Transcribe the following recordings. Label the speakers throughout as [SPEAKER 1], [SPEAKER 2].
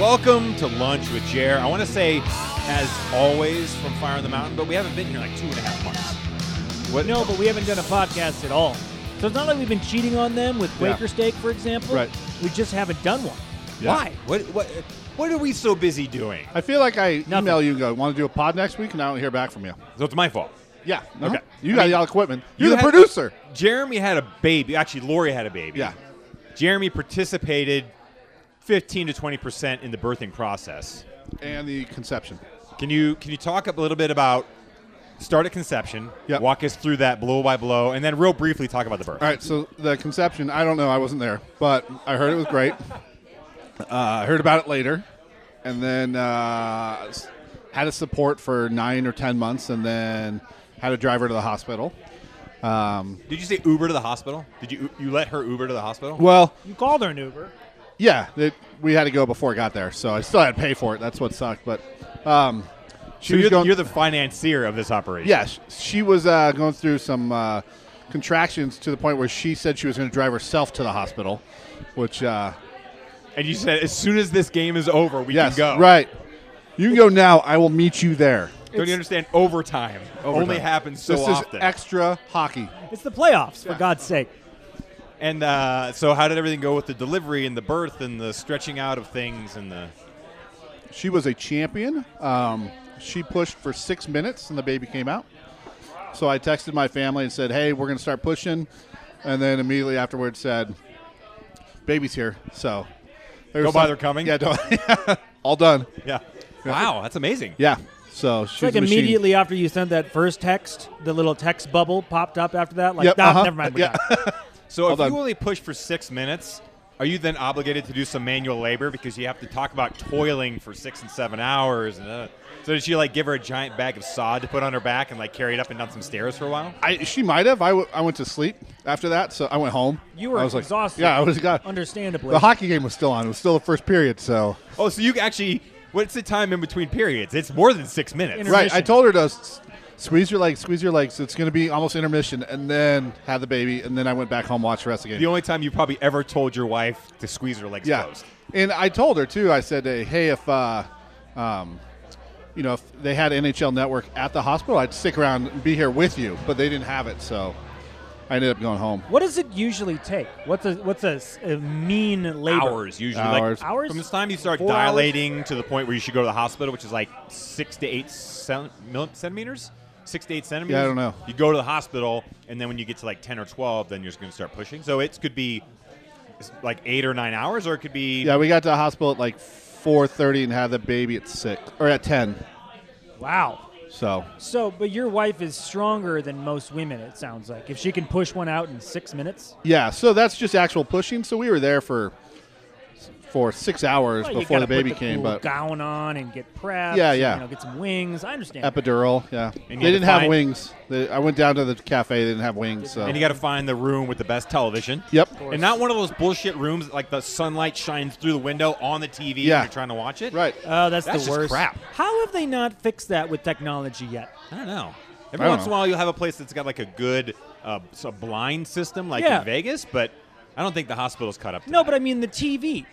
[SPEAKER 1] Welcome to Lunch with Jer. I want to say, as always, from Fire on the Mountain, but we haven't been here like two and a half months. What?
[SPEAKER 2] No, but we haven't done a podcast at all. So it's not like we've been cheating on them with
[SPEAKER 1] Yeah.
[SPEAKER 2] Quaker Steak, for example.
[SPEAKER 3] Right.
[SPEAKER 2] We just haven't done one.
[SPEAKER 3] Yeah.
[SPEAKER 1] Why? What? What? What are we so busy doing?
[SPEAKER 3] I feel like I
[SPEAKER 2] Nothing.
[SPEAKER 3] email you and go, want to do a pod next week? And I don't hear back from you.
[SPEAKER 1] So it's my fault.
[SPEAKER 3] Yeah. no.
[SPEAKER 1] Okay.
[SPEAKER 3] You
[SPEAKER 1] I
[SPEAKER 3] got
[SPEAKER 1] mean,
[SPEAKER 3] y'all equipment. You're
[SPEAKER 1] You
[SPEAKER 3] the
[SPEAKER 1] had-
[SPEAKER 3] producer.
[SPEAKER 1] Jeremy had a baby. Actually, Lori had a baby.
[SPEAKER 3] Yeah.
[SPEAKER 1] Jeremy participated 15 to 20 percent in the birthing process.
[SPEAKER 3] And the conception.
[SPEAKER 1] Can you can you talk up a little bit about start at conception?
[SPEAKER 3] Yep.
[SPEAKER 1] Walk us through that blow by blow, and then real briefly talk about the birth.
[SPEAKER 3] All right. So the conception, I don't know. I wasn't there, but I heard it was great. Uh, I heard about it later. And then uh, s- had a support for nine or 10 months and then had a driver to the hospital. Um,
[SPEAKER 1] Did you say Uber to the hospital? Did you you let her Uber to the hospital?
[SPEAKER 3] well,
[SPEAKER 2] You called her an Uber.
[SPEAKER 3] Yeah, it, we had to go before it got there, so I still had to pay for it. That's what sucked. But um, she
[SPEAKER 1] so
[SPEAKER 3] was
[SPEAKER 1] you're,
[SPEAKER 3] going.
[SPEAKER 1] the, you're the financier of this operation.
[SPEAKER 3] yeah, sh- she was uh, going through some uh, contractions to the point where she said she was going to drive herself to the hospital, which uh,
[SPEAKER 1] And you said as soon as this game is over, we can
[SPEAKER 3] yes,
[SPEAKER 1] go.
[SPEAKER 3] right. You can go now. I will meet you there.
[SPEAKER 1] Don't you understand? Overtime, only happens so
[SPEAKER 3] this
[SPEAKER 1] often.
[SPEAKER 3] is extra hockey.
[SPEAKER 2] It's the playoffs, for God's sake.
[SPEAKER 1] and uh, so, how did everything go with the delivery and the birth and the stretching out of things and the?
[SPEAKER 3] She was a champion. Um, she pushed for six minutes and the baby came out. So I texted my family and said, hey, we're going to start pushing. And then immediately afterwards said, baby's here. So there's
[SPEAKER 1] Don't bother coming?
[SPEAKER 3] Yeah, don't. all done.
[SPEAKER 1] Yeah. Wow, that's amazing.
[SPEAKER 3] Yeah. So she's
[SPEAKER 2] It's like
[SPEAKER 3] a machine.
[SPEAKER 2] immediately after you sent that first text, the little text bubble popped up after that. Like,
[SPEAKER 3] Yep,
[SPEAKER 2] "Ah,
[SPEAKER 3] uh-huh.
[SPEAKER 2] never mind. We're
[SPEAKER 3] Yeah.
[SPEAKER 2] done."
[SPEAKER 1] So if
[SPEAKER 3] Hold
[SPEAKER 1] you
[SPEAKER 3] on.
[SPEAKER 1] only push for six minutes, are you then obligated to do some manual labor because you have to talk about toiling for six and seven hours? And, uh, so did she like give her a giant bag of sod to put on her back and like carry it up and down some stairs for a while?
[SPEAKER 3] I, she might have. I, w- I went to sleep after that, so I went home.
[SPEAKER 2] You were
[SPEAKER 3] I was like-
[SPEAKER 2] exhausted.
[SPEAKER 3] yeah, I was got
[SPEAKER 2] Understandably.
[SPEAKER 3] The hockey game was still on. It was still the first period, so
[SPEAKER 1] Oh, so you actually what's the time in between periods? It's more than six minutes.
[SPEAKER 2] Right.
[SPEAKER 3] Right. I told her to s- squeeze your legs, squeeze your legs. It's going to be almost intermission, and then have the baby, and then I went back home watched the rest of the
[SPEAKER 1] The
[SPEAKER 3] game.
[SPEAKER 1] only time you probably ever told your wife to squeeze her legs
[SPEAKER 3] Yeah.
[SPEAKER 1] closed.
[SPEAKER 3] And I told her too. I said, uh, "Hey, if uh, um, you know, if they had NHL Network at the hospital, I'd stick around and be here with you." But they didn't have it, so I ended up going home.
[SPEAKER 2] what does it usually take? What's a what's a, s- a mean labor?
[SPEAKER 1] Hours usually,
[SPEAKER 3] Hours.
[SPEAKER 1] like
[SPEAKER 2] Hours?
[SPEAKER 1] from the time you start
[SPEAKER 2] Four hours?
[SPEAKER 1] dilating to the point where you should go to the hospital, which is like six to eight cen- mil- centimeters, six to eight centimeters.
[SPEAKER 3] Yeah, I don't know.
[SPEAKER 1] You go to the hospital, and then when you get to like ten or twelve, then you're just going to start pushing. So it could be s- like eight or nine hours, or it could be
[SPEAKER 3] Yeah, we got to the hospital at like four thirty and had the baby at six or at ten.
[SPEAKER 2] Wow.
[SPEAKER 3] So
[SPEAKER 2] So, but your wife is stronger than most women. It sounds like if she can push one out in six minutes.
[SPEAKER 3] yeah, so that's just actual pushing. So we were there for for six hours
[SPEAKER 2] Well, you
[SPEAKER 3] before
[SPEAKER 2] gotta
[SPEAKER 3] the baby
[SPEAKER 2] put the
[SPEAKER 3] came,
[SPEAKER 2] cool
[SPEAKER 3] but
[SPEAKER 2] gown on and get prepped.
[SPEAKER 3] Yeah,
[SPEAKER 2] and,
[SPEAKER 3] yeah.
[SPEAKER 2] You know, get some wings. I understand.
[SPEAKER 3] epidural. Yeah, they
[SPEAKER 1] And you had to
[SPEAKER 3] didn't have
[SPEAKER 1] find-
[SPEAKER 3] wings. They, I went down to the cafe. They didn't have wings. So
[SPEAKER 1] And you got to find the room with the best television.
[SPEAKER 3] Yep.
[SPEAKER 1] And not one of those bullshit rooms that, like the sunlight shines through the window on the TV
[SPEAKER 3] Yeah.
[SPEAKER 1] and you're trying to watch it.
[SPEAKER 3] right.
[SPEAKER 2] Oh, that's,
[SPEAKER 1] That's
[SPEAKER 2] the
[SPEAKER 1] just
[SPEAKER 2] worst.
[SPEAKER 1] crap.
[SPEAKER 2] How have they not fixed that with technology yet?
[SPEAKER 1] I don't know. Every
[SPEAKER 3] I don't
[SPEAKER 1] once in
[SPEAKER 3] know.
[SPEAKER 1] a while, you'll have a place that's got like a good uh, s- a blind system, like
[SPEAKER 2] Yeah.
[SPEAKER 1] in Vegas, but I don't think the hospital's caught up. To
[SPEAKER 2] No,
[SPEAKER 1] that.
[SPEAKER 2] but I mean the TV.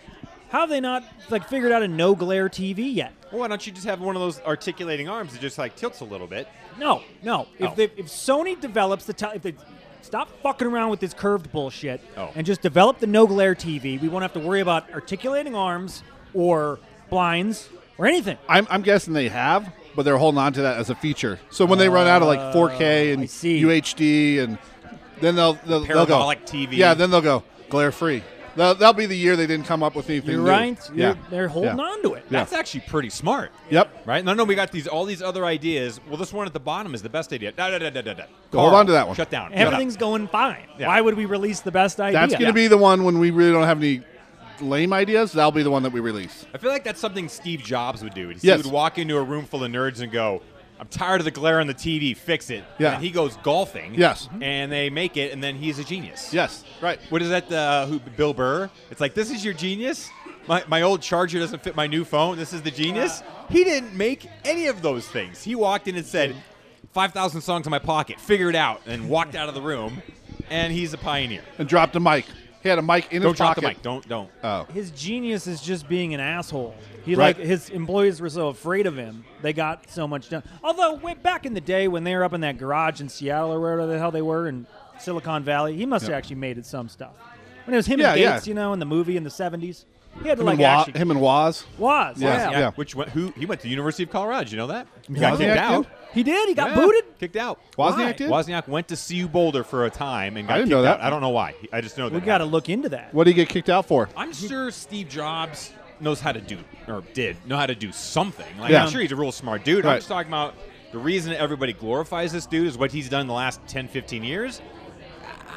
[SPEAKER 2] How have they not like figured out a no glare TV yet?
[SPEAKER 1] Well, why don't you just have one of those articulating arms that just like tilts a little bit?
[SPEAKER 2] No, no.
[SPEAKER 1] Oh.
[SPEAKER 2] If they, if Sony develops the tel if they stop fucking around with this curved bullshit
[SPEAKER 1] Oh.
[SPEAKER 2] and just develop the no glare TV, we won't have to worry about articulating arms or blinds or anything.
[SPEAKER 3] I'm, I'm guessing they have, but they're holding on to that as a feature. So when they run out of like 4K
[SPEAKER 2] I
[SPEAKER 3] and
[SPEAKER 2] see.
[SPEAKER 3] UHD, and then they'll they'll, they'll go
[SPEAKER 1] Parabolic TV.
[SPEAKER 3] Yeah, then they'll go glare free. That'll, that'll be the year they didn't come up with anything.
[SPEAKER 2] You're
[SPEAKER 3] new.
[SPEAKER 2] right.
[SPEAKER 3] Yeah,
[SPEAKER 2] You're, they're holding
[SPEAKER 3] Yeah.
[SPEAKER 2] on to it.
[SPEAKER 3] Yeah.
[SPEAKER 1] That's actually pretty smart,
[SPEAKER 3] Yep.
[SPEAKER 1] right? No, no, we got these all these other ideas. Well, this one at the bottom is the best idea. Da, da, da, da, da, da.
[SPEAKER 3] Go hold
[SPEAKER 1] Carl,
[SPEAKER 3] on to that one.
[SPEAKER 1] Shut down. Shut up.
[SPEAKER 2] Everything's going fine.
[SPEAKER 1] Yeah.
[SPEAKER 2] Why would we release the best idea?
[SPEAKER 3] That's going to be the one when we really don't have any lame ideas. That'll be the one that we release.
[SPEAKER 1] I feel like that's something Steve Jobs would do. He
[SPEAKER 3] Yes.
[SPEAKER 1] would walk into a room full of nerds and go, "I'm tired of the glare on the TV. Fix it."
[SPEAKER 3] Yeah.
[SPEAKER 1] And he goes golfing.
[SPEAKER 3] Yes.
[SPEAKER 1] And they make it, and then he's a genius.
[SPEAKER 3] Yes. Right.
[SPEAKER 1] What is that? Uh, who, Bill Burr. It's like this is your genius. My, my old charger doesn't fit my new phone. This is the genius. He didn't make any of those things. He walked in and said, 5,000 songs in my pocket, figure it out, and walked out of the room. And he's a pioneer.
[SPEAKER 3] And dropped a mic. He had a mic in
[SPEAKER 1] Don't Uh,
[SPEAKER 3] his
[SPEAKER 1] drop
[SPEAKER 3] pocket.
[SPEAKER 1] the mic. Don't don't.
[SPEAKER 3] Oh,
[SPEAKER 2] His genius is just being an asshole. He
[SPEAKER 3] Right.
[SPEAKER 2] like his employees were so afraid of him. They got so much done. Although way back in the day when they were up in that garage in Seattle or wherever the hell they were in Silicon Valley, he must have
[SPEAKER 3] Yeah.
[SPEAKER 2] actually made it some stuff. When it was him
[SPEAKER 3] Yeah,
[SPEAKER 2] and
[SPEAKER 3] yeah.
[SPEAKER 2] Gates, you know, in the movie in the seventies, he had to
[SPEAKER 3] him,
[SPEAKER 2] like
[SPEAKER 3] and Wa-
[SPEAKER 2] actually
[SPEAKER 3] him and Waz.
[SPEAKER 2] was
[SPEAKER 3] Yeah.
[SPEAKER 2] yeah.
[SPEAKER 3] Yeah.
[SPEAKER 1] Which went, who he went to University of Colorado. Did You know that he
[SPEAKER 3] Wozniak
[SPEAKER 1] got kicked
[SPEAKER 3] did?
[SPEAKER 1] out.
[SPEAKER 2] He did. He got
[SPEAKER 1] Yeah,
[SPEAKER 2] booted.
[SPEAKER 1] Kicked out.
[SPEAKER 3] Wozniak
[SPEAKER 2] Why?
[SPEAKER 3] did?
[SPEAKER 1] Wozniak went to CU Boulder for a time and got
[SPEAKER 3] I didn't
[SPEAKER 1] kicked
[SPEAKER 3] know that.
[SPEAKER 1] out. I don't know why. He- I just know that.
[SPEAKER 2] We got to look into that.
[SPEAKER 3] What did he get kicked out for?
[SPEAKER 1] I'm sure Steve Jobs knows how to do or did know how to do something. Like
[SPEAKER 3] Yeah.
[SPEAKER 1] I'm sure he's a real smart dude.
[SPEAKER 3] Right.
[SPEAKER 1] I'm just talking about the reason everybody glorifies this dude is what he's done the last 10, 15 years.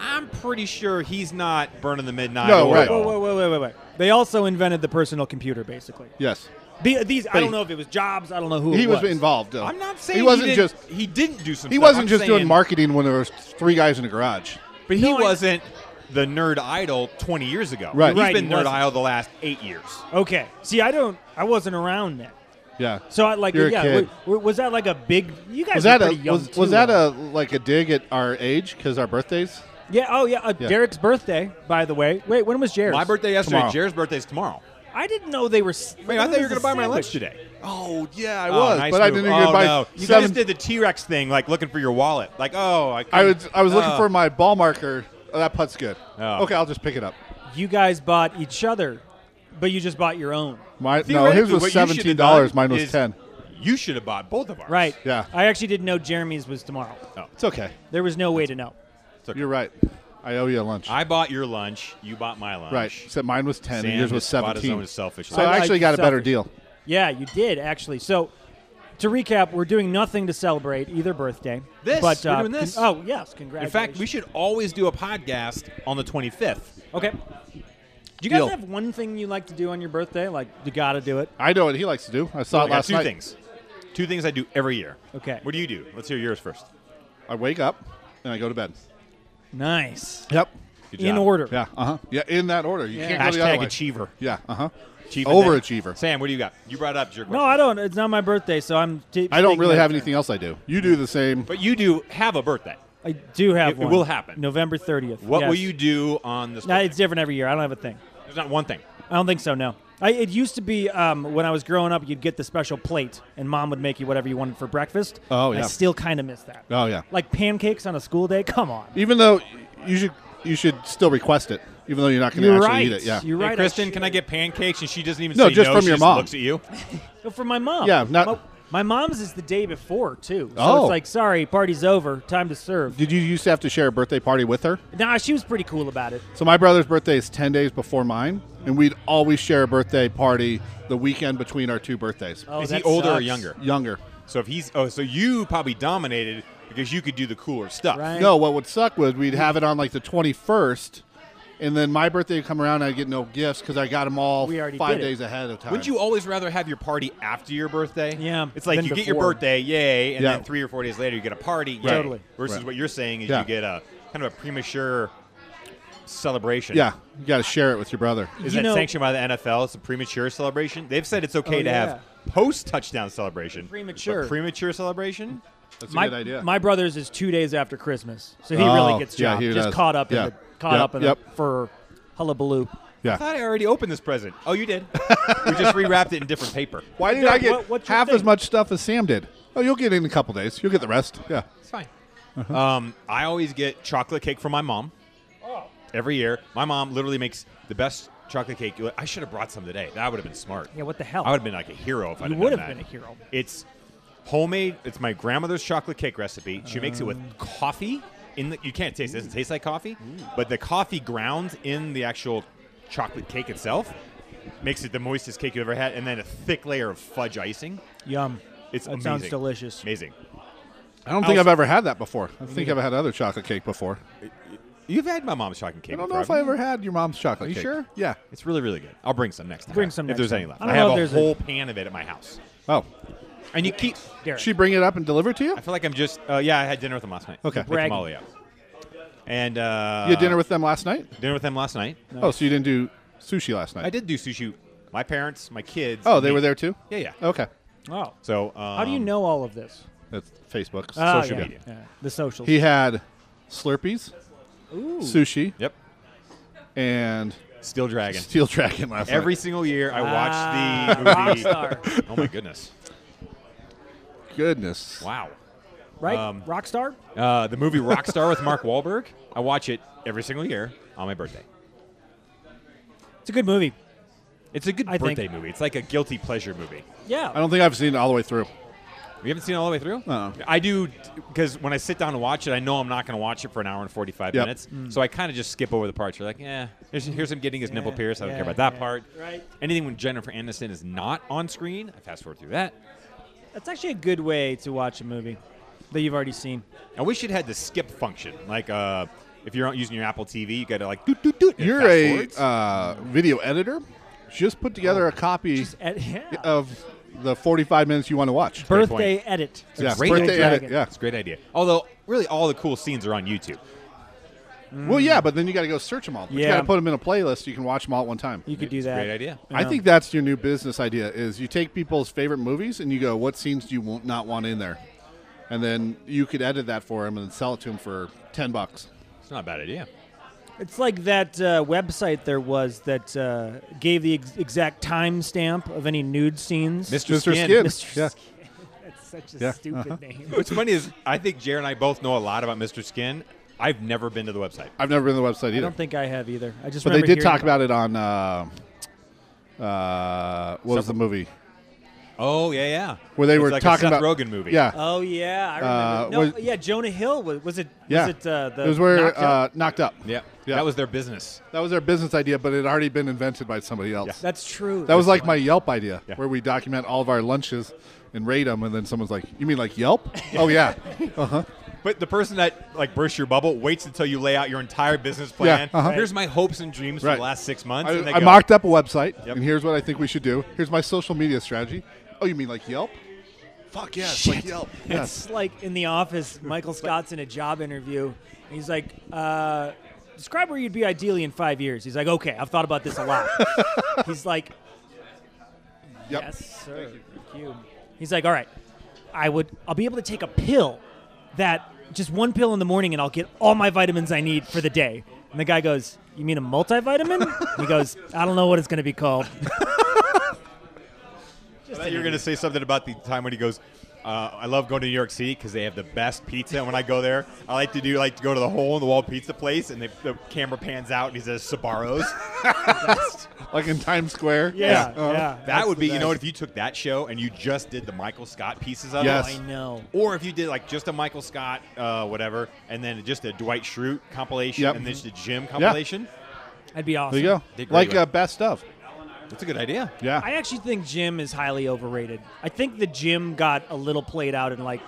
[SPEAKER 1] I'm pretty sure he's not burning the midnight.
[SPEAKER 3] No,
[SPEAKER 1] oil.
[SPEAKER 3] right.
[SPEAKER 2] Whoa, whoa, whoa, whoa, whoa, whoa! They also invented the personal computer, basically.
[SPEAKER 3] Yes,
[SPEAKER 2] The, these, I
[SPEAKER 3] But
[SPEAKER 2] don't
[SPEAKER 3] he-
[SPEAKER 2] know if it was Jobs. I don't know who
[SPEAKER 3] he
[SPEAKER 2] it
[SPEAKER 3] was involved. Though.
[SPEAKER 1] I'm not saying
[SPEAKER 3] he wasn't
[SPEAKER 1] didn't-
[SPEAKER 3] just
[SPEAKER 1] he didn't do some.
[SPEAKER 3] he
[SPEAKER 1] stuff.
[SPEAKER 3] wasn't
[SPEAKER 1] I'm
[SPEAKER 3] just doing
[SPEAKER 1] saying-
[SPEAKER 3] marketing when there was three guys in a garage.
[SPEAKER 1] but he
[SPEAKER 2] No, I-
[SPEAKER 1] wasn't the nerd idol 20 years ago.
[SPEAKER 3] Right.
[SPEAKER 1] he's
[SPEAKER 2] Right,
[SPEAKER 1] been
[SPEAKER 2] he
[SPEAKER 1] nerd
[SPEAKER 2] wasn't.
[SPEAKER 1] idol the last eight years.
[SPEAKER 2] Okay. See, I don't. I wasn't around then.
[SPEAKER 3] Yeah.
[SPEAKER 2] So I like
[SPEAKER 3] You're a
[SPEAKER 2] yeah.
[SPEAKER 3] kid.
[SPEAKER 2] wa- wa- was that like a big? You guys
[SPEAKER 3] was that
[SPEAKER 2] were
[SPEAKER 3] a
[SPEAKER 2] pretty young
[SPEAKER 3] was, was
[SPEAKER 2] too,
[SPEAKER 3] that
[SPEAKER 2] huh?
[SPEAKER 3] a like a dig at our age because our birthdays?
[SPEAKER 2] yeah? Oh yeah, uh,
[SPEAKER 3] Yeah.
[SPEAKER 2] Derek's birthday by the way. Wait, when was Jared's?
[SPEAKER 1] My birthday yesterday.
[SPEAKER 3] Tomorrow.
[SPEAKER 1] Jared's birthday's tomorrow.
[SPEAKER 2] I didn't know they were. s-
[SPEAKER 1] Wait, I thought you were
[SPEAKER 2] it was
[SPEAKER 1] going
[SPEAKER 2] a
[SPEAKER 1] to buy my
[SPEAKER 2] sandwich.
[SPEAKER 1] lunch today.
[SPEAKER 3] Oh yeah, I
[SPEAKER 1] Oh,
[SPEAKER 3] was,
[SPEAKER 1] nice
[SPEAKER 3] but I
[SPEAKER 1] move.
[SPEAKER 3] didn't get
[SPEAKER 1] Oh,
[SPEAKER 3] by
[SPEAKER 1] no. You
[SPEAKER 3] seven.
[SPEAKER 1] guys did the T Rex thing, like looking for your wallet. Like, oh, I,
[SPEAKER 3] I was I was looking
[SPEAKER 1] uh,
[SPEAKER 3] for my ball marker. Oh, that putt's good.
[SPEAKER 1] Oh.
[SPEAKER 3] Okay, I'll just pick it up.
[SPEAKER 2] You guys bought each other, but you just bought your own.
[SPEAKER 3] My no,
[SPEAKER 1] theoretically,
[SPEAKER 3] his was
[SPEAKER 1] what you should've
[SPEAKER 3] seventeen dollars.
[SPEAKER 1] done
[SPEAKER 3] Mine was
[SPEAKER 1] is
[SPEAKER 3] ten.
[SPEAKER 1] You should have bought both of ours. Oh,
[SPEAKER 2] Right.
[SPEAKER 3] Yeah.
[SPEAKER 2] I actually didn't know Jeremy's was tomorrow.
[SPEAKER 3] It's okay.
[SPEAKER 2] There was no way to know.
[SPEAKER 3] You're right. I owe you a lunch.
[SPEAKER 1] I bought your lunch. You bought my lunch.
[SPEAKER 3] right. Except mine was ten.
[SPEAKER 1] Sam
[SPEAKER 3] and yours was
[SPEAKER 1] just bought his
[SPEAKER 3] seventeen.
[SPEAKER 1] own is selfish.
[SPEAKER 3] So
[SPEAKER 2] I
[SPEAKER 3] I
[SPEAKER 2] like
[SPEAKER 3] actually got a better
[SPEAKER 2] selfish.
[SPEAKER 3] deal.
[SPEAKER 2] Yeah, you did actually. So, to recap, we're doing nothing to celebrate either birthday.
[SPEAKER 1] This?
[SPEAKER 2] but,
[SPEAKER 1] We're
[SPEAKER 2] uh,
[SPEAKER 1] doing this?
[SPEAKER 2] con- oh yes,
[SPEAKER 1] In
[SPEAKER 2] congratulations.
[SPEAKER 1] fact, we should always do a podcast on the 25th.
[SPEAKER 2] Okay. Do you guys
[SPEAKER 3] Deal.
[SPEAKER 2] have one thing you like to do on your birthday? Like you got to do it.
[SPEAKER 3] I know what he likes to do. I saw
[SPEAKER 1] I
[SPEAKER 3] it
[SPEAKER 1] got
[SPEAKER 3] last
[SPEAKER 1] two
[SPEAKER 3] night.
[SPEAKER 1] things. Two things I do every year.
[SPEAKER 2] Okay.
[SPEAKER 1] What do you do? Let's hear yours first.
[SPEAKER 3] I wake up and I go to bed.
[SPEAKER 2] Nice.
[SPEAKER 3] Yep.
[SPEAKER 1] Good
[SPEAKER 2] In
[SPEAKER 1] job.
[SPEAKER 2] order.
[SPEAKER 3] Yeah. Uh huh. Yeah. In that order. You
[SPEAKER 2] Yeah.
[SPEAKER 3] can't go the other
[SPEAKER 1] Hashtag
[SPEAKER 3] way.
[SPEAKER 1] achiever.
[SPEAKER 3] Yeah. Uh huh.
[SPEAKER 1] Achiever.
[SPEAKER 3] Overachiever.
[SPEAKER 1] Sam, what do you got? You brought it up. It's your
[SPEAKER 2] No,
[SPEAKER 1] question.
[SPEAKER 2] I don't. It's not my birthday, so I'm. T-
[SPEAKER 3] I don't
[SPEAKER 2] taking
[SPEAKER 3] really
[SPEAKER 2] that
[SPEAKER 3] have
[SPEAKER 2] turn.
[SPEAKER 3] anything else I do. You do the same.
[SPEAKER 1] But you do have a birthday.
[SPEAKER 2] I do have
[SPEAKER 1] It- it
[SPEAKER 2] one.
[SPEAKER 1] will happen.
[SPEAKER 2] November 30th.
[SPEAKER 1] What
[SPEAKER 2] yes.
[SPEAKER 1] will you do on this?
[SPEAKER 2] No, it's different every year. I don't have a thing.
[SPEAKER 1] There's not one thing.
[SPEAKER 2] I don't think so. No. I, it used to be um, when I was growing up, you'd get the special plate, and mom would make you whatever you wanted for breakfast.
[SPEAKER 3] Oh, yeah.
[SPEAKER 2] I still kind of miss that.
[SPEAKER 3] Oh yeah.
[SPEAKER 2] Like pancakes on a school day. Come on.
[SPEAKER 3] Even though you should you should still request it, even though you're not going to
[SPEAKER 2] You're
[SPEAKER 3] actually
[SPEAKER 2] right.
[SPEAKER 3] eat it. Yeah.
[SPEAKER 2] You're
[SPEAKER 1] Hey,
[SPEAKER 2] right.
[SPEAKER 1] Kristen,
[SPEAKER 2] should.
[SPEAKER 1] can I get pancakes? And she doesn't even
[SPEAKER 3] No,
[SPEAKER 1] say
[SPEAKER 3] just
[SPEAKER 1] no.
[SPEAKER 3] from
[SPEAKER 1] she
[SPEAKER 3] your
[SPEAKER 1] just
[SPEAKER 3] mom.
[SPEAKER 1] looks at you.
[SPEAKER 2] No, for my mom.
[SPEAKER 3] Yeah, not-
[SPEAKER 2] my, my mom's is the day before too. So
[SPEAKER 3] Oh.
[SPEAKER 2] it's like, sorry, party's over, time to serve.
[SPEAKER 3] Did you used to have to share a birthday party with her?
[SPEAKER 2] Nah, she was pretty cool about it.
[SPEAKER 3] So my brother's birthday is ten days before mine, and we'd always share a birthday party the weekend between our two birthdays.
[SPEAKER 2] Oh,
[SPEAKER 1] Is he
[SPEAKER 2] that
[SPEAKER 1] older or
[SPEAKER 2] sucks.
[SPEAKER 1] younger?
[SPEAKER 3] Younger.
[SPEAKER 1] So if he's oh, so you probably dominated because you could do the cooler stuff.
[SPEAKER 2] Right.
[SPEAKER 3] No, what would suck was we'd have it on like the 21st, and then my birthday would come around and I'd get no gifts because I got them all
[SPEAKER 2] We already
[SPEAKER 3] five
[SPEAKER 2] did it.
[SPEAKER 3] days ahead of time.
[SPEAKER 1] Wouldn't you always rather have your party after your birthday?
[SPEAKER 2] Yeah,
[SPEAKER 1] It's like you
[SPEAKER 2] than
[SPEAKER 1] get your
[SPEAKER 2] before.
[SPEAKER 1] birthday, yay, and
[SPEAKER 3] Yeah.
[SPEAKER 1] then three or four days later you get a party, yay.
[SPEAKER 2] Totally.
[SPEAKER 1] Versus
[SPEAKER 3] Right.
[SPEAKER 1] what you're saying is
[SPEAKER 3] Yeah.
[SPEAKER 1] you get a kind of a premature celebration.
[SPEAKER 3] Yeah, you got to share it with your brother.
[SPEAKER 1] Is
[SPEAKER 2] You
[SPEAKER 1] that
[SPEAKER 2] know-
[SPEAKER 1] sanctioned by the NFL? It's a premature celebration. They've said it's okay
[SPEAKER 2] Oh,
[SPEAKER 1] to
[SPEAKER 2] yeah.
[SPEAKER 1] have post touchdown celebration. but
[SPEAKER 2] Premature.
[SPEAKER 1] premature celebration?
[SPEAKER 3] That's a
[SPEAKER 2] my,
[SPEAKER 3] good idea.
[SPEAKER 2] my brother's is two days after Christmas, so he
[SPEAKER 3] Oh,
[SPEAKER 2] really gets
[SPEAKER 3] yeah,
[SPEAKER 2] chopped.
[SPEAKER 3] he
[SPEAKER 2] Just
[SPEAKER 3] does.
[SPEAKER 2] caught up in
[SPEAKER 3] Yeah.
[SPEAKER 2] the caught
[SPEAKER 3] Yep,
[SPEAKER 2] up in
[SPEAKER 3] yep.
[SPEAKER 2] the for hullabaloo.
[SPEAKER 1] I
[SPEAKER 3] yeah.
[SPEAKER 1] thought I already opened this present. Oh, you did. we just rewrapped it in different paper.
[SPEAKER 3] Why did
[SPEAKER 2] Doug,
[SPEAKER 3] I get
[SPEAKER 2] what- what's your
[SPEAKER 3] half
[SPEAKER 2] thing?
[SPEAKER 3] as much stuff as Sam did? Oh, you'll get it in a couple days. You'll get the rest. Yeah.
[SPEAKER 1] It's fine. Um, I always get chocolate cake from my mom. Every year, my mom literally makes the best chocolate cake. You'll- I should have brought some today. That would have been smart.
[SPEAKER 2] Yeah, what the hell?
[SPEAKER 1] I would have been like a hero if I
[SPEAKER 2] You
[SPEAKER 1] would
[SPEAKER 2] would have been a hero.
[SPEAKER 1] It's homemade. It's my grandmother's chocolate cake recipe. She makes it with
[SPEAKER 2] Oh.
[SPEAKER 1] coffee. In the, you can't taste. It
[SPEAKER 2] Mm.
[SPEAKER 1] doesn't taste like coffee, but the coffee grounds in the actual chocolate cake itself makes it the moistest cake you ever had, and then a thick layer of fudge icing.
[SPEAKER 2] Yum.
[SPEAKER 1] It's
[SPEAKER 2] that
[SPEAKER 1] amazing.
[SPEAKER 2] sounds delicious.
[SPEAKER 1] Amazing.
[SPEAKER 3] I don't think
[SPEAKER 1] I'll-
[SPEAKER 3] I've ever had that before. I think I've had other chocolate cake before.
[SPEAKER 1] You've had my mom's chocolate cake.
[SPEAKER 3] I don't
[SPEAKER 1] before,
[SPEAKER 3] know if
[SPEAKER 1] haven't
[SPEAKER 3] I
[SPEAKER 1] you?
[SPEAKER 3] ever had your mom's chocolate
[SPEAKER 1] Are you
[SPEAKER 3] cake.
[SPEAKER 1] sure?
[SPEAKER 3] Yeah.
[SPEAKER 1] It's really, really good. I'll bring some next time.
[SPEAKER 2] Bring some
[SPEAKER 1] if
[SPEAKER 2] next
[SPEAKER 1] there's
[SPEAKER 2] time.
[SPEAKER 1] any left.
[SPEAKER 2] I
[SPEAKER 1] I,
[SPEAKER 2] don't know
[SPEAKER 1] have
[SPEAKER 2] if
[SPEAKER 1] a
[SPEAKER 2] there's a-
[SPEAKER 1] whole pan of it at my house,
[SPEAKER 3] Oh,
[SPEAKER 1] and you keep.
[SPEAKER 2] Derek.
[SPEAKER 3] she bring it up and deliver it to you?
[SPEAKER 1] I feel like I'm just. Uh, yeah, I had dinner with them last night.
[SPEAKER 3] Okay.
[SPEAKER 1] With
[SPEAKER 2] Bragging.
[SPEAKER 1] Tamale, yeah. And uh,
[SPEAKER 3] you had dinner with them last night?
[SPEAKER 1] dinner with them last night.
[SPEAKER 3] Oh, so you didn't do sushi last night?
[SPEAKER 1] I did do sushi. My parents, my kids.
[SPEAKER 3] Oh, they
[SPEAKER 1] me.
[SPEAKER 3] were there too?
[SPEAKER 1] Yeah, yeah.
[SPEAKER 3] Okay.
[SPEAKER 2] oh,
[SPEAKER 1] So um,
[SPEAKER 2] how do you know all of this?
[SPEAKER 3] That's Facebook.
[SPEAKER 2] Ah,
[SPEAKER 1] social
[SPEAKER 2] yeah,
[SPEAKER 1] media.
[SPEAKER 2] yeah, the socials.
[SPEAKER 3] He had Slurpees,
[SPEAKER 2] Ooh.
[SPEAKER 3] sushi,
[SPEAKER 1] Yep.
[SPEAKER 3] and
[SPEAKER 1] Steel Dragon.
[SPEAKER 3] Steel Dragon last night.
[SPEAKER 1] Every single year, I watch
[SPEAKER 2] Ah,
[SPEAKER 1] the movie.
[SPEAKER 2] Rockstar.
[SPEAKER 1] oh my goodness!
[SPEAKER 3] goodness.
[SPEAKER 1] Wow.
[SPEAKER 2] right?
[SPEAKER 1] Um,
[SPEAKER 2] Rockstar.
[SPEAKER 1] Uh, the movie Rockstar with Mark Wahlberg. I watch it every single year on my birthday.
[SPEAKER 2] It's a good movie.
[SPEAKER 1] It's a good
[SPEAKER 2] I think-
[SPEAKER 1] birthday movie. It's like a guilty pleasure movie.
[SPEAKER 2] Yeah.
[SPEAKER 3] I don't think I've seen it all the way through.
[SPEAKER 1] You haven't seen it all the way through?
[SPEAKER 3] No.
[SPEAKER 1] I do because when I sit down to watch it, I know I'm not going to watch it for an hour and 45
[SPEAKER 3] Yep.
[SPEAKER 1] minutes.
[SPEAKER 2] Mm.
[SPEAKER 1] So I kind of just skip over the parts. You're like, yeah, here's, here's him getting his nipple
[SPEAKER 2] Yeah,
[SPEAKER 1] pierced. I don't
[SPEAKER 2] yeah,
[SPEAKER 1] care about that
[SPEAKER 2] yeah.
[SPEAKER 1] part.
[SPEAKER 2] Right.
[SPEAKER 1] Anything when Jennifer Aniston is not on screen, I fast forward through that.
[SPEAKER 2] That's actually a good way to watch a movie that you've already seen.
[SPEAKER 1] I wish it had the skip function. Like, uh, if you're not using your Apple TV, you got to like doot doot doot. and it
[SPEAKER 3] You're
[SPEAKER 1] fast
[SPEAKER 3] a
[SPEAKER 1] forwards.
[SPEAKER 3] uh, video editor. Just put together a copy
[SPEAKER 2] Ed- yeah.
[SPEAKER 3] of the 45 minutes you want to watch.
[SPEAKER 1] great
[SPEAKER 2] Birthday edit.
[SPEAKER 1] a
[SPEAKER 3] yeah,
[SPEAKER 1] great
[SPEAKER 3] birthday
[SPEAKER 1] idea.
[SPEAKER 3] edit. Yeah.
[SPEAKER 1] It's a great idea. Although, really, all the cool scenes are on YouTube.
[SPEAKER 3] Well, yeah, but then you got to go search them all. You
[SPEAKER 2] Yeah.
[SPEAKER 3] got to put them in a playlist so you can watch them all at one time.
[SPEAKER 2] You could do
[SPEAKER 1] It's a
[SPEAKER 2] that.
[SPEAKER 1] great idea.
[SPEAKER 3] I think that's your new business idea is you take people's favorite movies and you go, what scenes do you won't, not want in there? And then you could edit that for them and sell it to them for 10 bucks.
[SPEAKER 1] It's not a bad idea.
[SPEAKER 2] It's like that uh, website there was that uh, gave the ex- exact timestamp of any nude scenes.
[SPEAKER 1] Mr.
[SPEAKER 3] Mr.
[SPEAKER 1] Skin.
[SPEAKER 3] Skin.
[SPEAKER 2] Mr.
[SPEAKER 3] Yeah.
[SPEAKER 2] Skin. That's such a
[SPEAKER 3] Yeah, Uh-huh.
[SPEAKER 2] stupid name.
[SPEAKER 1] What's funny is I think Jer and I both know a lot about Mr. Skin. I've never been to the website.
[SPEAKER 3] I've never been to the website
[SPEAKER 2] I
[SPEAKER 3] either.
[SPEAKER 2] don't think I have either. I just
[SPEAKER 3] But they
[SPEAKER 2] remember
[SPEAKER 3] did
[SPEAKER 2] hearing
[SPEAKER 3] talk about it on, uh, uh, what was the movie?
[SPEAKER 1] Oh yeah, yeah.
[SPEAKER 3] Where they
[SPEAKER 1] It's
[SPEAKER 3] were
[SPEAKER 1] like
[SPEAKER 3] talking
[SPEAKER 1] a Seth
[SPEAKER 3] about.
[SPEAKER 1] Rogen movie.
[SPEAKER 3] Yeah.
[SPEAKER 2] Oh yeah, I remember.
[SPEAKER 3] Uh,
[SPEAKER 2] no,
[SPEAKER 3] was-
[SPEAKER 2] yeah, Jonah Hill was, was it?
[SPEAKER 3] yeah.
[SPEAKER 2] was it, uh, the
[SPEAKER 3] it was where
[SPEAKER 2] Knocked Up?
[SPEAKER 3] Uh, knocked up.
[SPEAKER 1] yeah,
[SPEAKER 3] Yeah.
[SPEAKER 1] That was their business.
[SPEAKER 3] That was their business idea, but it had already been invented by somebody else.
[SPEAKER 2] That's true.
[SPEAKER 3] That was like my Yelp idea,
[SPEAKER 1] Yeah.
[SPEAKER 3] where we document all of our lunches and rate them, and then someone's like, "You mean like Yelp? oh yeah,
[SPEAKER 1] But the person that like bursts your bubble waits until you lay out your entire business plan.
[SPEAKER 3] uh-huh.
[SPEAKER 1] Here's my hopes and dreams for
[SPEAKER 3] Right.
[SPEAKER 1] the last six months. and
[SPEAKER 3] I,
[SPEAKER 1] they
[SPEAKER 3] I
[SPEAKER 1] go,
[SPEAKER 3] mocked up a website,
[SPEAKER 1] Yep.
[SPEAKER 3] and here's what I think we should do. Here's my social media strategy. Oh, you mean like Yelp? Fuck yeah, it's like Yelp. Yes.
[SPEAKER 2] It's like in the office, Michael Scott's in a job interview. And he's like, uh, describe where you'd be ideally in five years. He's like, okay, I've thought about this a lot. he's like,
[SPEAKER 3] Yep.
[SPEAKER 2] yes, sir. Thank you. He's like, all right, I would, I'll be able to take a pill that just one pill in the morning and I'll get all my vitamins I need for the day. And the guy goes, you mean a multivitamin? he goes, I don't know what it's going to be called.
[SPEAKER 1] I thought you were going to say something about the time when he goes. Uh, I love going to New York City because they have the best pizza. And when I go there, I like to do like to go to the hole in the wall pizza place, and they, the camera pans out and he says Sabaros.
[SPEAKER 3] Like in Times Square.
[SPEAKER 2] Yeah,
[SPEAKER 3] Uh-huh.
[SPEAKER 2] yeah.
[SPEAKER 1] That would be,
[SPEAKER 3] the
[SPEAKER 1] you know,
[SPEAKER 3] best.
[SPEAKER 1] what if you took that show and you just did the Michael Scott pieces of
[SPEAKER 3] Yes.
[SPEAKER 1] it,
[SPEAKER 2] I know.
[SPEAKER 1] or if you did like just a Michael Scott, uh, whatever, and then just a Dwight Schrute compilation,
[SPEAKER 3] Yep.
[SPEAKER 1] and then just a Jim compilation.
[SPEAKER 2] That'd be awesome.
[SPEAKER 3] There you go.
[SPEAKER 1] Did great
[SPEAKER 3] Like
[SPEAKER 1] with
[SPEAKER 3] uh,
[SPEAKER 1] it.
[SPEAKER 3] best of.
[SPEAKER 1] That's a good idea.
[SPEAKER 3] Yeah.
[SPEAKER 2] I actually think Jim is highly overrated. I think the Jim got a little played out in like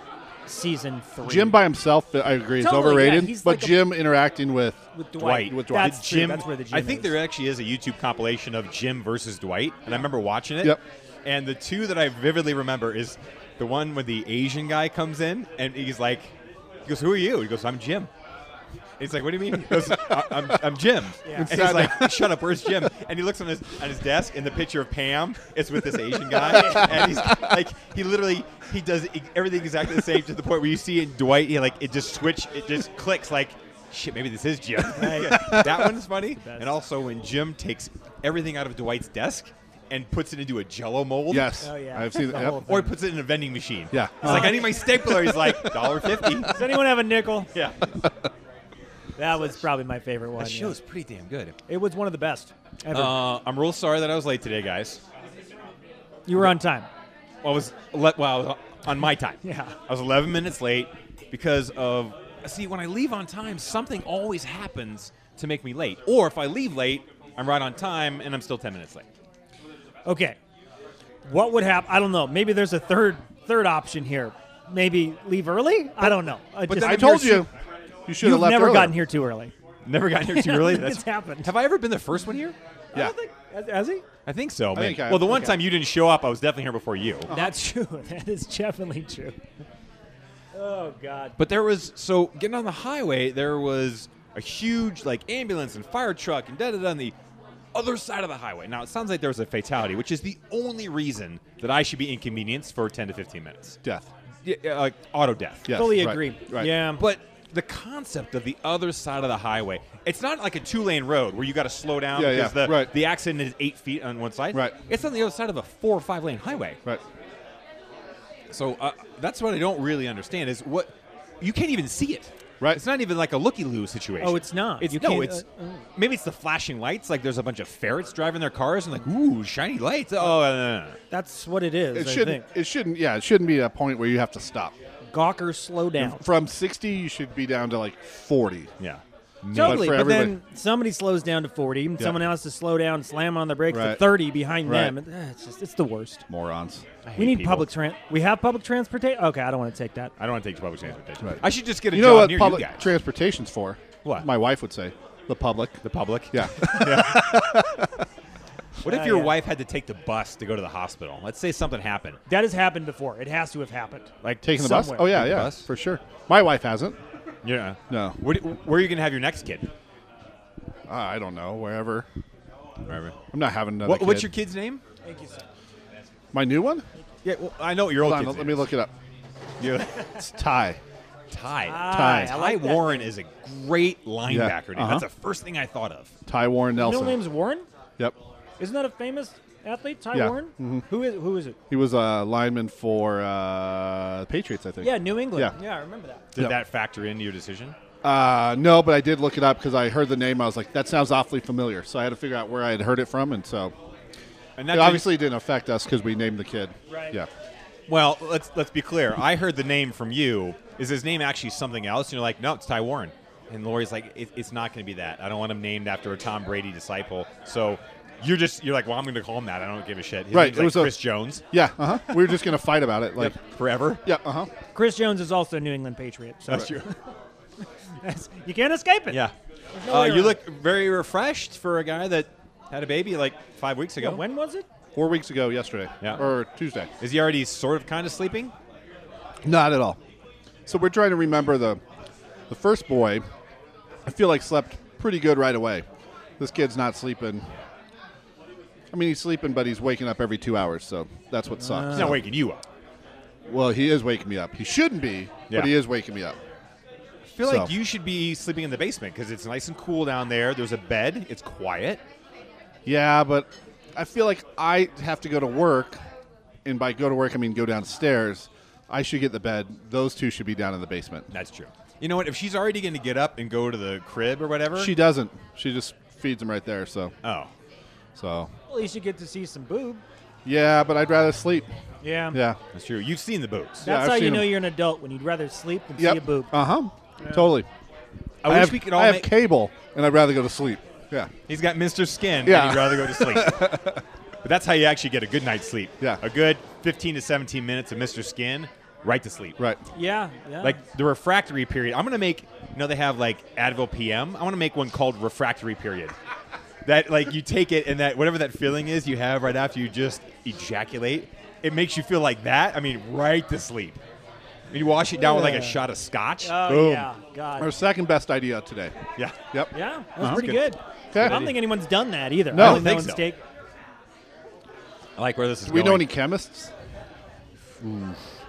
[SPEAKER 2] season three.
[SPEAKER 3] Jim by himself, I agree, is
[SPEAKER 2] Totally, yeah,
[SPEAKER 3] overrated.
[SPEAKER 2] he's
[SPEAKER 3] but
[SPEAKER 2] like a-
[SPEAKER 3] Jim interacting with
[SPEAKER 2] with Dwight.
[SPEAKER 1] Dwight.
[SPEAKER 3] With Dwight.
[SPEAKER 2] That's
[SPEAKER 1] Jim,
[SPEAKER 2] true. That's where the Jim
[SPEAKER 1] I think
[SPEAKER 2] is.
[SPEAKER 1] there actually is a YouTube compilation of Jim versus Dwight, and I remember watching it.
[SPEAKER 3] Yep.
[SPEAKER 1] And the two that I vividly remember is the one where the Asian guy comes in and he's like, he goes, "Who are you?" He goes, "I'm Jim." He's like, "What do you mean?" He goes, I- am I'm Jim."
[SPEAKER 2] Yeah.
[SPEAKER 1] And he's like, "Shut up, where's Jim?" And he looks on his on his desk, and the picture of Pam is with this Asian guy, and he's like, he literally he does e- everything exactly the same to the point where you see in Dwight, he like it just switch, it just clicks like. Shit, maybe this is Jim. that one's funny. And also when Jim takes everything out of Dwight's desk and puts it into a jello mold.
[SPEAKER 3] yes,
[SPEAKER 2] Oh, yeah.
[SPEAKER 3] I've seen
[SPEAKER 2] The
[SPEAKER 3] that.
[SPEAKER 2] whole-
[SPEAKER 3] Yep.
[SPEAKER 1] Or he puts it in a vending machine.
[SPEAKER 3] Yeah.
[SPEAKER 1] He's like, I need my stapler. He's like, dollar fifty.
[SPEAKER 2] Does anyone have a nickel?
[SPEAKER 1] Yeah.
[SPEAKER 2] That was probably my favorite one.
[SPEAKER 1] That
[SPEAKER 2] yeah.
[SPEAKER 1] show's pretty damn good.
[SPEAKER 2] It was one of the best ever.
[SPEAKER 1] Uh, I'm real sorry that I was late today, guys.
[SPEAKER 2] you were on time.
[SPEAKER 1] I was ele- well I was on my time.
[SPEAKER 2] Yeah.
[SPEAKER 1] I was 11 minutes late because of see when I leave on time, something always happens to make me late. Or if I leave late, I'm right on time and I'm still 10 minutes late.
[SPEAKER 2] Okay. What would happen? I don't know. Maybe there's a third third option here. Maybe leave early. I don't know. I,
[SPEAKER 1] but
[SPEAKER 2] just,
[SPEAKER 1] then
[SPEAKER 3] I told
[SPEAKER 1] You're
[SPEAKER 3] you, you should have
[SPEAKER 2] you've
[SPEAKER 3] left
[SPEAKER 2] never
[SPEAKER 3] earlier.
[SPEAKER 2] gotten here too early.
[SPEAKER 1] Never got here too early.
[SPEAKER 2] It's happened.
[SPEAKER 1] Have I ever been the first one here?
[SPEAKER 2] I
[SPEAKER 3] Yeah.
[SPEAKER 2] don't think- has, has he?
[SPEAKER 1] I think so. man.
[SPEAKER 3] think I-
[SPEAKER 1] well, the one
[SPEAKER 3] okay.
[SPEAKER 1] time you didn't show up, I was definitely here before you.
[SPEAKER 2] That's true. That is definitely true. Oh God.
[SPEAKER 1] But there was so getting on the highway, there was a huge like ambulance and fire truck and da da da on the other side of the highway. Now it sounds like there was a fatality, which is the only reason that I should be inconvenienced for ten to fifteen minutes.
[SPEAKER 3] Death.
[SPEAKER 1] Yeah, yeah, like auto death. Um,
[SPEAKER 3] Yes,
[SPEAKER 2] Fully
[SPEAKER 3] right,
[SPEAKER 2] agree.
[SPEAKER 3] Right.
[SPEAKER 2] Yeah.
[SPEAKER 1] But the concept of the other side of the highway. It's not like a two lane road where you got to slow down
[SPEAKER 3] Yeah,
[SPEAKER 1] because
[SPEAKER 3] yeah,
[SPEAKER 1] the
[SPEAKER 3] right.
[SPEAKER 1] the accident is eight feet on one side.
[SPEAKER 3] Right.
[SPEAKER 1] It's on the other side of a four or five lane highway.
[SPEAKER 3] Right.
[SPEAKER 1] So uh, that's what I don't really understand is what you can't even see it.
[SPEAKER 3] Right.
[SPEAKER 1] It's not even like a looky loo situation.
[SPEAKER 2] Oh, it's not.
[SPEAKER 1] It's
[SPEAKER 2] You
[SPEAKER 1] no.
[SPEAKER 2] can't-
[SPEAKER 1] It's
[SPEAKER 2] uh, oh.
[SPEAKER 1] maybe it's the flashing lights. Like there's a bunch of ferrets driving their cars and like ooh shiny lights. Oh, no, no, no.
[SPEAKER 2] That's what it is.
[SPEAKER 3] It
[SPEAKER 2] I
[SPEAKER 3] shouldn't.
[SPEAKER 2] think.
[SPEAKER 3] It shouldn't. Yeah, it shouldn't be a point where you have to stop.
[SPEAKER 2] Gawker, slow down.
[SPEAKER 3] From sixty, you should be down to like forty.
[SPEAKER 1] yeah.
[SPEAKER 2] Totally,
[SPEAKER 3] for
[SPEAKER 2] but,
[SPEAKER 3] everybody-
[SPEAKER 2] then somebody slows down to 40, and someone else to slow down, slam on the brakes to
[SPEAKER 3] Right.
[SPEAKER 2] 30 behind
[SPEAKER 3] Right.
[SPEAKER 2] them. and, uh, It's just, it's the worst.
[SPEAKER 3] Morons.
[SPEAKER 2] We
[SPEAKER 1] hate
[SPEAKER 2] need
[SPEAKER 1] people.
[SPEAKER 2] public transport. We have public transportation. Okay, I don't want to take that.
[SPEAKER 1] I don't want to take public transportation.
[SPEAKER 3] Right.
[SPEAKER 1] I should just get a
[SPEAKER 3] You
[SPEAKER 1] job
[SPEAKER 3] know what
[SPEAKER 1] near
[SPEAKER 3] public
[SPEAKER 1] you guys.
[SPEAKER 3] transportation's for?
[SPEAKER 1] What?
[SPEAKER 3] My wife would say, the public.
[SPEAKER 1] the public.
[SPEAKER 3] Yeah.
[SPEAKER 1] What if
[SPEAKER 2] Yeah,
[SPEAKER 1] your
[SPEAKER 2] yeah.
[SPEAKER 1] wife had to take the bus to go to the hospital? Let's say something happened.
[SPEAKER 2] That has happened before. It has to have happened.
[SPEAKER 1] Like
[SPEAKER 3] Taking the bus.
[SPEAKER 2] Somewhere.
[SPEAKER 3] Oh yeah,
[SPEAKER 1] Taking the
[SPEAKER 3] yeah,
[SPEAKER 1] bus.
[SPEAKER 3] for sure. My wife hasn't.
[SPEAKER 1] Yeah.
[SPEAKER 3] No.
[SPEAKER 1] Where, do- where are you going to have your next kid?
[SPEAKER 3] Uh, I don't know. Wherever.
[SPEAKER 1] Wherever.
[SPEAKER 3] I'm not having another.
[SPEAKER 1] What, what's your
[SPEAKER 3] kid.
[SPEAKER 1] kid's name?
[SPEAKER 2] Thank you, sir.
[SPEAKER 3] My new one?
[SPEAKER 1] Yeah, well, I know what your old
[SPEAKER 3] Hold on,
[SPEAKER 1] kid's
[SPEAKER 3] let me look it up.
[SPEAKER 1] You,
[SPEAKER 3] It's Ty.
[SPEAKER 1] Ty.
[SPEAKER 2] Ty,
[SPEAKER 1] Ty,
[SPEAKER 2] Ah, I like that
[SPEAKER 1] Warren is a great linebacker. dude.
[SPEAKER 3] uh-huh.
[SPEAKER 1] That's the first thing I thought of.
[SPEAKER 3] Ty Warren
[SPEAKER 2] Middle
[SPEAKER 3] Nelson.
[SPEAKER 2] name's Warren.
[SPEAKER 3] yep.
[SPEAKER 2] Isn't that a famous athlete, Ty
[SPEAKER 3] Yeah. Mm-hmm.
[SPEAKER 2] Warren? Who is who is it?
[SPEAKER 3] He was a lineman for uh, Patriots, I think.
[SPEAKER 2] Yeah, New England.
[SPEAKER 3] Yeah.
[SPEAKER 2] Yeah, I remember that.
[SPEAKER 1] Did
[SPEAKER 3] Yep.
[SPEAKER 1] that factor into your decision?
[SPEAKER 3] Uh, no, but I did look it up because I heard the name. I was like, that sounds awfully familiar. So I had to figure out where I had heard it from, and so
[SPEAKER 1] And
[SPEAKER 3] it
[SPEAKER 1] that
[SPEAKER 3] obviously didn't affect us because we named the kid.
[SPEAKER 2] Right.
[SPEAKER 3] Yeah.
[SPEAKER 1] well, let's let's be clear. I heard the name from you. Is his name actually something else? And you're like, no, it's Ty Warren. And Lori's like, it, it's not going to be that. I don't want him named after a Tom Brady disciple. So you're just you're like, well, I'm going to call him that. I don't give a shit. His
[SPEAKER 3] Right,
[SPEAKER 1] name's
[SPEAKER 3] it
[SPEAKER 1] like
[SPEAKER 3] was a-
[SPEAKER 1] Chris Jones.
[SPEAKER 3] Yeah. Uh huh. we were just gonna fight about it. Like.
[SPEAKER 1] Like forever.
[SPEAKER 3] Yeah. Uh huh.
[SPEAKER 2] Chris Jones is also a New England Patriot. So
[SPEAKER 1] That's true.
[SPEAKER 2] that's- you can't escape it.
[SPEAKER 1] Yeah.
[SPEAKER 2] no
[SPEAKER 1] uh,
[SPEAKER 2] way
[SPEAKER 1] you
[SPEAKER 2] around
[SPEAKER 1] look very refreshed for a guy that had a baby like five weeks ago.
[SPEAKER 2] When was it?
[SPEAKER 3] Four weeks ago, yesterday.
[SPEAKER 1] Yeah.
[SPEAKER 3] Or Tuesday.
[SPEAKER 1] Is he already sort of kind of sleeping?
[SPEAKER 3] Not at all. So we're trying to remember the the first boy. I feel like slept pretty good right away. This kid's not sleeping. I mean, he's sleeping, but he's waking up every two hours, so that's what sucks.
[SPEAKER 1] He's not waking you up.
[SPEAKER 3] Well, he is waking me up. He shouldn't be,
[SPEAKER 1] Yeah.
[SPEAKER 3] but he is waking me up.
[SPEAKER 1] I feel
[SPEAKER 3] So.
[SPEAKER 1] like you should be sleeping in the basement because it's nice and cool down there. There's a bed. It's quiet.
[SPEAKER 3] Yeah, but I feel like I have to go to work, and by go to work, I mean go downstairs. I should get the bed. Those two should be down in the basement.
[SPEAKER 1] That's true. You know what? If she's already going to get up and go to the crib or whatever,
[SPEAKER 3] She doesn't. She just feeds him right there. So,
[SPEAKER 1] oh,
[SPEAKER 3] so
[SPEAKER 2] Well, you should get to see some boob.
[SPEAKER 3] yeah, but I'd rather sleep.
[SPEAKER 2] Yeah.
[SPEAKER 3] Yeah.
[SPEAKER 1] that's true. You've seen the boots.
[SPEAKER 2] That's
[SPEAKER 3] Yeah, I've
[SPEAKER 2] how you
[SPEAKER 3] seen
[SPEAKER 2] know
[SPEAKER 3] 'em.
[SPEAKER 2] you're an adult when you'd rather sleep than see a boob.
[SPEAKER 3] Uh huh. Totally.
[SPEAKER 1] I, wish
[SPEAKER 3] have,
[SPEAKER 1] we could all.
[SPEAKER 3] I have
[SPEAKER 1] make-
[SPEAKER 3] cable, and I'd rather go to sleep. Yeah.
[SPEAKER 1] He's got Mr. Skin.
[SPEAKER 3] Yeah.
[SPEAKER 1] And he'd rather go to sleep. but that's how you actually get a good night's sleep.
[SPEAKER 3] Yeah.
[SPEAKER 1] A good 15 to 17 minutes of Mr. Skin, right to sleep.
[SPEAKER 3] Right.
[SPEAKER 2] Yeah. yeah.
[SPEAKER 1] Like the refractory period. I'm gonna make. You know they have like Advil PM. I want to make one called refractory period. That like you take it and that whatever that feeling is you have right after you just ejaculate, it makes you feel like that. I mean, right to sleep. And you wash it down with like
[SPEAKER 2] Yeah.
[SPEAKER 1] a shot of scotch.
[SPEAKER 2] Oh
[SPEAKER 3] Boom.
[SPEAKER 2] yeah. God.
[SPEAKER 3] Our second best idea today.
[SPEAKER 1] yeah.
[SPEAKER 3] Yep.
[SPEAKER 2] Yeah, that was
[SPEAKER 1] Uh-huh.
[SPEAKER 2] pretty
[SPEAKER 1] Good.
[SPEAKER 2] good.
[SPEAKER 3] Okay.
[SPEAKER 2] I don't think anyone's done that either.
[SPEAKER 3] No,
[SPEAKER 2] I don't
[SPEAKER 1] I
[SPEAKER 2] think
[SPEAKER 1] think
[SPEAKER 2] that one's
[SPEAKER 1] so.
[SPEAKER 2] take-
[SPEAKER 1] I like where this is
[SPEAKER 3] Do we e-
[SPEAKER 1] going.
[SPEAKER 3] know any chemists?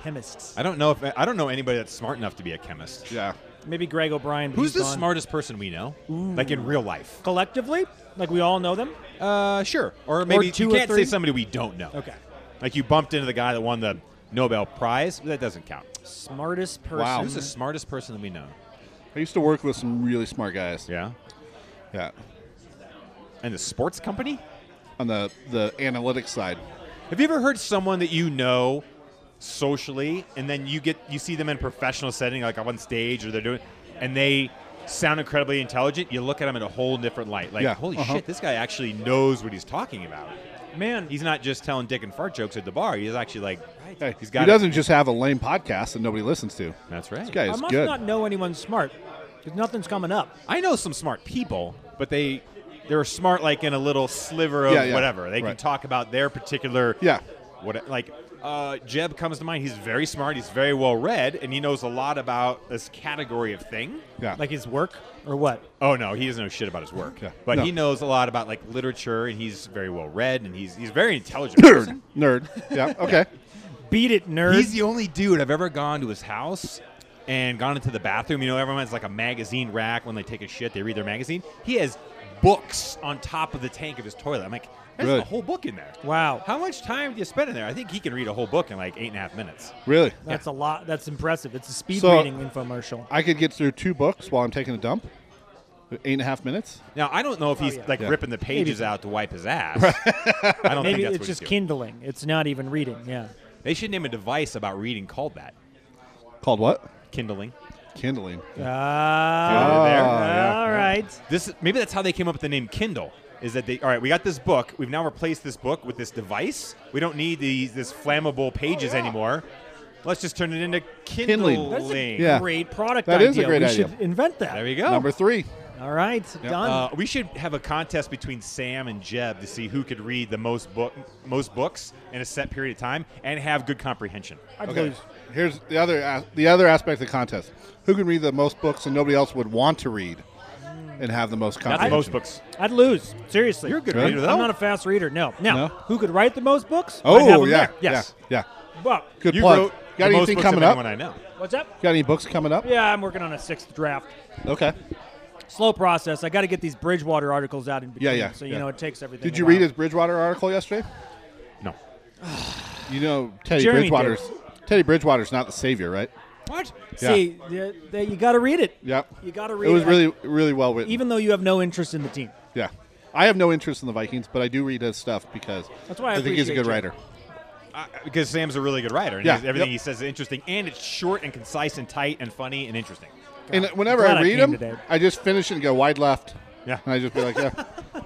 [SPEAKER 2] chemists.
[SPEAKER 1] I don't know if I don't know anybody that's smart enough to be a chemist.
[SPEAKER 3] Yeah.
[SPEAKER 2] Maybe Greg O'Brien. but
[SPEAKER 1] Who's
[SPEAKER 2] he's
[SPEAKER 1] the
[SPEAKER 2] gone.
[SPEAKER 1] smartest person we know? Like in real life?
[SPEAKER 2] Collectively, like we all know them.
[SPEAKER 1] Uh, sure. Or maybe
[SPEAKER 2] two
[SPEAKER 1] you
[SPEAKER 2] or
[SPEAKER 1] can't
[SPEAKER 2] three?
[SPEAKER 1] say somebody we don't know.
[SPEAKER 2] Okay.
[SPEAKER 1] Like you bumped into the guy that won the Nobel Prize. That doesn't count.
[SPEAKER 2] Smartest person.
[SPEAKER 3] Wow.
[SPEAKER 1] Who's the smartest person that we know?
[SPEAKER 3] I used to work with some really smart guys.
[SPEAKER 1] Yeah.
[SPEAKER 3] Yeah.
[SPEAKER 1] And the sports company?
[SPEAKER 3] On the the analytics side.
[SPEAKER 1] Have you ever heard someone that you know socially and then you get you see them in a professional setting like on stage or they're doing and they sound incredibly intelligent, you look at them in a whole different light. Like,
[SPEAKER 3] Yeah,
[SPEAKER 1] holy
[SPEAKER 3] uh-huh.
[SPEAKER 1] shit, this guy actually knows what he's talking about.
[SPEAKER 2] Man,
[SPEAKER 1] He's not just telling dick and fart jokes at the bar. He's actually like
[SPEAKER 3] Hey,
[SPEAKER 1] he's got
[SPEAKER 3] he
[SPEAKER 1] it.
[SPEAKER 3] doesn't just have a lame podcast that nobody listens to.
[SPEAKER 1] That's right.
[SPEAKER 3] This guy
[SPEAKER 2] I
[SPEAKER 3] is
[SPEAKER 2] must
[SPEAKER 3] good.
[SPEAKER 2] not know anyone smart because nothing's coming up.
[SPEAKER 1] I know some smart people, but they they're smart like in a little sliver of
[SPEAKER 3] Yeah, yeah.
[SPEAKER 1] whatever. They can
[SPEAKER 3] Right.
[SPEAKER 1] talk about their particular
[SPEAKER 3] Yeah.
[SPEAKER 1] what like uh, Jeb comes to mind. He's very smart. He's very well read, and he knows a lot about this category of thing.
[SPEAKER 3] Yeah.
[SPEAKER 2] Like his work or what?
[SPEAKER 1] Oh no, he doesn't know shit about his work,
[SPEAKER 3] Yeah.
[SPEAKER 1] but
[SPEAKER 3] No.
[SPEAKER 1] he knows a lot about like literature, and he's very well read, and he's he's a very intelligent.
[SPEAKER 3] nerd.
[SPEAKER 1] person.
[SPEAKER 3] Nerd. Yeah. Okay.
[SPEAKER 2] Beat it, nerd.
[SPEAKER 1] He's the only dude I've ever gone to his house and gone into the bathroom. You know, everyone has like a magazine rack when they take a shit, they read their magazine. He has books on top of the tank of his toilet. I'm like, there's
[SPEAKER 3] Really?
[SPEAKER 1] a whole book in there.
[SPEAKER 2] Wow.
[SPEAKER 1] How much time do you spend in there? I think he can read a whole book in like eight and a half minutes.
[SPEAKER 3] Really?
[SPEAKER 2] That's a lot. That's impressive. It's a speed
[SPEAKER 3] So-
[SPEAKER 2] reading infomercial.
[SPEAKER 3] I could get through two books while I'm taking a dump. Eight and a half minutes.
[SPEAKER 1] Now I don't know if he's
[SPEAKER 2] Oh, yeah.
[SPEAKER 1] like
[SPEAKER 3] Yeah.
[SPEAKER 1] ripping the pages out to wipe his ass. I don't think
[SPEAKER 2] Maybe
[SPEAKER 1] that's
[SPEAKER 2] it's
[SPEAKER 1] what
[SPEAKER 2] just
[SPEAKER 1] he's doing.
[SPEAKER 2] kindling. It's not even reading. Yeah.
[SPEAKER 1] They should name a device about reading called that
[SPEAKER 3] Called what?
[SPEAKER 1] kindling.
[SPEAKER 3] Kindling.
[SPEAKER 2] Ah,
[SPEAKER 1] there.
[SPEAKER 3] Oh, yeah,
[SPEAKER 2] all
[SPEAKER 3] yeah.
[SPEAKER 2] right.
[SPEAKER 1] This maybe that's how they came up with the name Kindle. Is that they? All right, we got this book. We've now replaced this book with this device. We don't need these this flammable pages
[SPEAKER 3] Oh,
[SPEAKER 1] anymore. Let's just turn it into kindling.
[SPEAKER 2] That's a
[SPEAKER 3] Yeah.
[SPEAKER 2] great product
[SPEAKER 3] That
[SPEAKER 2] idea.
[SPEAKER 3] is a great
[SPEAKER 2] we
[SPEAKER 3] idea.
[SPEAKER 2] should invent that.
[SPEAKER 1] There we go.
[SPEAKER 3] Number three.
[SPEAKER 2] All right, done.
[SPEAKER 1] Uh, we should have a contest between Sam and Jeb to see who could read the most book, most books in a set period of time and have good comprehension.
[SPEAKER 2] I'd
[SPEAKER 3] Okay.
[SPEAKER 2] lose.
[SPEAKER 3] Here's the other as- the other aspect of the contest. Who can read the most books and nobody else would want to read and have the most
[SPEAKER 1] That's
[SPEAKER 3] comprehension?
[SPEAKER 1] most books.
[SPEAKER 2] I'd lose. Seriously.
[SPEAKER 1] You're a good
[SPEAKER 3] Really?
[SPEAKER 1] reader, though.
[SPEAKER 2] I'm not a fast reader. No. Now,
[SPEAKER 3] No?
[SPEAKER 2] who could write the most books? I'd have
[SPEAKER 3] Oh,
[SPEAKER 2] 'em
[SPEAKER 3] yeah.
[SPEAKER 2] there. Yes.
[SPEAKER 3] Yeah.
[SPEAKER 2] But
[SPEAKER 3] yeah. Good
[SPEAKER 1] you
[SPEAKER 3] plug.
[SPEAKER 1] wrote
[SPEAKER 3] Got
[SPEAKER 1] the most
[SPEAKER 3] anything
[SPEAKER 1] books
[SPEAKER 3] coming
[SPEAKER 1] of
[SPEAKER 3] up?
[SPEAKER 1] anyone I know.
[SPEAKER 2] what's up?
[SPEAKER 3] Got any books coming up?
[SPEAKER 2] Yeah, I'm working on a sixth draft.
[SPEAKER 3] Okay.
[SPEAKER 2] Slow process. I got to get these Bridgewater articles out in between.
[SPEAKER 3] Yeah, yeah,
[SPEAKER 2] So you
[SPEAKER 3] yeah.
[SPEAKER 2] know it takes everything.
[SPEAKER 3] Did
[SPEAKER 2] a
[SPEAKER 3] you
[SPEAKER 2] while.
[SPEAKER 3] read his Bridgewater article yesterday?
[SPEAKER 1] No.
[SPEAKER 3] You know Teddy
[SPEAKER 2] Jeremy did.
[SPEAKER 3] Bridgewater's Teddy Bridgewater's not the savior, right?
[SPEAKER 1] What?
[SPEAKER 3] Yeah.
[SPEAKER 2] See, yeah, there- you got to read it.
[SPEAKER 3] Yep.
[SPEAKER 2] You got to read
[SPEAKER 3] It was
[SPEAKER 2] I-
[SPEAKER 3] really really well written.
[SPEAKER 2] even though you have no interest in the team.
[SPEAKER 3] Yeah. I have no interest in the Vikings, but I do read his stuff because
[SPEAKER 2] That's why I
[SPEAKER 3] think he's a
[SPEAKER 2] appreciate
[SPEAKER 3] good
[SPEAKER 2] you.
[SPEAKER 3] writer.
[SPEAKER 1] Uh, because Sam's a really good writer. And
[SPEAKER 3] Yeah.
[SPEAKER 1] he's- everything
[SPEAKER 3] Yep.
[SPEAKER 1] he says is interesting, and it's short and concise and tight and funny and interesting.
[SPEAKER 3] And whenever
[SPEAKER 2] glad
[SPEAKER 3] I
[SPEAKER 2] I
[SPEAKER 3] read
[SPEAKER 2] came
[SPEAKER 3] him,
[SPEAKER 2] today.
[SPEAKER 3] I just finish it and go wide left.
[SPEAKER 1] Yeah.
[SPEAKER 3] And I just be like, yeah.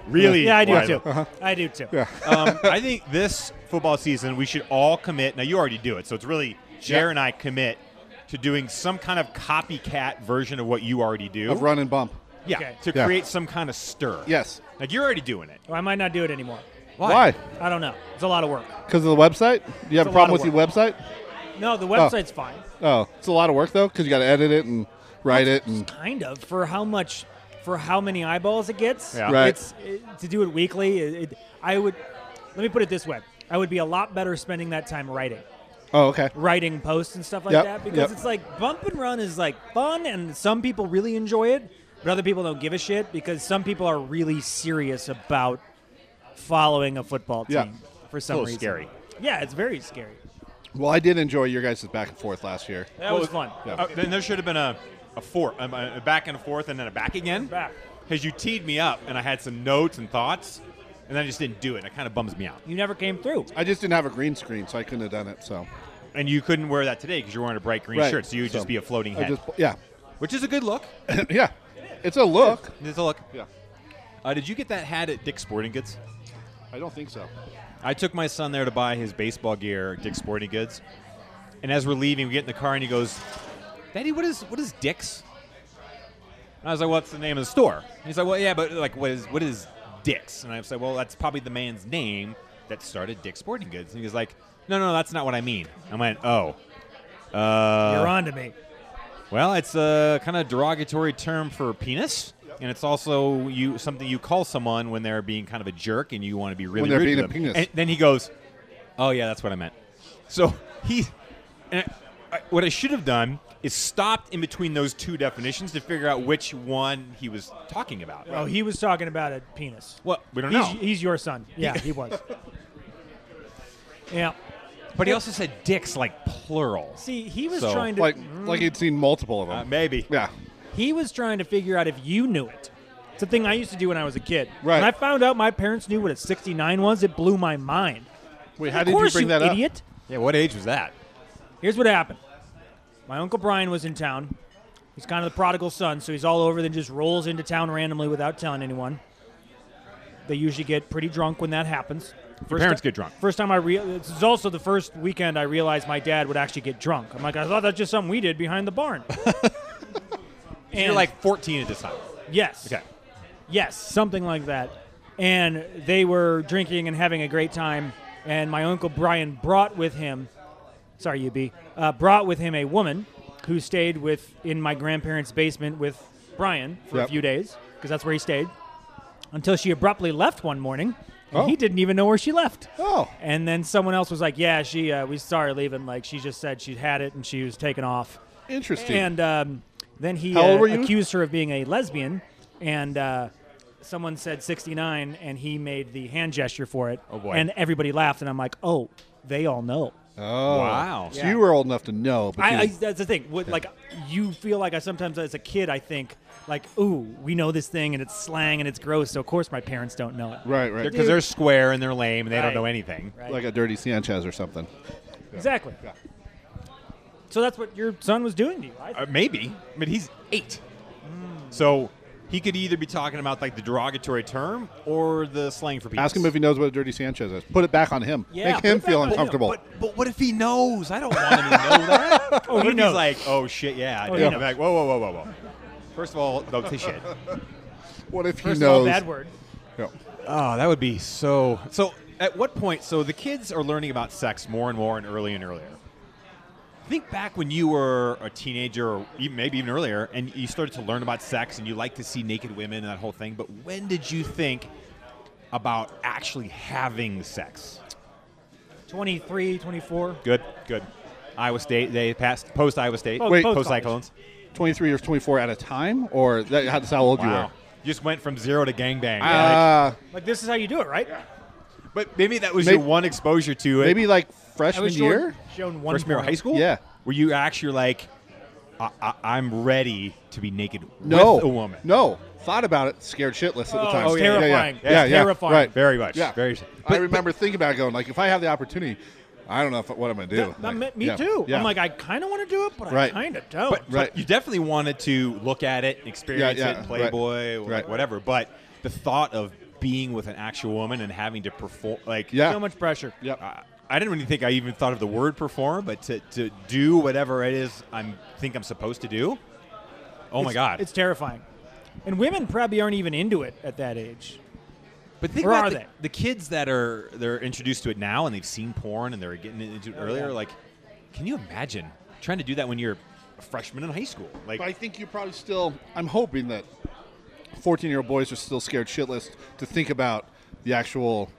[SPEAKER 1] Really?
[SPEAKER 2] Yeah, I do
[SPEAKER 1] wide
[SPEAKER 2] too.
[SPEAKER 1] open.
[SPEAKER 2] I do too.
[SPEAKER 3] Uh-huh. yeah.
[SPEAKER 1] um, I think this football season we should all commit. Now you already do it, so it's really Jer
[SPEAKER 3] Yeah.
[SPEAKER 1] and I commit to doing some kind of copycat version of what you already do.
[SPEAKER 3] Of run and bump.
[SPEAKER 1] Yeah,
[SPEAKER 2] Okay.
[SPEAKER 1] to
[SPEAKER 3] Yeah.
[SPEAKER 1] create some kind of stir.
[SPEAKER 3] Yes.
[SPEAKER 1] like you're already doing it.
[SPEAKER 2] Well, I might not do it anymore.
[SPEAKER 3] Why?
[SPEAKER 2] I don't know. It's a lot of work.
[SPEAKER 3] Because of the website? You
[SPEAKER 2] It's
[SPEAKER 3] have
[SPEAKER 2] a
[SPEAKER 3] a problem
[SPEAKER 2] lot
[SPEAKER 3] with
[SPEAKER 2] of
[SPEAKER 3] the website?
[SPEAKER 2] No, the website's fine.
[SPEAKER 3] Oh, it's a lot of work though, because you got to edit it and write it and
[SPEAKER 2] Kind of for how much, for how many eyeballs it gets.
[SPEAKER 1] Yeah.
[SPEAKER 3] Right.
[SPEAKER 2] It's it, to do it weekly. It, it, I would. Let me put it this way. I would be a lot better spending that time writing,
[SPEAKER 3] oh, okay,
[SPEAKER 2] writing posts and stuff like
[SPEAKER 3] Yep,
[SPEAKER 2] that because
[SPEAKER 3] yep.
[SPEAKER 2] it's like bump and run is like fun and some people really enjoy it, but other people don't give a shit because some people are really serious about following a football team
[SPEAKER 3] Yeah.
[SPEAKER 2] for some
[SPEAKER 1] A little
[SPEAKER 2] reason.
[SPEAKER 1] scary.
[SPEAKER 2] Yeah, it's very scary.
[SPEAKER 3] Well, I did enjoy your guys' back and forth last year.
[SPEAKER 2] That was fun.
[SPEAKER 3] Yeah.
[SPEAKER 1] Uh, then there should have been a a four, um, a, a back and a forth, and then a back again.
[SPEAKER 2] Back.
[SPEAKER 1] Because you teed me up, and I had some notes and thoughts, and I just didn't do it. and It kind of bums me out.
[SPEAKER 2] You never came through.
[SPEAKER 3] I just didn't have a green screen, so I couldn't have done it. So
[SPEAKER 1] And you couldn't wear that today because you're wearing a bright green
[SPEAKER 3] Right.
[SPEAKER 1] shirt, so you would
[SPEAKER 3] So,
[SPEAKER 1] just be a floating
[SPEAKER 3] I
[SPEAKER 1] head,
[SPEAKER 3] just yeah,
[SPEAKER 1] which is a good look.
[SPEAKER 3] yeah. It's a look.
[SPEAKER 1] It's a look.
[SPEAKER 3] Yeah,
[SPEAKER 1] Uh, did you get that hat at Dick's Sporting Goods?
[SPEAKER 3] I don't think so.
[SPEAKER 1] I took my son there to buy his baseball gear, at Dick's Sporting Goods. And as we're leaving, we get in the car and he goes, Daddy, what is what is Dick's? And I was like, What's the name of the store? And he's like, Well, yeah, but like what is what is Dick's? And I said, Well, that's probably the man's name that started Dick's Sporting Goods. And he was like, No, no, that's not what I mean. I went, Oh. Uh,
[SPEAKER 2] You're on to me.
[SPEAKER 1] well, it's a kind of derogatory term for penis, and it's also you something you call someone when they're being kind of a jerk and you want to be really
[SPEAKER 3] they're
[SPEAKER 1] rude
[SPEAKER 3] being
[SPEAKER 1] to
[SPEAKER 3] a
[SPEAKER 1] them.
[SPEAKER 3] penis.
[SPEAKER 1] And then he goes, "Oh yeah, that's what I meant." So he, and I, I- what I should have done is stopped in between those two definitions to figure out which one he was talking about.
[SPEAKER 2] Oh, he was talking about a penis.
[SPEAKER 1] Well, we don't
[SPEAKER 2] He's,
[SPEAKER 1] know.
[SPEAKER 2] he's your son. Yeah, he was. Yeah.
[SPEAKER 1] but he also said dicks like plural.
[SPEAKER 2] See, he was
[SPEAKER 1] So,
[SPEAKER 2] trying to Mm,
[SPEAKER 3] Like like he'd seen multiple of them.
[SPEAKER 1] Uh, maybe.
[SPEAKER 3] yeah,
[SPEAKER 2] he was trying to figure out if you knew it. It's a thing I used to do when I was a kid.
[SPEAKER 3] Right.
[SPEAKER 2] When I found out my parents knew what a 69 was, it blew my mind.
[SPEAKER 3] wait, how
[SPEAKER 2] of
[SPEAKER 3] did you
[SPEAKER 2] course,
[SPEAKER 3] bring that up?
[SPEAKER 2] idiot.
[SPEAKER 1] Yeah. What age was that?
[SPEAKER 2] Here's what happened. My uncle Brian was in town. He's kind of the prodigal son, so he's all over, then just rolls into town randomly without telling anyone. They usually get pretty drunk when that happens. First
[SPEAKER 1] parents
[SPEAKER 2] ti-
[SPEAKER 1] get drunk.
[SPEAKER 2] First time I real this is also the first weekend I realized my dad would actually get drunk. I'm like, I thought that's just something we did behind the barn. and
[SPEAKER 1] You're like 14 at this time.
[SPEAKER 2] yes,
[SPEAKER 1] Okay.
[SPEAKER 2] yes, something like that. And they were drinking and having a great time. And my uncle Brian brought with him, sorry, UB, uh, brought with him a woman who stayed with in my grandparents' basement with Brian for a
[SPEAKER 3] Yep.
[SPEAKER 2] few days because that's where he stayed until she abruptly left one morning. And
[SPEAKER 3] Oh.
[SPEAKER 2] He didn't even know where she left.
[SPEAKER 3] Oh,
[SPEAKER 2] And then someone else was like, "Yeah, she uh, we saw her leaving. Like she just said she'd had it and she was taking off."
[SPEAKER 3] Interesting.
[SPEAKER 2] And um, then he
[SPEAKER 3] How old
[SPEAKER 2] uh,
[SPEAKER 3] were you?
[SPEAKER 2] accused her of being a lesbian, and uh, someone said 69, and he made the hand gesture for it.
[SPEAKER 1] Oh, boy.
[SPEAKER 2] And everybody laughed, and I'm like, oh, they all know.
[SPEAKER 3] oh
[SPEAKER 1] Wow.
[SPEAKER 3] So you were old enough to know, but
[SPEAKER 2] I, I,
[SPEAKER 3] you-
[SPEAKER 2] that's the thing. What, Like you feel like I sometimes as a kid, I think like, ooh, we know this thing and it's slang and it's gross. So of course my parents don't know it.
[SPEAKER 3] right, right,
[SPEAKER 1] Because they're, square and they're lame and they don't
[SPEAKER 2] Right.
[SPEAKER 1] know anything.
[SPEAKER 2] Right.
[SPEAKER 3] like a dirty Sanchez or something.
[SPEAKER 2] exactly.
[SPEAKER 3] Yeah.
[SPEAKER 2] So that's what your son was doing to you. I,
[SPEAKER 1] Uh, maybe. I mean, he's eight.
[SPEAKER 2] Mm.
[SPEAKER 1] So he could either be talking about like the derogatory term or the slang for people.
[SPEAKER 3] Ask him if he knows what a dirty Sanchez is. Put it back on him.
[SPEAKER 2] Yeah,
[SPEAKER 3] Make
[SPEAKER 2] put it
[SPEAKER 3] him
[SPEAKER 2] back
[SPEAKER 3] feel
[SPEAKER 2] on him.
[SPEAKER 3] uncomfortable.
[SPEAKER 1] But, but what if he knows? I don't want him to know that.
[SPEAKER 2] Oh,
[SPEAKER 1] What
[SPEAKER 2] he
[SPEAKER 1] if
[SPEAKER 2] knows.
[SPEAKER 1] He's like, oh shit, yeah. I
[SPEAKER 2] Oh,
[SPEAKER 1] did."
[SPEAKER 2] he
[SPEAKER 1] I'm
[SPEAKER 2] knows.
[SPEAKER 1] like, whoa, whoa, whoa, whoa, whoa. First of all, don't say shit.
[SPEAKER 3] what if he
[SPEAKER 2] first
[SPEAKER 3] knows?
[SPEAKER 2] of all, bad word.
[SPEAKER 3] Yeah.
[SPEAKER 1] Oh, that would be so. So, at what point? So the kids are learning about sex more and more and early and earlier. Think back when you were a teenager, or even, maybe even earlier, and you started to learn about sex and you like to see naked women and that whole thing. But when did you think about actually having sex?
[SPEAKER 2] 23, 24.
[SPEAKER 1] Good, good. Iowa State. They passed post Iowa State.
[SPEAKER 2] Oh,
[SPEAKER 3] Wait,
[SPEAKER 1] post
[SPEAKER 2] college.
[SPEAKER 1] Cyclones.
[SPEAKER 3] 23 or 24 at a time, or that, that's how old you
[SPEAKER 1] Wow. You just went from zero to gangbang.
[SPEAKER 3] were.
[SPEAKER 1] Yeah,
[SPEAKER 3] Uh,
[SPEAKER 2] Like this is how you do it, right?
[SPEAKER 1] like- but maybe that was
[SPEAKER 3] may-
[SPEAKER 1] your one exposure to it.
[SPEAKER 3] maybe like
[SPEAKER 2] That
[SPEAKER 3] freshman
[SPEAKER 2] was
[SPEAKER 3] year.
[SPEAKER 2] shown, shown one
[SPEAKER 1] freshman year of
[SPEAKER 2] point.
[SPEAKER 1] high school?
[SPEAKER 3] Yeah.
[SPEAKER 1] Were you actually like, I, I, I'm ready to be naked
[SPEAKER 3] No,
[SPEAKER 1] with a woman?
[SPEAKER 3] No, thought about it, scared shitless at the
[SPEAKER 2] Oh,
[SPEAKER 3] time.
[SPEAKER 2] it's
[SPEAKER 3] yeah, yeah,
[SPEAKER 2] terrifying.
[SPEAKER 3] Yeah, yeah,
[SPEAKER 2] It's
[SPEAKER 3] yeah,
[SPEAKER 2] terrifying.
[SPEAKER 3] Right.
[SPEAKER 1] Very much.
[SPEAKER 3] Yeah.
[SPEAKER 1] Very.
[SPEAKER 3] I remember thinking about it going like, if I have the opportunity, I don't know if, what I'm gonna do.
[SPEAKER 2] That- that
[SPEAKER 3] Like,
[SPEAKER 2] me- me
[SPEAKER 3] yeah,
[SPEAKER 2] too.
[SPEAKER 3] yeah.
[SPEAKER 2] I'm like, I kind of want to do it, but
[SPEAKER 3] Right.
[SPEAKER 2] I kind of don't.
[SPEAKER 1] But, but
[SPEAKER 3] Right.
[SPEAKER 1] you definitely wanted to look at it, experience
[SPEAKER 3] Yeah,
[SPEAKER 1] it,
[SPEAKER 3] yeah,
[SPEAKER 1] in Playboy,
[SPEAKER 3] right,
[SPEAKER 1] or
[SPEAKER 3] right.
[SPEAKER 1] whatever. But the thought of being with an actual woman and having to perform, like,
[SPEAKER 3] Yeah.
[SPEAKER 2] so much pressure.
[SPEAKER 3] Yep.
[SPEAKER 1] I, I didn't really think I even thought of the word perform, but to, to do whatever it is I'm think I'm supposed to do. Oh my
[SPEAKER 2] It's-
[SPEAKER 1] god!
[SPEAKER 2] It's terrifying. And women probably aren't even into it at that age.
[SPEAKER 1] But think
[SPEAKER 2] Or
[SPEAKER 1] about
[SPEAKER 2] are
[SPEAKER 1] the,
[SPEAKER 2] they?
[SPEAKER 1] the kids that are they're introduced to it now and they've seen porn and they're getting into it earlier.
[SPEAKER 2] yeah.
[SPEAKER 1] Like, can you imagine trying to do that when you're a freshman in high school? Like,
[SPEAKER 3] But I think you probably still. I'm hoping that 14 year old boys are still scared shitless to think about the actual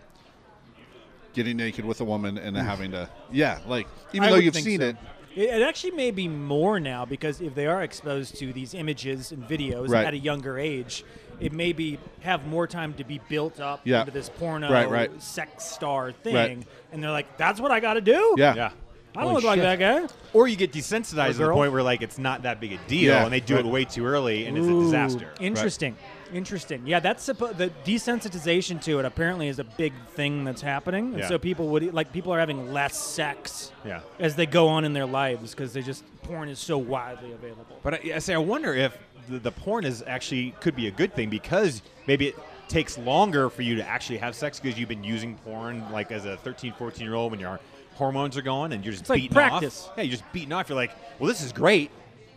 [SPEAKER 3] getting naked with a woman and having to. Yeah, like even
[SPEAKER 2] I
[SPEAKER 3] though
[SPEAKER 2] would
[SPEAKER 3] you've
[SPEAKER 2] think
[SPEAKER 3] seen
[SPEAKER 2] so.
[SPEAKER 3] it,
[SPEAKER 2] It, it actually may be more now because if they are exposed to these images and videos
[SPEAKER 3] Right.
[SPEAKER 2] at a younger age, it may be have more time to be built up
[SPEAKER 3] Yeah.
[SPEAKER 2] into this porno
[SPEAKER 3] Right, right.
[SPEAKER 2] sex star thing, and they're like, "That's what I got to do."
[SPEAKER 3] Yeah.
[SPEAKER 1] yeah.
[SPEAKER 2] I don't
[SPEAKER 3] Holy
[SPEAKER 2] look like that
[SPEAKER 3] shit.
[SPEAKER 2] guy.
[SPEAKER 1] Or you get desensitized to the
[SPEAKER 2] girl.
[SPEAKER 1] point where like it's not that big a deal,
[SPEAKER 3] Yeah,
[SPEAKER 1] and they do
[SPEAKER 3] right.
[SPEAKER 1] it way too early, and
[SPEAKER 2] Ooh,
[SPEAKER 1] it's a disaster.
[SPEAKER 2] Interesting. Interesting. Yeah, that's suppo- the desensitization to it apparently is a big thing that's happening. And
[SPEAKER 1] Yeah.
[SPEAKER 2] so people would e, like people are having less sex
[SPEAKER 1] Yeah.
[SPEAKER 2] as they go on in their lives because they just porn is so widely available.
[SPEAKER 1] But I, I say I wonder if the, the porn is actually could be a good thing because maybe it takes longer for you to actually have sex because you've been using porn like as a 13, 14 year old when your hormones are going and you're just
[SPEAKER 2] like
[SPEAKER 1] beating
[SPEAKER 2] practice.
[SPEAKER 1] off. Yeah, you're just beating off. You're like, well, this is great.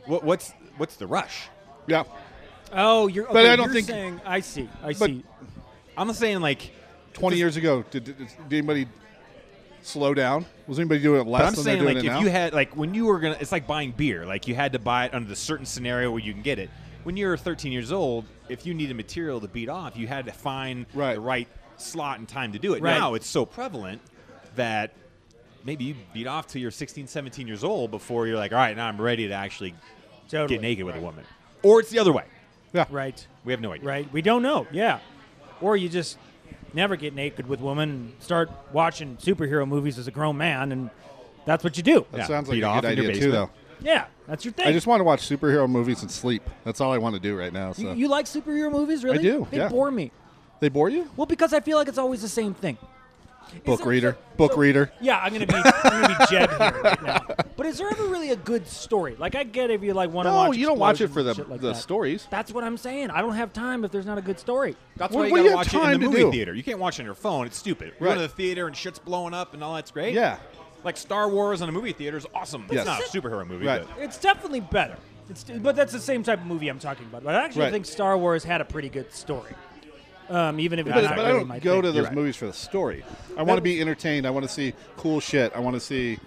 [SPEAKER 1] What, what's what's the rush?
[SPEAKER 3] yeah,
[SPEAKER 2] Oh, you're. Okay,
[SPEAKER 3] But I don't
[SPEAKER 2] you're
[SPEAKER 3] think-
[SPEAKER 2] Saying, I see. I
[SPEAKER 3] But-
[SPEAKER 2] see.
[SPEAKER 1] I'm not saying like,
[SPEAKER 3] 20 years ago, did, did, did anybody slow down? Was anybody doing it less
[SPEAKER 1] but I'm
[SPEAKER 3] than
[SPEAKER 1] saying like
[SPEAKER 3] they're doing
[SPEAKER 1] if
[SPEAKER 3] it now?
[SPEAKER 1] you had like when you were gonna, it's like buying beer. Like you had to buy it under the certain scenario where you can get it. When you're 13 years old, if you needed material to beat off, you had to find
[SPEAKER 3] Right.
[SPEAKER 1] the right slot and time to do it.
[SPEAKER 2] Right.
[SPEAKER 1] Now it's so prevalent that maybe you beat off till you're 16, 17 years old before you're like, all right, now I'm ready to actually
[SPEAKER 2] Totally.
[SPEAKER 1] get naked with a woman. Or it's the other way.
[SPEAKER 3] yeah.
[SPEAKER 2] Right.
[SPEAKER 1] We have no idea.
[SPEAKER 2] Right. We don't know. Yeah. Or you just never get naked with women and start watching superhero movies as a grown man, and that's what you do.
[SPEAKER 3] That
[SPEAKER 1] Yeah,
[SPEAKER 3] sounds
[SPEAKER 1] beat
[SPEAKER 3] like
[SPEAKER 1] off
[SPEAKER 3] a good
[SPEAKER 1] in your
[SPEAKER 3] idea too, though.
[SPEAKER 1] basement.
[SPEAKER 2] Yeah, that's your thing.
[SPEAKER 3] I just want to watch superhero movies and sleep. That's all I want to do right now. So
[SPEAKER 2] you, you like superhero movies, really?
[SPEAKER 3] do,
[SPEAKER 2] They
[SPEAKER 3] yeah.
[SPEAKER 2] bore me.
[SPEAKER 3] they bore you?
[SPEAKER 2] Well, because I feel like it's always the same thing.
[SPEAKER 3] Book
[SPEAKER 2] Is it-
[SPEAKER 3] reader,
[SPEAKER 2] so-
[SPEAKER 3] book
[SPEAKER 2] so-
[SPEAKER 3] reader.
[SPEAKER 2] Yeah, I'm gonna be I'm gonna be Jeb here right now. But is there ever really a good story? Like I get if you like want to
[SPEAKER 3] No,
[SPEAKER 2] watch.
[SPEAKER 3] you don't watch it
[SPEAKER 2] explosions
[SPEAKER 3] for the-
[SPEAKER 2] and shit like
[SPEAKER 3] the
[SPEAKER 2] that.
[SPEAKER 3] stories.
[SPEAKER 2] That's what I'm saying. I don't have time if there's not a good story.
[SPEAKER 1] That's
[SPEAKER 3] What-
[SPEAKER 1] why you
[SPEAKER 3] what do
[SPEAKER 1] gotta
[SPEAKER 3] you
[SPEAKER 1] watch
[SPEAKER 3] have
[SPEAKER 1] it in
[SPEAKER 3] time
[SPEAKER 1] the
[SPEAKER 3] to
[SPEAKER 1] movie
[SPEAKER 3] do?
[SPEAKER 1] theater. You can't watch it on your phone. It's stupid. You
[SPEAKER 3] Right.
[SPEAKER 1] go to the theater and shit's blowing up and all that's great.
[SPEAKER 3] Yeah.
[SPEAKER 1] Like Star Wars on a movie theater is awesome.
[SPEAKER 3] Yes.
[SPEAKER 1] It's not a superhero movie.
[SPEAKER 3] Right.
[SPEAKER 1] But
[SPEAKER 2] It's definitely better. It's but that's the same type of movie I'm talking about. But I actually
[SPEAKER 3] Right.
[SPEAKER 2] think Star Wars had a pretty good story, um, even if it's
[SPEAKER 3] But,
[SPEAKER 2] not
[SPEAKER 3] but
[SPEAKER 2] really
[SPEAKER 3] I
[SPEAKER 2] my
[SPEAKER 3] don't go
[SPEAKER 2] thing.
[SPEAKER 3] to
[SPEAKER 2] You're
[SPEAKER 3] those
[SPEAKER 2] right.
[SPEAKER 3] movies for the story. I want to be entertained. I want to see cool shit. I want to see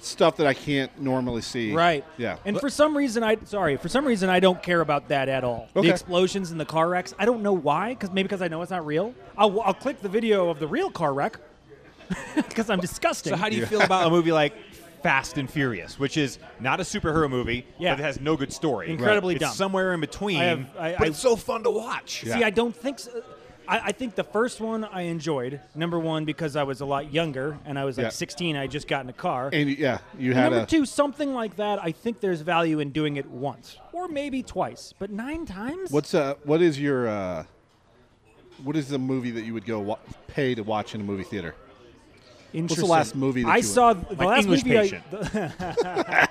[SPEAKER 3] stuff that I can't normally see.
[SPEAKER 2] Right.
[SPEAKER 3] Yeah.
[SPEAKER 2] And for some reason, I sorry. For some reason, I don't care about that at all.
[SPEAKER 3] Okay.
[SPEAKER 2] The explosions and the car wrecks. I don't know why. Because maybe because I know it's not real. I'll, I'll click the video of the real car wreck because I'm disgusting.
[SPEAKER 1] so how do you feel about a movie like Fast and Furious, which is not a superhero movie,
[SPEAKER 2] Yeah.
[SPEAKER 1] but it has no good story.
[SPEAKER 2] Incredibly
[SPEAKER 1] It's
[SPEAKER 2] dumb.
[SPEAKER 1] somewhere in between,
[SPEAKER 2] I have- I-
[SPEAKER 1] but
[SPEAKER 2] I-
[SPEAKER 1] it's so fun to watch.
[SPEAKER 3] Yeah.
[SPEAKER 2] See, I don't think. So. I, I think the first one I enjoyed. Number one because I was a lot younger and I was like
[SPEAKER 3] Yeah.
[SPEAKER 2] 16. I had just got in a car.
[SPEAKER 3] And yeah, you
[SPEAKER 2] And
[SPEAKER 3] had
[SPEAKER 2] number
[SPEAKER 3] a
[SPEAKER 2] two, something like that. I think there's value in doing it once or maybe twice, but nine times.
[SPEAKER 3] what's uh what is your uh what is the movie that you would go wa- pay to watch in a movie theater?
[SPEAKER 2] Interesting.
[SPEAKER 3] last movie that
[SPEAKER 2] I
[SPEAKER 3] you-
[SPEAKER 2] saw? The
[SPEAKER 1] Like
[SPEAKER 2] last
[SPEAKER 1] English
[SPEAKER 2] movie. I-
[SPEAKER 1] Patient.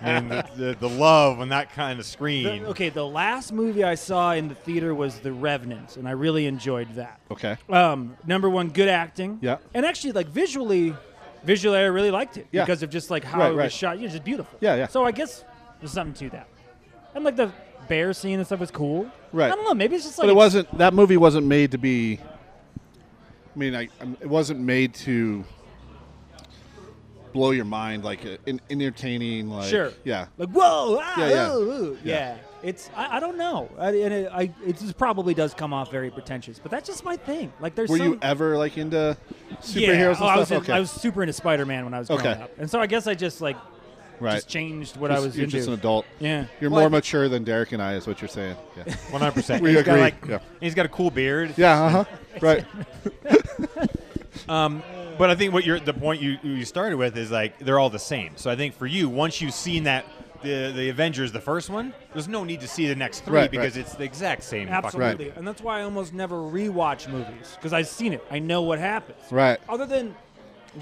[SPEAKER 1] and the, the, the love on that kind of screen.
[SPEAKER 2] the- okay, the last movie I saw in the theater was The Revenant, and I really enjoyed that.
[SPEAKER 3] Okay.
[SPEAKER 2] Um, number one, good acting.
[SPEAKER 3] Yeah.
[SPEAKER 2] And actually, like visually, visually, I really liked it
[SPEAKER 3] Yeah.
[SPEAKER 2] because of just like how
[SPEAKER 3] Right,
[SPEAKER 2] it
[SPEAKER 3] right.
[SPEAKER 2] was shot. You know, just beautiful.
[SPEAKER 3] Yeah, yeah.
[SPEAKER 2] So I guess there's something to that. And like the bear scene and stuff was cool.
[SPEAKER 3] Right.
[SPEAKER 2] I don't know. Maybe it's just like
[SPEAKER 3] But it wasn't that movie wasn't made to be I mean, I, um, it wasn't made to blow your mind like uh, in, entertaining like
[SPEAKER 2] sure.
[SPEAKER 3] yeah.
[SPEAKER 2] Like whoa. Ah,
[SPEAKER 3] Yeah, yeah.
[SPEAKER 2] ooh, ooh.
[SPEAKER 3] Yeah.
[SPEAKER 2] Yeah. It's I, I don't know. I, and it, I it just probably does come off very pretentious, but that's just my thing. Like there's
[SPEAKER 3] Were
[SPEAKER 2] some,
[SPEAKER 3] you ever like into superheroes
[SPEAKER 2] yeah.
[SPEAKER 3] and
[SPEAKER 2] oh,
[SPEAKER 3] stuff?
[SPEAKER 2] I was in-
[SPEAKER 3] okay.
[SPEAKER 2] I was super into Spider-Man when I was growing
[SPEAKER 3] Okay.
[SPEAKER 2] up, and so I guess I just like
[SPEAKER 3] right.
[SPEAKER 2] just changed what I was
[SPEAKER 3] you're
[SPEAKER 2] into.
[SPEAKER 3] just an adult.
[SPEAKER 2] yeah.
[SPEAKER 3] You're
[SPEAKER 1] Well, I
[SPEAKER 3] more
[SPEAKER 1] think-
[SPEAKER 3] mature than Derek and I, is what you're saying. Yeah,
[SPEAKER 1] One hundred percent.
[SPEAKER 3] We
[SPEAKER 1] Got
[SPEAKER 3] agree,
[SPEAKER 1] like,
[SPEAKER 3] yeah.
[SPEAKER 1] He's got a cool beard.
[SPEAKER 3] yeah uh-huh. right.
[SPEAKER 1] But I think what you're the point you you started with is like they're all the same. So I think for you, once you've seen that the the Avengers, the first one, there's no need to see the next three
[SPEAKER 3] Right,
[SPEAKER 1] because
[SPEAKER 3] right.
[SPEAKER 1] it's the exact same. fucking
[SPEAKER 2] Absolutely. And that's why I almost never rewatch movies because I've seen it. I know what happens.
[SPEAKER 3] Right.
[SPEAKER 2] Other than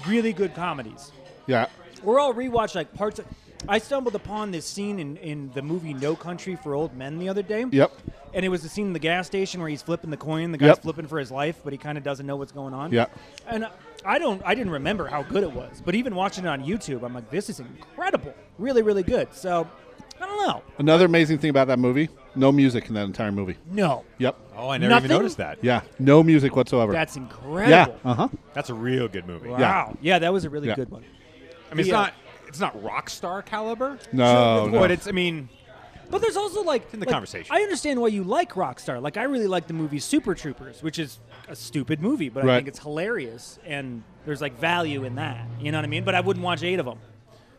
[SPEAKER 2] really good comedies,
[SPEAKER 3] Yeah.
[SPEAKER 2] we're all rewatch like parts of. I stumbled upon this scene in, in the movie No Country for Old Men the other day.
[SPEAKER 3] Yep.
[SPEAKER 2] And it was the scene in the gas station where he's flipping the coin. The guy's
[SPEAKER 3] Yep.
[SPEAKER 2] flipping for his life, but he kind of doesn't know what's going on.
[SPEAKER 3] Yep.
[SPEAKER 2] And I don't. I didn't remember how good it was. But even watching it on YouTube, I'm like, this is incredible. Really, really good. So I don't know.
[SPEAKER 3] Another amazing thing about that movie: no music in that entire movie.
[SPEAKER 2] No.
[SPEAKER 3] Yep.
[SPEAKER 1] Oh, I never
[SPEAKER 2] Nothing?
[SPEAKER 1] even noticed that.
[SPEAKER 3] Yeah. No music whatsoever.
[SPEAKER 2] That's incredible.
[SPEAKER 3] yeah. Uh huh.
[SPEAKER 1] That's a real good movie.
[SPEAKER 2] Wow. Yeah. that was a really
[SPEAKER 3] Yeah.
[SPEAKER 2] good one.
[SPEAKER 1] I mean, it's
[SPEAKER 2] Yeah.
[SPEAKER 1] not it's not rock star caliber.
[SPEAKER 3] No, no.
[SPEAKER 1] but it's I mean,
[SPEAKER 2] But there's also like
[SPEAKER 1] in the
[SPEAKER 2] like,
[SPEAKER 1] conversation.
[SPEAKER 2] I understand why you like Rockstar. Like I really like the movie Super Troopers, which is a stupid movie, but I
[SPEAKER 3] Right.
[SPEAKER 2] think it's hilarious and there's like value in that. You know what I mean? But I wouldn't watch eight of them.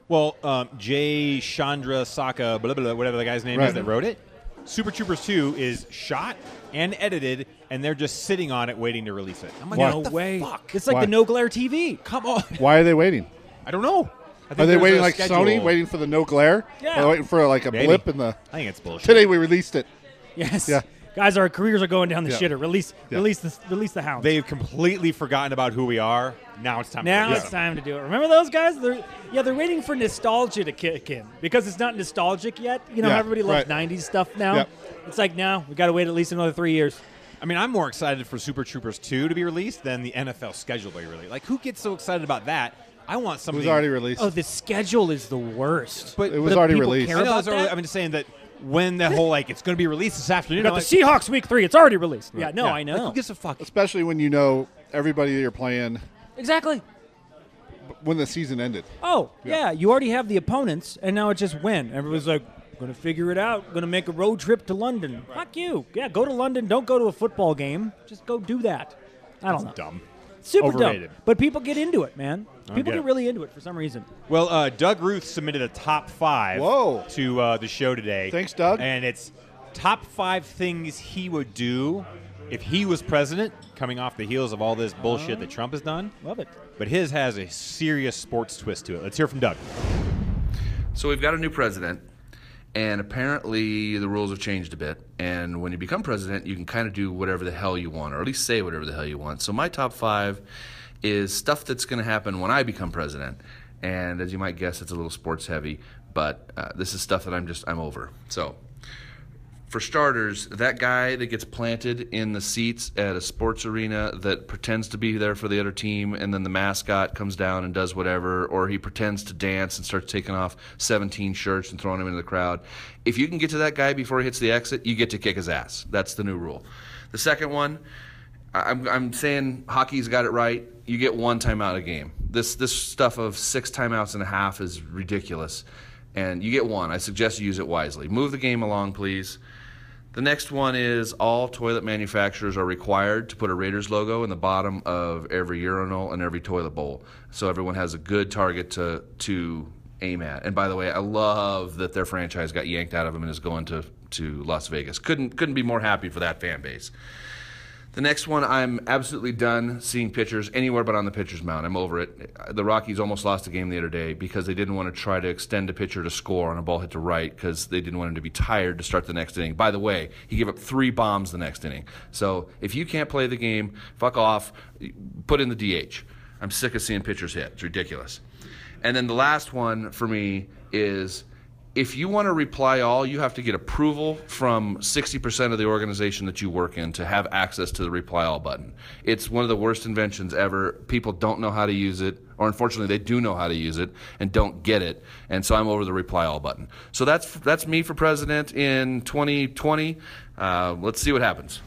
[SPEAKER 1] well, um, Jay Chandra Saka, blah, blah blah, whatever the guy's name
[SPEAKER 3] Right.
[SPEAKER 1] is that wrote it. Super Troopers 2 is shot and edited, and they're just sitting on it waiting to release it. I'm like, what
[SPEAKER 3] Why?
[SPEAKER 2] No
[SPEAKER 1] the
[SPEAKER 2] way.
[SPEAKER 1] Fuck?
[SPEAKER 2] It's like
[SPEAKER 3] Why?
[SPEAKER 2] the no glare TV.
[SPEAKER 1] Come on.
[SPEAKER 3] Why are they waiting?
[SPEAKER 1] I don't know. I think
[SPEAKER 3] Are they
[SPEAKER 1] there's
[SPEAKER 3] waiting
[SPEAKER 1] a
[SPEAKER 3] like Sony,
[SPEAKER 1] schedule.
[SPEAKER 3] waiting for the no glare?
[SPEAKER 2] Yeah.
[SPEAKER 3] Or they're waiting for like a
[SPEAKER 1] Maybe.
[SPEAKER 3] blip in the.
[SPEAKER 1] I think it's bullshit.
[SPEAKER 3] Today we released it.
[SPEAKER 2] Yes.
[SPEAKER 3] Yeah.
[SPEAKER 2] Guys, our careers are going down the
[SPEAKER 3] Yeah.
[SPEAKER 2] shitter. Release,
[SPEAKER 3] Yeah.
[SPEAKER 2] release the, release the hounds.
[SPEAKER 1] They've completely forgotten about who we are. Now it's time.
[SPEAKER 2] now
[SPEAKER 1] to
[SPEAKER 2] it's time to do it. Remember those guys? They're yeah, they're waiting for nostalgia to kick in because it's not nostalgic yet. You know,
[SPEAKER 3] Yeah,
[SPEAKER 2] how everybody loves
[SPEAKER 3] right.
[SPEAKER 2] '90s stuff now.
[SPEAKER 3] Yep.
[SPEAKER 2] It's like now we got to wait at least another three years.
[SPEAKER 1] I mean, I'm more excited for Super Troopers 2 to be released than the NFL schedule to be released. Like, who gets so excited about that? I want
[SPEAKER 3] It
[SPEAKER 1] something.
[SPEAKER 3] was already released.
[SPEAKER 2] Oh, the schedule is the worst.
[SPEAKER 1] But
[SPEAKER 3] it was
[SPEAKER 1] but
[SPEAKER 3] already
[SPEAKER 2] people
[SPEAKER 3] released.
[SPEAKER 1] I know
[SPEAKER 2] about
[SPEAKER 1] it's already,
[SPEAKER 2] that?
[SPEAKER 1] I'm just saying that when the whole like it's going to be released this afternoon.
[SPEAKER 2] you got
[SPEAKER 1] I'm
[SPEAKER 2] the
[SPEAKER 1] like,
[SPEAKER 2] Seahawks week three. It's already released. Yeah, no,
[SPEAKER 1] yeah.
[SPEAKER 2] I
[SPEAKER 1] Like,
[SPEAKER 2] know
[SPEAKER 1] who gives a fuck?
[SPEAKER 3] Especially when you know everybody that you're playing
[SPEAKER 2] exactly.
[SPEAKER 3] when the season ended.
[SPEAKER 2] Oh yeah. you already have the opponents, and now it's just when everybody's like. Gonna figure it out. Gonna make a road trip to London. Fuck you. Yeah, go to London. Don't go to a football game. Just go do that. I don't know.
[SPEAKER 1] Dumb.
[SPEAKER 2] Super
[SPEAKER 1] Overrated.
[SPEAKER 2] dumb. But people get into it, man. People
[SPEAKER 1] get
[SPEAKER 2] get
[SPEAKER 1] it.
[SPEAKER 2] really into it for some reason.
[SPEAKER 1] Well, uh, Doug Ruth submitted a top five
[SPEAKER 3] Whoa.
[SPEAKER 1] to uh, the show today.
[SPEAKER 3] Thanks, Doug.
[SPEAKER 1] And it's top five things he would do if he was president, coming off the heels of all this
[SPEAKER 3] Uh-huh.
[SPEAKER 1] bullshit that Trump has done.
[SPEAKER 2] Love it.
[SPEAKER 1] But his has a serious sports twist to it. Let's hear from Doug.
[SPEAKER 4] So we've got a new president, and apparently the rules have changed a bit. And when you become president, you can kind of do whatever the hell you want, or at least say whatever the hell you want. So my top five is stuff that's going to happen when I become president. And as you might guess, it's a little sports heavy, but uh, this is stuff that I'm just I'm over. So for starters, that guy that gets planted in the seats at a sports arena that pretends to be there for the other team, and then the mascot comes down and does whatever, or he pretends to dance and starts taking off 17 shirts and throwing them into the crowd. If you can get to that guy before he hits the exit, you get to kick his ass. That's the new rule. The second one, I- I'm, I'm saying hockey's got it right. You get one timeout a game. This this stuff of six timeouts and a half is ridiculous, and you get one. I suggest you use it wisely. Move the game along, please. The next one is all toilet manufacturers are required to put a Raiders logo in the bottom of every urinal and every toilet bowl, so everyone has a good target to to aim at. And by the way, I love that their franchise got yanked out of them and is going to, to Las Vegas. Couldn't couldn't be more happy for that fan base. The next one, I'm absolutely done seeing pitchers anywhere but on the pitcher's mound. I'm over it. The Rockies almost lost a game the other day because they didn't want to try to extend a pitcher to score on a ball hit to right because they didn't want him to be tired to start the next inning. By the way, he gave up three bombs the next inning. So if you can't play the game, fuck off. Put in the DH. I'm sick of seeing pitchers hit. It's ridiculous. And then the last one for me is if you want to reply all, you have to get approval from 60% of the organization that you work in to have access to the reply all button. It's one of the worst inventions ever. People don't know how to use it, or unfortunately, they do know how to use it and don't get it. And so I'm over the reply all button. So that's that's me for president in 2020. Uh, let's see what happens.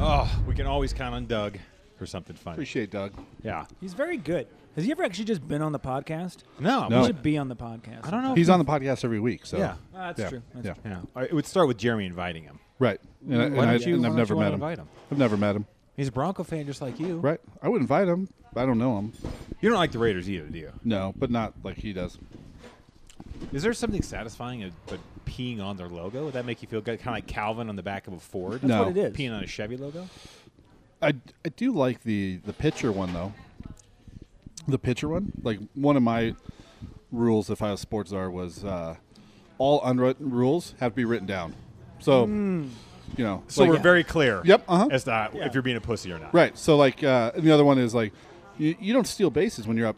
[SPEAKER 1] Oh, we can always count on Doug for something fun.
[SPEAKER 3] Appreciate Doug.
[SPEAKER 1] Yeah.
[SPEAKER 2] He's very good. Has he ever actually just been on the podcast?
[SPEAKER 1] No.
[SPEAKER 3] No.
[SPEAKER 2] He should be on the podcast.
[SPEAKER 1] I don't know. if
[SPEAKER 3] He's on the podcast every week, so
[SPEAKER 1] Yeah.
[SPEAKER 2] Ah, that's
[SPEAKER 3] yeah.
[SPEAKER 2] true. That's
[SPEAKER 3] yeah,
[SPEAKER 1] we- Yeah. All right, It would start with Jeremy inviting him.
[SPEAKER 3] right. And, I- and
[SPEAKER 1] Why
[SPEAKER 3] I,
[SPEAKER 1] don't you-
[SPEAKER 3] and
[SPEAKER 1] why
[SPEAKER 3] I've
[SPEAKER 1] don't
[SPEAKER 3] never
[SPEAKER 1] you
[SPEAKER 3] met
[SPEAKER 1] wanna
[SPEAKER 3] him.
[SPEAKER 1] invite him?
[SPEAKER 3] I've never met him.
[SPEAKER 1] He's a Bronco fan just like you.
[SPEAKER 3] Right? I would invite him. I don't know him.
[SPEAKER 1] You don't like the Raiders either, do you?
[SPEAKER 3] No, but not like he does.
[SPEAKER 1] Is there something satisfying but peeing on their logo? Would that make you feel good? Kind of like Calvin on the back of a Ford?
[SPEAKER 3] No.
[SPEAKER 2] what it is.
[SPEAKER 1] Peeing on a Chevy logo?
[SPEAKER 3] I, I do like the the pitcher one though. The pitcher one, like one of my rules, if I was sports czar, was uh, all unwritten rules have to be written down. So
[SPEAKER 2] Hmm.
[SPEAKER 3] you know,
[SPEAKER 1] So
[SPEAKER 3] like-
[SPEAKER 1] we're very clear
[SPEAKER 3] Yep, uh-huh.
[SPEAKER 1] as to if you're being a pussy or not.
[SPEAKER 3] right. So like uh, and the other one is like you, you don't steal bases when you're up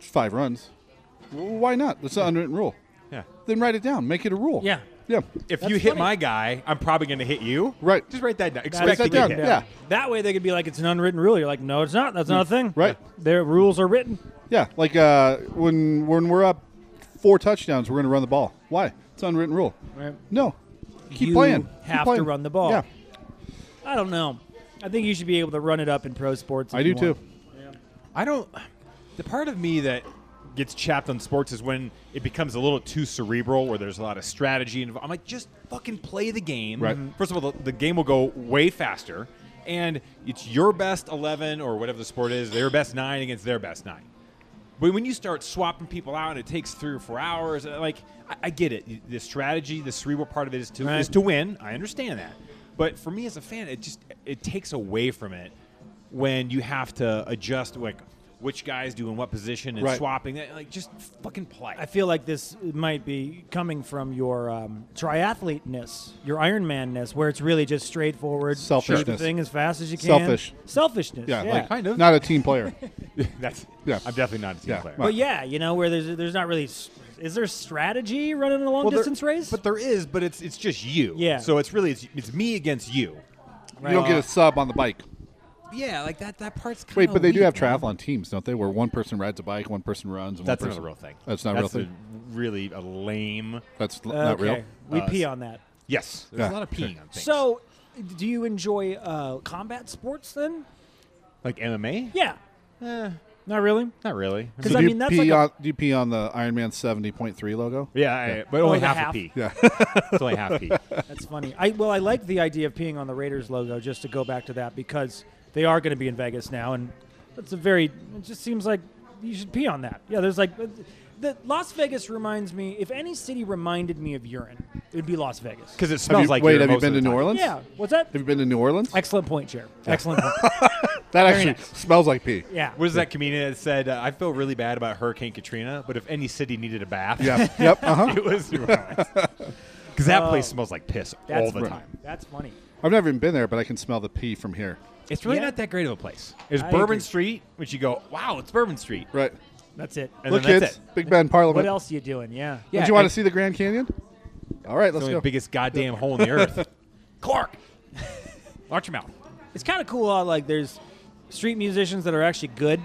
[SPEAKER 3] five runs. W- Why not? That's an unwritten rule.
[SPEAKER 1] Yeah.
[SPEAKER 3] Then write it down. Make it a rule.
[SPEAKER 2] Yeah.
[SPEAKER 3] Yeah.
[SPEAKER 1] If
[SPEAKER 2] That's
[SPEAKER 1] you hit
[SPEAKER 2] funny.
[SPEAKER 1] my guy, I'm probably going to hit you.
[SPEAKER 3] Right.
[SPEAKER 1] Just write that down.
[SPEAKER 2] Write
[SPEAKER 1] Expect
[SPEAKER 3] that
[SPEAKER 1] to get
[SPEAKER 3] down.
[SPEAKER 1] hit.
[SPEAKER 3] Yeah. Yeah.
[SPEAKER 2] That way they could be like, it's an unwritten rule. You're like, no, it's not. That's not a thing.
[SPEAKER 3] Right.
[SPEAKER 2] Their rules are written.
[SPEAKER 3] Yeah, like uh, when when we're up four touchdowns, we're going to run the ball. Why? It's an unwritten rule.
[SPEAKER 2] Right.
[SPEAKER 3] No, keep
[SPEAKER 2] You
[SPEAKER 3] playing. Keep
[SPEAKER 2] have to
[SPEAKER 3] playing.
[SPEAKER 2] run the ball.
[SPEAKER 3] Yeah,
[SPEAKER 2] I don't know. I think you should be able to run it up in pro sports. if
[SPEAKER 3] I do
[SPEAKER 2] you
[SPEAKER 3] too.
[SPEAKER 2] want.
[SPEAKER 1] I don't. The part of me that gets chapped on sports is when it becomes a little too cerebral, where there's a lot of strategy. And I'm like, just fucking play the game. Mm-hmm.
[SPEAKER 3] Right. Mhm.
[SPEAKER 1] First of all, the, the game will go way faster, and it's your best eleven or whatever the sport is, their best nine against their best nine. But when you start swapping people out and it takes three or four hours, uh, like I, I get it. The strategy, the cerebral part of it is to
[SPEAKER 2] Right.
[SPEAKER 1] is to win. I understand that. But for me as a fan, it just it takes away from it when you have to adjust like which guys doing what position and
[SPEAKER 3] Right.
[SPEAKER 1] swapping. Like just fucking play.
[SPEAKER 2] I feel like this might be coming from your um, triathlete-ness, your Ironman-ness, where it's really just straightforward. shoot The
[SPEAKER 3] Selfishness.
[SPEAKER 2] thing as fast as you can.
[SPEAKER 3] Selfish.
[SPEAKER 2] Selfishness.
[SPEAKER 3] Yeah,
[SPEAKER 2] Yeah.
[SPEAKER 3] like
[SPEAKER 1] Kind of.
[SPEAKER 3] not a team player.
[SPEAKER 1] That's
[SPEAKER 3] Yeah.
[SPEAKER 1] I'm definitely not a team
[SPEAKER 3] Yeah.
[SPEAKER 1] player.
[SPEAKER 3] Well,
[SPEAKER 2] but yeah, you know, where there's there's not really s- is there strategy running a long
[SPEAKER 1] Well, there-
[SPEAKER 2] distance race?
[SPEAKER 1] But there is, but it's it's just you.
[SPEAKER 2] Yeah.
[SPEAKER 1] So it's really it's, it's me against you.
[SPEAKER 3] You don't get a sub on the bike.
[SPEAKER 1] Yeah, like that that part's kind
[SPEAKER 3] Wait, but they do have triathlon teams, don't they? Where one person rides a bike, one person runs. And
[SPEAKER 1] That's
[SPEAKER 3] one
[SPEAKER 1] not a
[SPEAKER 3] person...
[SPEAKER 1] real thing.
[SPEAKER 3] That's not a real thing.
[SPEAKER 1] a- really a lame.
[SPEAKER 3] That's l-
[SPEAKER 2] okay.
[SPEAKER 3] not real.
[SPEAKER 2] We
[SPEAKER 1] Uh,
[SPEAKER 2] pee on that.
[SPEAKER 1] Yes, there's
[SPEAKER 3] Yeah.
[SPEAKER 1] a lot of peeing on things.
[SPEAKER 2] So, do you enjoy uh, combat sports then?
[SPEAKER 1] like MMA?
[SPEAKER 2] Yeah.
[SPEAKER 1] Eh.
[SPEAKER 2] Not really.
[SPEAKER 1] Not really.
[SPEAKER 2] Because
[SPEAKER 3] So
[SPEAKER 2] I
[SPEAKER 3] do you
[SPEAKER 2] mean, that's
[SPEAKER 3] pee
[SPEAKER 2] like a-
[SPEAKER 3] on, do you pee on the Iron Man seventy point three logo?
[SPEAKER 1] yeah, I- but only
[SPEAKER 2] Oh, the
[SPEAKER 1] half,
[SPEAKER 2] half.
[SPEAKER 1] a pee.
[SPEAKER 3] Yeah.
[SPEAKER 1] It's only half pee.
[SPEAKER 2] That's funny. I well, I like the idea of peeing on the Raiders logo. Just to go back to that, because they are going to be in Vegas now, and that's a very. It just seems like you should pee on that. Yeah, there's like uh, the Las Vegas reminds me. If any city reminded me of urine, it would be Las Vegas.
[SPEAKER 1] Because it
[SPEAKER 3] Have
[SPEAKER 1] smells
[SPEAKER 3] you,
[SPEAKER 1] like.
[SPEAKER 3] wait,
[SPEAKER 1] urine
[SPEAKER 3] have you
[SPEAKER 1] most of
[SPEAKER 3] been to
[SPEAKER 1] the
[SPEAKER 3] New
[SPEAKER 1] time.
[SPEAKER 3] Orleans?
[SPEAKER 2] Yeah. What's that?
[SPEAKER 3] Have you been to New Orleans?
[SPEAKER 2] Excellent point, Chair. Excellent point.
[SPEAKER 3] that actually
[SPEAKER 2] nice.
[SPEAKER 3] smells like pee.
[SPEAKER 2] Yeah.
[SPEAKER 1] What is that comedian that said? Uh, I feel really bad about Hurricane Katrina, but if any city needed a bath,
[SPEAKER 3] Yeah. yep. Uh huh.
[SPEAKER 1] it was New Orleans. Because that
[SPEAKER 2] Oh.
[SPEAKER 1] place smells like piss
[SPEAKER 2] That's
[SPEAKER 1] all the
[SPEAKER 2] funny.
[SPEAKER 1] time.
[SPEAKER 2] That's funny.
[SPEAKER 3] I've never even been there, but I can smell the pee from here.
[SPEAKER 1] It's really
[SPEAKER 2] Yeah.
[SPEAKER 1] not that great of a place. There's
[SPEAKER 2] I
[SPEAKER 1] Bourbon
[SPEAKER 2] agree.
[SPEAKER 1] Street, which you go, wow, it's Bourbon Street.
[SPEAKER 3] Right.
[SPEAKER 2] That's it.
[SPEAKER 1] And
[SPEAKER 3] Look,
[SPEAKER 1] then
[SPEAKER 3] kids,
[SPEAKER 1] that's it.
[SPEAKER 3] Big Ben Parliament.
[SPEAKER 2] What else you doing? Yeah.
[SPEAKER 1] Yeah,
[SPEAKER 3] Don't you want to
[SPEAKER 1] and-
[SPEAKER 3] see the Grand Canyon? All right,
[SPEAKER 1] It's
[SPEAKER 3] let's
[SPEAKER 1] the
[SPEAKER 3] go.
[SPEAKER 1] only biggest goddamn hole in the earth. Clark, watch your mouth.
[SPEAKER 2] It's kind of cool how like there's street musicians that are actually good.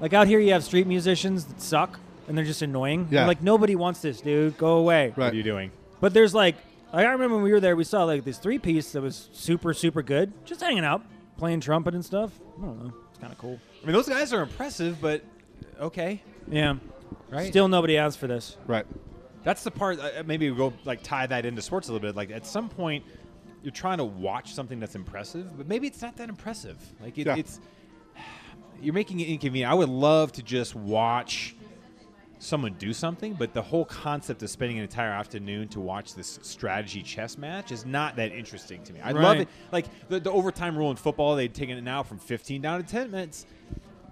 [SPEAKER 2] Like out here, you have street musicians that suck and they're just annoying. You're
[SPEAKER 3] Yeah.
[SPEAKER 2] Like nobody wants this, dude. Go away.
[SPEAKER 3] Right.
[SPEAKER 1] What are you doing?
[SPEAKER 2] But there's like, like, I remember when we were there, we saw like this three piece that was super, super good, just hanging out, playing trumpet and stuff. I don't know. It's kind of cool.
[SPEAKER 1] I mean, those guys are impressive, but uh, okay.
[SPEAKER 2] Yeah.
[SPEAKER 1] Right.
[SPEAKER 2] Still nobody asked for this.
[SPEAKER 3] Right.
[SPEAKER 1] That's the part. Uh, maybe we go like tie that into sports a little bit. Like at some point, you're trying to watch something that's impressive, but maybe it's not that impressive. Like it,
[SPEAKER 3] Yeah.
[SPEAKER 1] it's you're making it inconvenient. I would love to just watch someone do something, but the whole concept of spending an entire afternoon to watch this strategy chess match is not that interesting to me. I love
[SPEAKER 2] Right.
[SPEAKER 1] it. Like the, the overtime rule in football, they'd taken it now from 15 down to 10 minutes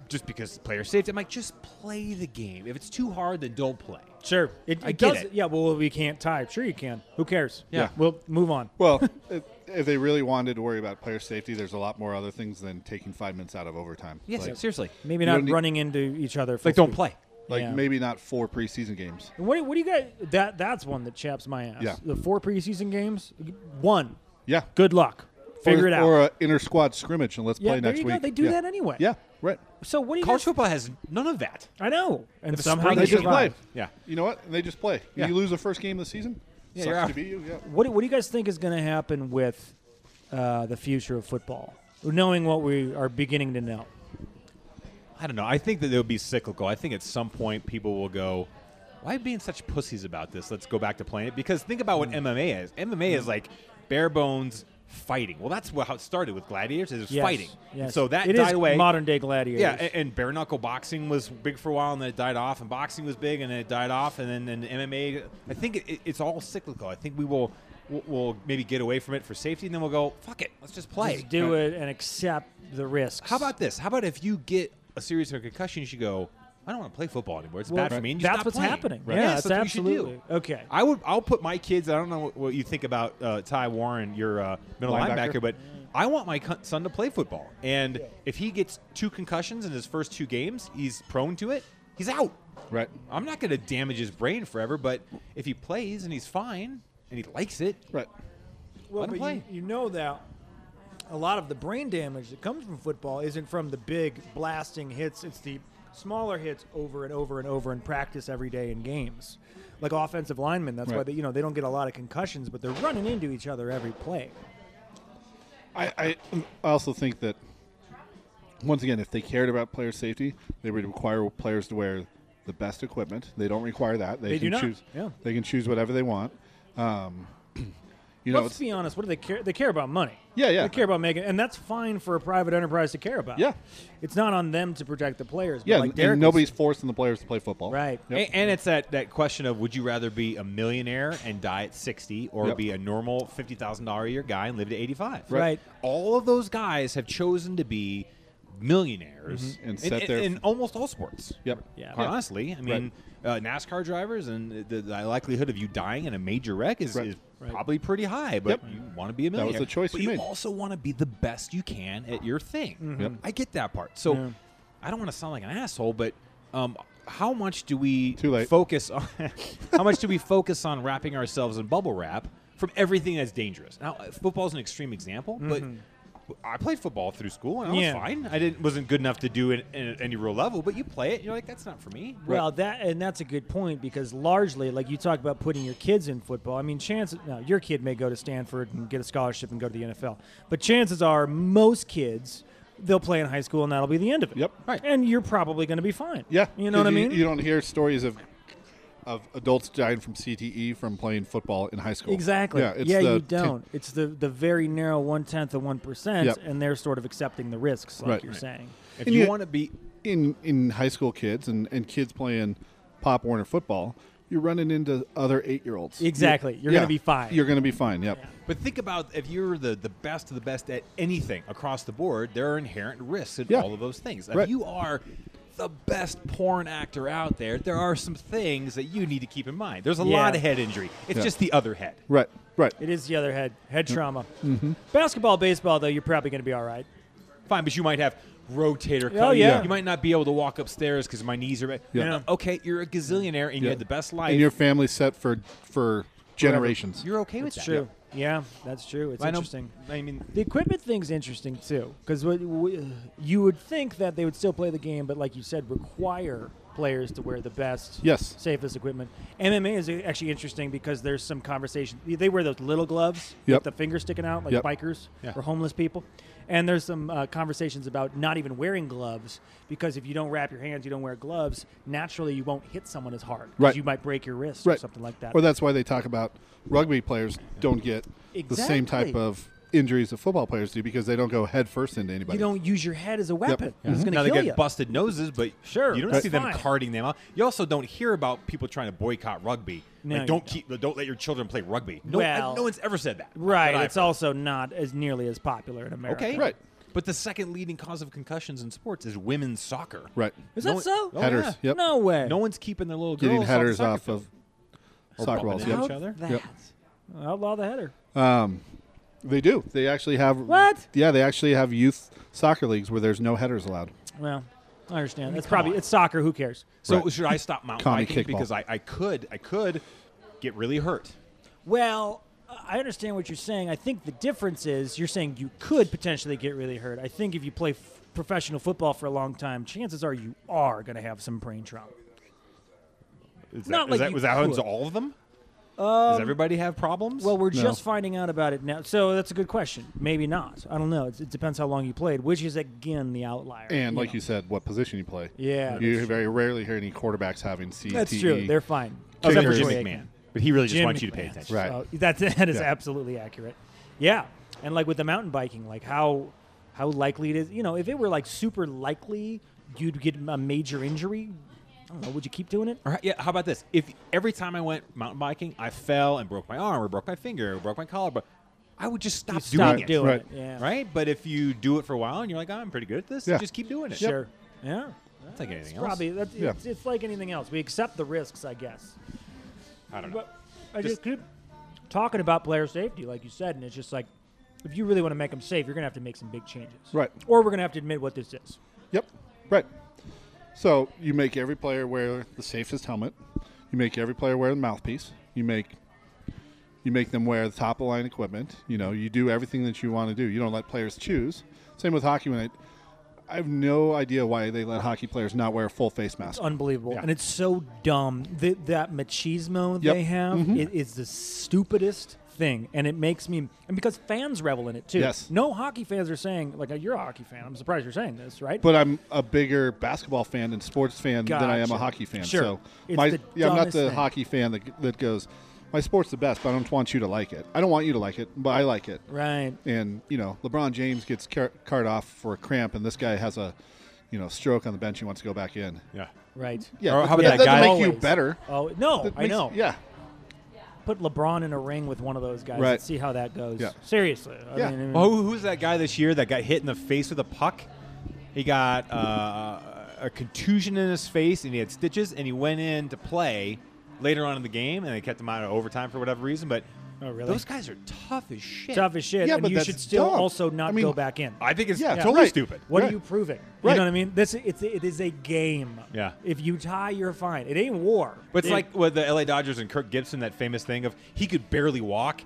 [SPEAKER 1] just because the player saved it. I'm like, just play the game. If it's too hard, then don't play.
[SPEAKER 2] Sure, it,
[SPEAKER 1] I
[SPEAKER 2] it
[SPEAKER 1] get
[SPEAKER 2] does.
[SPEAKER 1] it.
[SPEAKER 2] Yeah, well, we can't tie. Sure, you can. Who cares?
[SPEAKER 1] Yeah.
[SPEAKER 2] we'll move on.
[SPEAKER 3] Well, if, if they really wanted to worry about player safety, there's a lot more other things than taking five minutes out of overtime.
[SPEAKER 1] Yes,
[SPEAKER 3] like,
[SPEAKER 1] seriously.
[SPEAKER 2] Maybe
[SPEAKER 3] don't
[SPEAKER 2] not
[SPEAKER 3] need-
[SPEAKER 2] running into each other. full
[SPEAKER 1] Like, don't
[SPEAKER 2] speed.
[SPEAKER 1] play.
[SPEAKER 3] like
[SPEAKER 2] Yeah.
[SPEAKER 3] maybe not four preseason games.
[SPEAKER 2] And What, what do you guys? That that's one that chaps my ass.
[SPEAKER 3] Yeah.
[SPEAKER 2] The four preseason games, one.
[SPEAKER 3] Yeah,
[SPEAKER 2] Good luck. Figure
[SPEAKER 3] or,
[SPEAKER 2] it out.
[SPEAKER 3] Or a inter squad scrimmage and let's
[SPEAKER 2] yeah,
[SPEAKER 3] play
[SPEAKER 2] there
[SPEAKER 3] next
[SPEAKER 2] you
[SPEAKER 3] week.
[SPEAKER 2] go. They do
[SPEAKER 3] Yeah.
[SPEAKER 2] that anyway.
[SPEAKER 3] Yeah, right.
[SPEAKER 2] So what do you
[SPEAKER 1] College
[SPEAKER 2] guys?
[SPEAKER 1] football has none of that.
[SPEAKER 2] I know. And
[SPEAKER 1] the
[SPEAKER 2] somehow
[SPEAKER 1] spring
[SPEAKER 2] they
[SPEAKER 3] They just
[SPEAKER 2] survive.
[SPEAKER 3] play.
[SPEAKER 1] Yeah.
[SPEAKER 3] You know what? They just play.
[SPEAKER 1] Yeah.
[SPEAKER 3] You lose the first game of the season.
[SPEAKER 1] Yeah,
[SPEAKER 3] Sucks
[SPEAKER 1] you're out.
[SPEAKER 3] to be you. Yeah.
[SPEAKER 2] What do, what do you guys think is going to happen with uh, the future of football? Knowing what we are beginning to know.
[SPEAKER 1] I don't know. I think that it'll be cyclical. I think at some point people will go, "Why being such pussies about this? Let's go back to playing it." Because think about what MMA is. MMA is like bare bones fighting. Well, that's wha- how it started with gladiators. It was
[SPEAKER 2] Yes,
[SPEAKER 1] fighting.
[SPEAKER 2] Yes.
[SPEAKER 1] So that
[SPEAKER 2] It is
[SPEAKER 1] died away.
[SPEAKER 2] Modern day gladiators.
[SPEAKER 1] yeah, a- and, bare knuckle boxing was big for a while, and then it died off. And boxing was big, and then it died off. And then and MMA. I think it, it's all cyclical. I think we will we'll, we'll maybe get away from it for safety, and then we'll go, "Fuck it, let's just play."
[SPEAKER 2] Just do it and accept the risks.
[SPEAKER 1] How about this? How about if you get a serious concussion, you should go. I don't want to play football anymore. It's
[SPEAKER 2] Well,
[SPEAKER 1] bad for me. And you
[SPEAKER 2] that's
[SPEAKER 1] stop
[SPEAKER 2] what's
[SPEAKER 1] playing."
[SPEAKER 2] happening.
[SPEAKER 1] Right.
[SPEAKER 2] Yeah,
[SPEAKER 1] Yes,
[SPEAKER 2] that's
[SPEAKER 1] that's what you should do.
[SPEAKER 2] absolutely okay.
[SPEAKER 1] I would. I'll put my kids. I don't know what you think about uh, Ty Warren, your uh, middle linebacker.
[SPEAKER 3] Linebacker.
[SPEAKER 1] but
[SPEAKER 2] Mm.
[SPEAKER 1] I want my con- son to play football. And if he gets two concussions in his first two games, he's prone to it. He's out.
[SPEAKER 3] Right.
[SPEAKER 1] I'm not going to damage his brain forever. But if he plays and he's fine and he likes it,
[SPEAKER 3] Right.
[SPEAKER 2] Well,
[SPEAKER 1] Let 'em
[SPEAKER 2] but
[SPEAKER 1] play.
[SPEAKER 2] You, you know that a lot of the brain damage that comes from football isn't from the big blasting hits. It's the smaller hits over and over and over in practice every day in games. Like offensive linemen, that's why
[SPEAKER 3] Right.
[SPEAKER 2] they you know they don't get a lot of concussions, but they're running into each other every play.
[SPEAKER 3] I, I I also think that once again, if they cared about player safety, they would require players to wear the best equipment. They don't require that. They,
[SPEAKER 2] They
[SPEAKER 3] can
[SPEAKER 2] do not.
[SPEAKER 3] choose.
[SPEAKER 2] Yeah.
[SPEAKER 3] They can choose whatever they want. Um, you know,
[SPEAKER 2] Let's
[SPEAKER 3] it's,
[SPEAKER 2] be honest. What do they care? They care about money.
[SPEAKER 3] Yeah, yeah.
[SPEAKER 2] They care about making, and that's fine for a private enterprise to care about.
[SPEAKER 3] Yeah.
[SPEAKER 2] it's not on them to protect the players. but
[SPEAKER 3] yeah,
[SPEAKER 2] like
[SPEAKER 3] and-
[SPEAKER 2] Derek
[SPEAKER 3] and
[SPEAKER 2] was-
[SPEAKER 3] nobody's forcing the players to play football.
[SPEAKER 2] Right.
[SPEAKER 1] A- And, it's that, that question of would you rather be a millionaire and die at 60 or
[SPEAKER 3] Yep.
[SPEAKER 1] be a normal $50,000 a year guy and live to 85?
[SPEAKER 2] Right. Right.
[SPEAKER 1] All of those guys have chosen to be millionaires
[SPEAKER 3] Mhm. And
[SPEAKER 1] in,
[SPEAKER 3] set their-
[SPEAKER 1] in, in almost all sports.
[SPEAKER 3] Yep.
[SPEAKER 2] Yeah.
[SPEAKER 1] Quite honestly, I mean, uh, NASCAR drivers and the, the likelihood of you dying in a major wreck is,
[SPEAKER 3] Right.
[SPEAKER 1] is
[SPEAKER 2] Right.
[SPEAKER 1] probably pretty high, but
[SPEAKER 3] Yep.
[SPEAKER 1] you want to be a
[SPEAKER 3] was
[SPEAKER 1] millionaire.
[SPEAKER 3] the choice
[SPEAKER 1] but
[SPEAKER 3] you
[SPEAKER 1] you
[SPEAKER 3] made.
[SPEAKER 1] also want to be the best you can at your thing.
[SPEAKER 3] Mm-hmm. Yep.
[SPEAKER 1] I get that part. So I don't want to sound like an asshole, but um, how much do we
[SPEAKER 3] Too late.
[SPEAKER 1] focus on how much do we focus on wrapping ourselves in bubble wrap from everything that's dangerous? Now uh, football is an extreme example,
[SPEAKER 3] Mm-hmm.
[SPEAKER 1] but I played football through school and I
[SPEAKER 2] Yeah.
[SPEAKER 1] was fine. I didn't wasn't good enough to do it at any real level, but you play it, and you're like that's not for me.
[SPEAKER 2] Well, that and that's a good point because largely, like you talk about putting your kids in football. I mean, chances now your kid may go to Stanford and get a scholarship and go to the NFL, but chances are most kids they'll play in high school and that'll be the end of it.
[SPEAKER 3] Yep.
[SPEAKER 1] Right.
[SPEAKER 2] And you're probably going to be fine.
[SPEAKER 3] Yeah.
[SPEAKER 2] You know what I
[SPEAKER 3] 'cause
[SPEAKER 2] mean?
[SPEAKER 3] You don't hear stories of of adults dying from CTE from playing football in high school.
[SPEAKER 2] Exactly.
[SPEAKER 3] Yeah, it's the-
[SPEAKER 2] you don't. It's the the very narrow one tenth of one percent,
[SPEAKER 3] Yep.
[SPEAKER 2] and they're sort of accepting the risks, like
[SPEAKER 3] Right.
[SPEAKER 2] you're
[SPEAKER 3] Right.
[SPEAKER 2] saying.
[SPEAKER 1] If
[SPEAKER 3] And
[SPEAKER 1] you
[SPEAKER 3] yet-
[SPEAKER 1] want to be
[SPEAKER 3] in in high school kids and, and kids playing pop Warner football, you're running into other eight year olds.
[SPEAKER 2] Exactly. You're gonna be fine.
[SPEAKER 3] You're gonna be fine. Yep.
[SPEAKER 1] But think about if you're the, the best of the best at anything across the board, there are inherent risks in
[SPEAKER 3] Yeah.
[SPEAKER 1] all of those things. If
[SPEAKER 3] Right.
[SPEAKER 1] you are the best porn actor out there, there are some things that you need to keep in mind. There's a
[SPEAKER 2] Yeah.
[SPEAKER 1] lot of head injury. It's
[SPEAKER 3] Yeah.
[SPEAKER 1] just the other head.
[SPEAKER 3] Right. Right.
[SPEAKER 2] It is the other head head
[SPEAKER 3] Mm-hmm.
[SPEAKER 2] trauma. Basketball, baseball, though, you're probably going to be all right.
[SPEAKER 1] Fine, but you might have rotator cuff.
[SPEAKER 2] Oh, yeah.
[SPEAKER 1] You might not be able to walk upstairs because my knees are.
[SPEAKER 3] Yeah.
[SPEAKER 1] Okay, you're a gazillionaire and you
[SPEAKER 3] Yeah.
[SPEAKER 1] had the best life.
[SPEAKER 3] And your family's set for for generations.
[SPEAKER 1] You're okay with that.
[SPEAKER 2] It's true. Yeah, that's true. It's
[SPEAKER 1] I know-
[SPEAKER 2] interesting.
[SPEAKER 1] I mean,
[SPEAKER 2] The equipment thing's interesting too, because you would think that they would still play the game, but like you said, require players to wear the best,
[SPEAKER 3] Yes.
[SPEAKER 2] safest equipment. MMA is actually interesting because there's some conversation. They wear those little gloves
[SPEAKER 3] Yep.
[SPEAKER 2] with the fingers sticking out, like
[SPEAKER 3] Yep.
[SPEAKER 2] bikers
[SPEAKER 1] Yeah.
[SPEAKER 2] or homeless people. And there's some uh, conversations about not even wearing gloves because if you don't wrap your hands, you don't wear gloves. Naturally, you won't hit someone as hard. 'cause
[SPEAKER 3] Right.
[SPEAKER 2] You might break your wrist or
[SPEAKER 3] right.
[SPEAKER 2] something like that.
[SPEAKER 3] Or that's why they talk about rugby players don't get the same type
[SPEAKER 2] Exactly.
[SPEAKER 3] of injuries that football players do because they don't go head first into anybody.
[SPEAKER 2] You don't use your head as a weapon.
[SPEAKER 3] Mm-hmm.
[SPEAKER 2] It's going
[SPEAKER 1] now
[SPEAKER 2] to
[SPEAKER 1] they
[SPEAKER 2] kill
[SPEAKER 1] get
[SPEAKER 2] you.
[SPEAKER 1] busted noses, but
[SPEAKER 2] Sure,
[SPEAKER 1] you don't
[SPEAKER 2] that's
[SPEAKER 1] see them
[SPEAKER 2] fine.
[SPEAKER 1] carting them out. You also don't hear about people trying to boycott rugby.
[SPEAKER 2] No,
[SPEAKER 1] like,
[SPEAKER 2] you
[SPEAKER 1] don't
[SPEAKER 2] don't.
[SPEAKER 1] keep, don't let your children play rugby. No,
[SPEAKER 2] Well-
[SPEAKER 1] no one's ever said that.
[SPEAKER 2] Right.
[SPEAKER 1] that I've
[SPEAKER 2] It's
[SPEAKER 1] heard.
[SPEAKER 2] also not as nearly as popular in America.
[SPEAKER 1] okay,
[SPEAKER 3] Right.
[SPEAKER 1] But the second leading cause of concussions in sports is women's soccer.
[SPEAKER 3] Right.
[SPEAKER 2] Is
[SPEAKER 1] No
[SPEAKER 2] that
[SPEAKER 1] one-
[SPEAKER 2] so?
[SPEAKER 1] Oh,
[SPEAKER 3] Headers.
[SPEAKER 1] yeah.
[SPEAKER 3] Yep.
[SPEAKER 2] No way.
[SPEAKER 1] No one's keeping their little girls
[SPEAKER 3] Getting
[SPEAKER 1] off the
[SPEAKER 3] headers
[SPEAKER 1] soccer
[SPEAKER 3] off
[SPEAKER 1] field.
[SPEAKER 3] of soccer
[SPEAKER 1] bumping
[SPEAKER 3] balls.
[SPEAKER 1] into
[SPEAKER 3] Yep.
[SPEAKER 1] each other.
[SPEAKER 2] That. Outlaw the header.
[SPEAKER 3] They do. They actually have.
[SPEAKER 2] What?
[SPEAKER 3] Yeah, they actually have youth soccer leagues where there's no headers allowed.
[SPEAKER 2] Well, I understand. It's probably it's soccer. Who cares?
[SPEAKER 1] So
[SPEAKER 3] Right.
[SPEAKER 1] should I stop mountain
[SPEAKER 3] Commie
[SPEAKER 1] biking
[SPEAKER 3] kickball.
[SPEAKER 1] because I, I could I could get really hurt.
[SPEAKER 2] Well, I understand what you're saying. I think the difference is you're saying you could potentially get really hurt. I think if you play f- professional football for a long time, chances are you are going to have some brain trauma.
[SPEAKER 1] Is that,
[SPEAKER 2] Not
[SPEAKER 1] is
[SPEAKER 2] like
[SPEAKER 1] that
[SPEAKER 2] you
[SPEAKER 1] was that happens to
[SPEAKER 2] could. Um,
[SPEAKER 1] all of them? Does everybody have problems?
[SPEAKER 2] Well, we're
[SPEAKER 3] No.
[SPEAKER 2] just finding out about it now. So that's a good question. Maybe not. I don't know. It's, it depends how long you played, which is again the outlier.
[SPEAKER 3] And like
[SPEAKER 2] know.
[SPEAKER 3] you said, what position you play.
[SPEAKER 2] Yeah,
[SPEAKER 3] You
[SPEAKER 2] that's
[SPEAKER 3] very rarely hear any quarterbacks having E. CTE.
[SPEAKER 2] that's true. They're fine.
[SPEAKER 1] except for
[SPEAKER 2] Troy
[SPEAKER 1] Jim
[SPEAKER 2] Aikman.
[SPEAKER 1] McMahon, but he really just
[SPEAKER 2] Jim
[SPEAKER 1] wants you to pay
[SPEAKER 2] McMahon.
[SPEAKER 1] attention.
[SPEAKER 3] Right.
[SPEAKER 2] So that's that is
[SPEAKER 3] Yeah.
[SPEAKER 2] absolutely accurate. Yeah, and like with the mountain biking, like how how likely it is. You know, if it were like super likely you'd get a major injury, I don't know. Would you keep doing it?
[SPEAKER 1] All right, yeah. How about this? If every time I went mountain biking, I fell and broke my arm or broke my finger or broke my collarbone, I would just stop
[SPEAKER 2] You
[SPEAKER 1] doing
[SPEAKER 2] stop
[SPEAKER 1] it.
[SPEAKER 2] doing
[SPEAKER 3] Right.
[SPEAKER 2] it. Yeah.
[SPEAKER 1] Right? But if you do it for a while and you're like, oh, I'm pretty good at this,
[SPEAKER 3] Yeah.
[SPEAKER 1] just keep doing it.
[SPEAKER 2] Sure. Yeah.
[SPEAKER 1] It's like anything else.
[SPEAKER 2] Probably. That's,
[SPEAKER 3] Yeah.
[SPEAKER 2] it's, it's like anything else. We accept the risks, I guess.
[SPEAKER 1] I don't know.
[SPEAKER 2] But I
[SPEAKER 1] Just-
[SPEAKER 2] just, keep talking about player safety, like you said, and it's just like if you really want to make them safe, you're going to have to make some big changes.
[SPEAKER 3] Right.
[SPEAKER 2] Or we're going to have to admit what this is.
[SPEAKER 3] Yep. Right. So you make every player wear the safest helmet. You make every player wear the mouthpiece. You make you make them wear the top of the line equipment. You know, you do everything that you want to do. You don't let players choose. Same with hockey. When I, I have no idea why they let hockey players not wear a full face mask.
[SPEAKER 2] Unbelievable. And it's so dumb. Th that machismo
[SPEAKER 3] Yep. Mm-hmm.
[SPEAKER 2] they have i- is the stupidest thing. And it makes me, and because fans revel in it too.
[SPEAKER 3] Yes.
[SPEAKER 2] No hockey fans are saying, like, you're a hockey fan. I'm surprised you're saying this, right?
[SPEAKER 3] But I'm a bigger basketball fan and sports fan than I am a
[SPEAKER 2] Gotcha.
[SPEAKER 3] hockey fan.
[SPEAKER 2] Sure.
[SPEAKER 3] So
[SPEAKER 2] It's
[SPEAKER 3] my,
[SPEAKER 2] the
[SPEAKER 3] yeah, I'm not
[SPEAKER 2] dumbest
[SPEAKER 3] the
[SPEAKER 2] thing.
[SPEAKER 3] hockey fan that, that goes, my sport's the best, but I don't want you to like it. I don't want you to like it, but I like it.
[SPEAKER 2] right.
[SPEAKER 3] and you know LeBron James gets car- cart off for a cramp, and this guy has a you know stroke on the bench. He wants to go back in.
[SPEAKER 1] Yeah.
[SPEAKER 2] Right.
[SPEAKER 3] Yeah,
[SPEAKER 1] Or how about
[SPEAKER 3] yeah,
[SPEAKER 1] that
[SPEAKER 3] doesn't
[SPEAKER 1] guy-
[SPEAKER 3] make you
[SPEAKER 2] Always.
[SPEAKER 3] better?
[SPEAKER 2] Oh, no,
[SPEAKER 3] That
[SPEAKER 2] I
[SPEAKER 3] makes-
[SPEAKER 2] know.
[SPEAKER 3] Yeah,
[SPEAKER 2] Put LeBron in a ring with one of those guys
[SPEAKER 3] Right.
[SPEAKER 2] and see how that goes.
[SPEAKER 3] Yeah.
[SPEAKER 2] Seriously. I
[SPEAKER 3] Yeah. Oh,
[SPEAKER 2] mean, I mean-
[SPEAKER 1] Well, who, who's that guy this year that got hit in the face with a puck? He got uh, a contusion in his face and he had stitches, and he went in to play later on in the game, and they kept him out of overtime for whatever reason. But
[SPEAKER 2] Oh, really?
[SPEAKER 1] those guys are tough as shit.
[SPEAKER 2] tough as shit.
[SPEAKER 3] Yeah,
[SPEAKER 2] and
[SPEAKER 3] but
[SPEAKER 2] you
[SPEAKER 3] that's
[SPEAKER 2] should still
[SPEAKER 3] dumb.
[SPEAKER 2] also not
[SPEAKER 3] I mean,
[SPEAKER 2] go back in.
[SPEAKER 1] I think it's
[SPEAKER 3] Yeah,
[SPEAKER 1] totally
[SPEAKER 3] right.
[SPEAKER 1] stupid.
[SPEAKER 2] What
[SPEAKER 3] Right.
[SPEAKER 2] are you proving?
[SPEAKER 3] Right.
[SPEAKER 2] You know what I mean? This it's it is a game.
[SPEAKER 1] Yeah.
[SPEAKER 2] If you tie, you're fine. It ain't war.
[SPEAKER 1] But it's
[SPEAKER 2] It-
[SPEAKER 1] like with the LA Dodgers and Kirk Gibson, that famous thing of he could barely walk.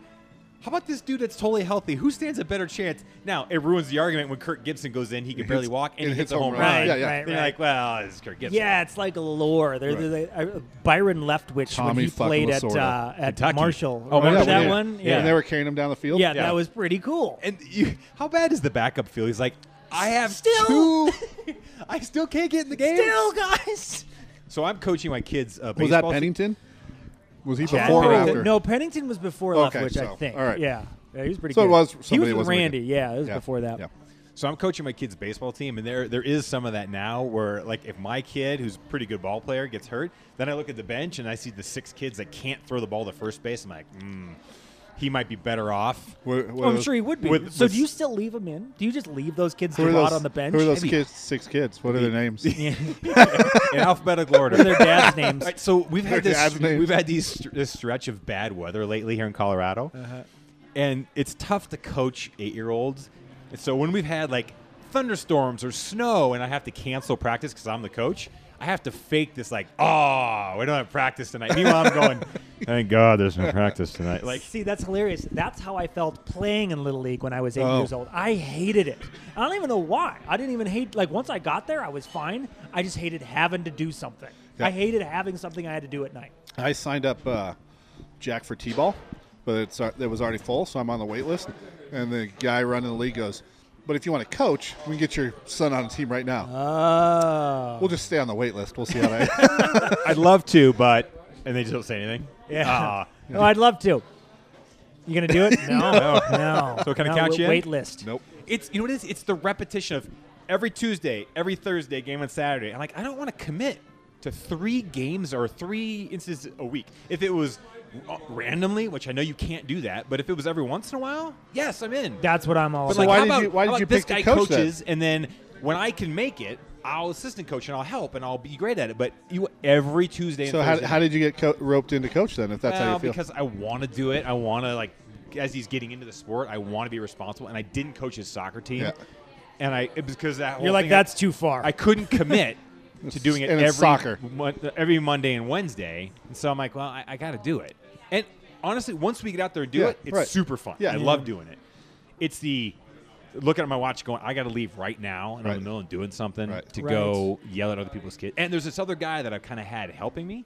[SPEAKER 1] How about this dude that's totally healthy? Who stands a better chance? Now it ruins the argument when Kirk Gibson goes in, he can barely
[SPEAKER 3] hits-
[SPEAKER 1] walk, and
[SPEAKER 3] it
[SPEAKER 1] he hits a home run.
[SPEAKER 2] Right,
[SPEAKER 3] Yeah, yeah.
[SPEAKER 2] right,
[SPEAKER 1] Then you're
[SPEAKER 2] right.
[SPEAKER 1] like, well, it's Kirk Gibson.
[SPEAKER 2] yeah, it's like a lore. They're, they-
[SPEAKER 3] Right.
[SPEAKER 2] uh, Byron Leftwich when
[SPEAKER 3] Tommy
[SPEAKER 2] he
[SPEAKER 3] fucking
[SPEAKER 2] played at
[SPEAKER 3] Lasorda.
[SPEAKER 2] uh, at
[SPEAKER 1] Kentucky.
[SPEAKER 2] Marshall.
[SPEAKER 1] Oh,
[SPEAKER 2] Remember
[SPEAKER 1] yeah,
[SPEAKER 2] that
[SPEAKER 1] yeah.
[SPEAKER 2] one?
[SPEAKER 1] Yeah.
[SPEAKER 3] And they were carrying him down the field.
[SPEAKER 2] Yeah,
[SPEAKER 1] Yeah.
[SPEAKER 2] that was pretty cool.
[SPEAKER 1] And you, how bad is the backup feel? He's like, I have
[SPEAKER 2] Still-
[SPEAKER 1] two. I still can't get in the game.
[SPEAKER 2] Still, guys.
[SPEAKER 1] So I'm coaching my kids. Uh,
[SPEAKER 3] was that
[SPEAKER 1] baseball team.
[SPEAKER 3] Pennington? Was he
[SPEAKER 2] Yeah,
[SPEAKER 3] before or
[SPEAKER 2] Pennington-
[SPEAKER 3] after?
[SPEAKER 2] No, Pennington was before
[SPEAKER 3] Okay,
[SPEAKER 2] Leftwich, I
[SPEAKER 3] so,
[SPEAKER 2] think.
[SPEAKER 3] all right.
[SPEAKER 2] Yeah. Yeah, he was pretty
[SPEAKER 3] So it
[SPEAKER 2] good.
[SPEAKER 3] was
[SPEAKER 2] he
[SPEAKER 3] somebody
[SPEAKER 2] was with
[SPEAKER 3] wasn't
[SPEAKER 2] Randy.
[SPEAKER 3] good.
[SPEAKER 2] Yeah, it was
[SPEAKER 3] Yeah.
[SPEAKER 2] before that.
[SPEAKER 3] Yeah.
[SPEAKER 1] So I'm coaching my kid's baseball team, and there there is some of that now where like if my kid who's a pretty good ball player gets hurt, then I look at the bench and I see the six kids that can't throw the ball to first base. I'm like, mm, he might be better off.
[SPEAKER 3] Were- were
[SPEAKER 2] Oh, I'm
[SPEAKER 3] those-
[SPEAKER 2] sure he would be.
[SPEAKER 1] With-
[SPEAKER 2] so
[SPEAKER 1] with-
[SPEAKER 2] do you still leave him in? Do you just leave those kids to
[SPEAKER 3] Who are
[SPEAKER 2] rot
[SPEAKER 3] those,
[SPEAKER 2] on the bench?
[SPEAKER 3] Who are those
[SPEAKER 1] Maybe.
[SPEAKER 3] kids? Six kids. What are their names?
[SPEAKER 2] Yeah.
[SPEAKER 1] in alphabetical order.
[SPEAKER 2] Their dad's names.
[SPEAKER 1] All right, so we've had
[SPEAKER 3] Their
[SPEAKER 1] this
[SPEAKER 3] dad's names.
[SPEAKER 1] we've had these this stretch of bad weather lately here in Colorado,
[SPEAKER 2] Uh-huh.
[SPEAKER 1] and it's tough to coach eight year olds. And so when we've had like thunderstorms or snow, and I have to cancel practice because I'm the coach, I have to fake this like, oh, we don't have practice tonight. Meanwhile, I'm going, thank God there's no practice tonight. Like,
[SPEAKER 2] See, that's hilarious. That's how I felt playing in Little League when I was eight
[SPEAKER 3] Oh.
[SPEAKER 2] years old. I hated it. I don't even know why. I didn't even hate, like, once I got there, I was fine. I just hated having to do something.
[SPEAKER 3] Yeah.
[SPEAKER 2] I hated having something I had to do at night.
[SPEAKER 3] I signed up uh, Jack for T-ball, but it's uh, it was already full, so I'm on the wait list. And the guy running the league goes, "But if you want to coach, we can get your son on the team right now.
[SPEAKER 2] Oh.
[SPEAKER 3] we'll just stay on the wait list. We'll see how that."
[SPEAKER 1] I'd love to, but and they just don't say anything.
[SPEAKER 2] Yeah.
[SPEAKER 1] Ah.
[SPEAKER 2] Oh, I'd love to. You gonna do it? No, no. no.
[SPEAKER 1] So can I
[SPEAKER 2] no,
[SPEAKER 1] count
[SPEAKER 2] wait,
[SPEAKER 1] you in?
[SPEAKER 2] Wait list.
[SPEAKER 3] Nope.
[SPEAKER 1] It's you know what it is? It's the repetition of every Tuesday, every Thursday, game on Saturday. I'm like, I don't want to commit to three games or three instances a week. If it was uh, randomly, which I know you can't do that, but if it was every once in a while, yes, I'm in.
[SPEAKER 2] That's what I'm all
[SPEAKER 1] But
[SPEAKER 2] about.
[SPEAKER 1] like,
[SPEAKER 3] why
[SPEAKER 1] how
[SPEAKER 3] did
[SPEAKER 1] about,
[SPEAKER 3] you- why
[SPEAKER 1] how
[SPEAKER 3] did
[SPEAKER 1] about
[SPEAKER 3] you
[SPEAKER 1] this
[SPEAKER 3] pick
[SPEAKER 1] guy
[SPEAKER 3] the coach then?
[SPEAKER 1] coaches, and then when I can make it, I'll assistant coach and I'll help and I'll be great at it. But you every Tuesday.
[SPEAKER 3] So
[SPEAKER 1] and
[SPEAKER 3] how,
[SPEAKER 1] Thursday
[SPEAKER 3] how did you get co- roped into coach then? If that's how
[SPEAKER 1] well,
[SPEAKER 3] you feel,
[SPEAKER 1] Um, because I want to do it. I want to like as he's getting into the sport, I want to be responsible. And I didn't coach his soccer team,
[SPEAKER 3] Yeah.
[SPEAKER 1] and I it- because that whole
[SPEAKER 2] You're like
[SPEAKER 1] thing,
[SPEAKER 2] that's too far.
[SPEAKER 1] I, I couldn't commit to doing it
[SPEAKER 3] And
[SPEAKER 1] every
[SPEAKER 3] it's soccer.
[SPEAKER 1] mon- every Monday and Wednesday. And so I'm like, well, I, I got to do it. And honestly, once we get out there and do
[SPEAKER 3] Yeah,
[SPEAKER 1] it, it's
[SPEAKER 3] right.
[SPEAKER 1] super fun.
[SPEAKER 3] Yeah.
[SPEAKER 1] I
[SPEAKER 3] Yeah.
[SPEAKER 1] love doing it. It's the looking at my watch, going, I got to leave right now, and I'm in the
[SPEAKER 3] Right.
[SPEAKER 1] middle of doing something
[SPEAKER 3] Right.
[SPEAKER 1] to
[SPEAKER 2] Right.
[SPEAKER 1] go yell at other people's kids. And there's this other guy that I've kind of had helping me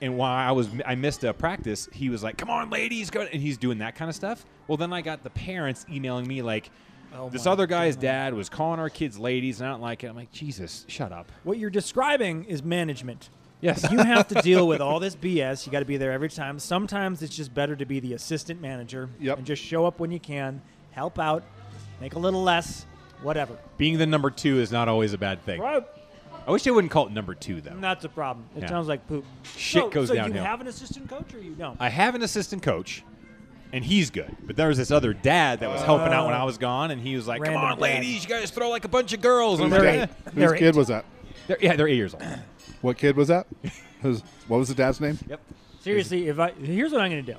[SPEAKER 1] and while I was I missed a practice, he was like, "Come on, ladies, go!" And he's doing that kind of stuff. Well, then I got the parents emailing me like,
[SPEAKER 2] Oh
[SPEAKER 1] "This
[SPEAKER 2] my
[SPEAKER 1] other guy's dad was calling our kids ladies, and I don't like it." I'm like, "Jesus, shut up!"
[SPEAKER 2] what you're describing is management.
[SPEAKER 1] Yes,
[SPEAKER 2] You have to deal with all this BS. You got to be there every time. Sometimes it's just better to be the assistant manager
[SPEAKER 3] Yep.
[SPEAKER 2] and just show up when you can, help out, make a little less, whatever.
[SPEAKER 1] being the number two is not always a bad thing. I wish they wouldn't call it number two though.
[SPEAKER 2] That's a problem. It
[SPEAKER 1] Yeah.
[SPEAKER 2] sounds like poop.
[SPEAKER 1] Shit
[SPEAKER 2] so,
[SPEAKER 1] goes
[SPEAKER 2] so
[SPEAKER 1] downhill.
[SPEAKER 2] you have an assistant coach or you don't?
[SPEAKER 1] I have an assistant coach, and he's good. But there was this other dad that was helping out when I was gone, and he was like,
[SPEAKER 2] Random
[SPEAKER 1] "Come on,
[SPEAKER 2] dad.
[SPEAKER 1] ladies, you guys throw like a bunch of girls." And I'm
[SPEAKER 2] They're
[SPEAKER 1] like,
[SPEAKER 2] eight.
[SPEAKER 1] "Eh."
[SPEAKER 3] whose
[SPEAKER 2] They're
[SPEAKER 3] kid
[SPEAKER 2] eight.
[SPEAKER 3] was that?
[SPEAKER 1] They're- yeah, they're eight years old.
[SPEAKER 3] What kid was that? Who's, what was the dad's name?
[SPEAKER 1] yep.
[SPEAKER 2] Seriously, if I here's what I'm going to do.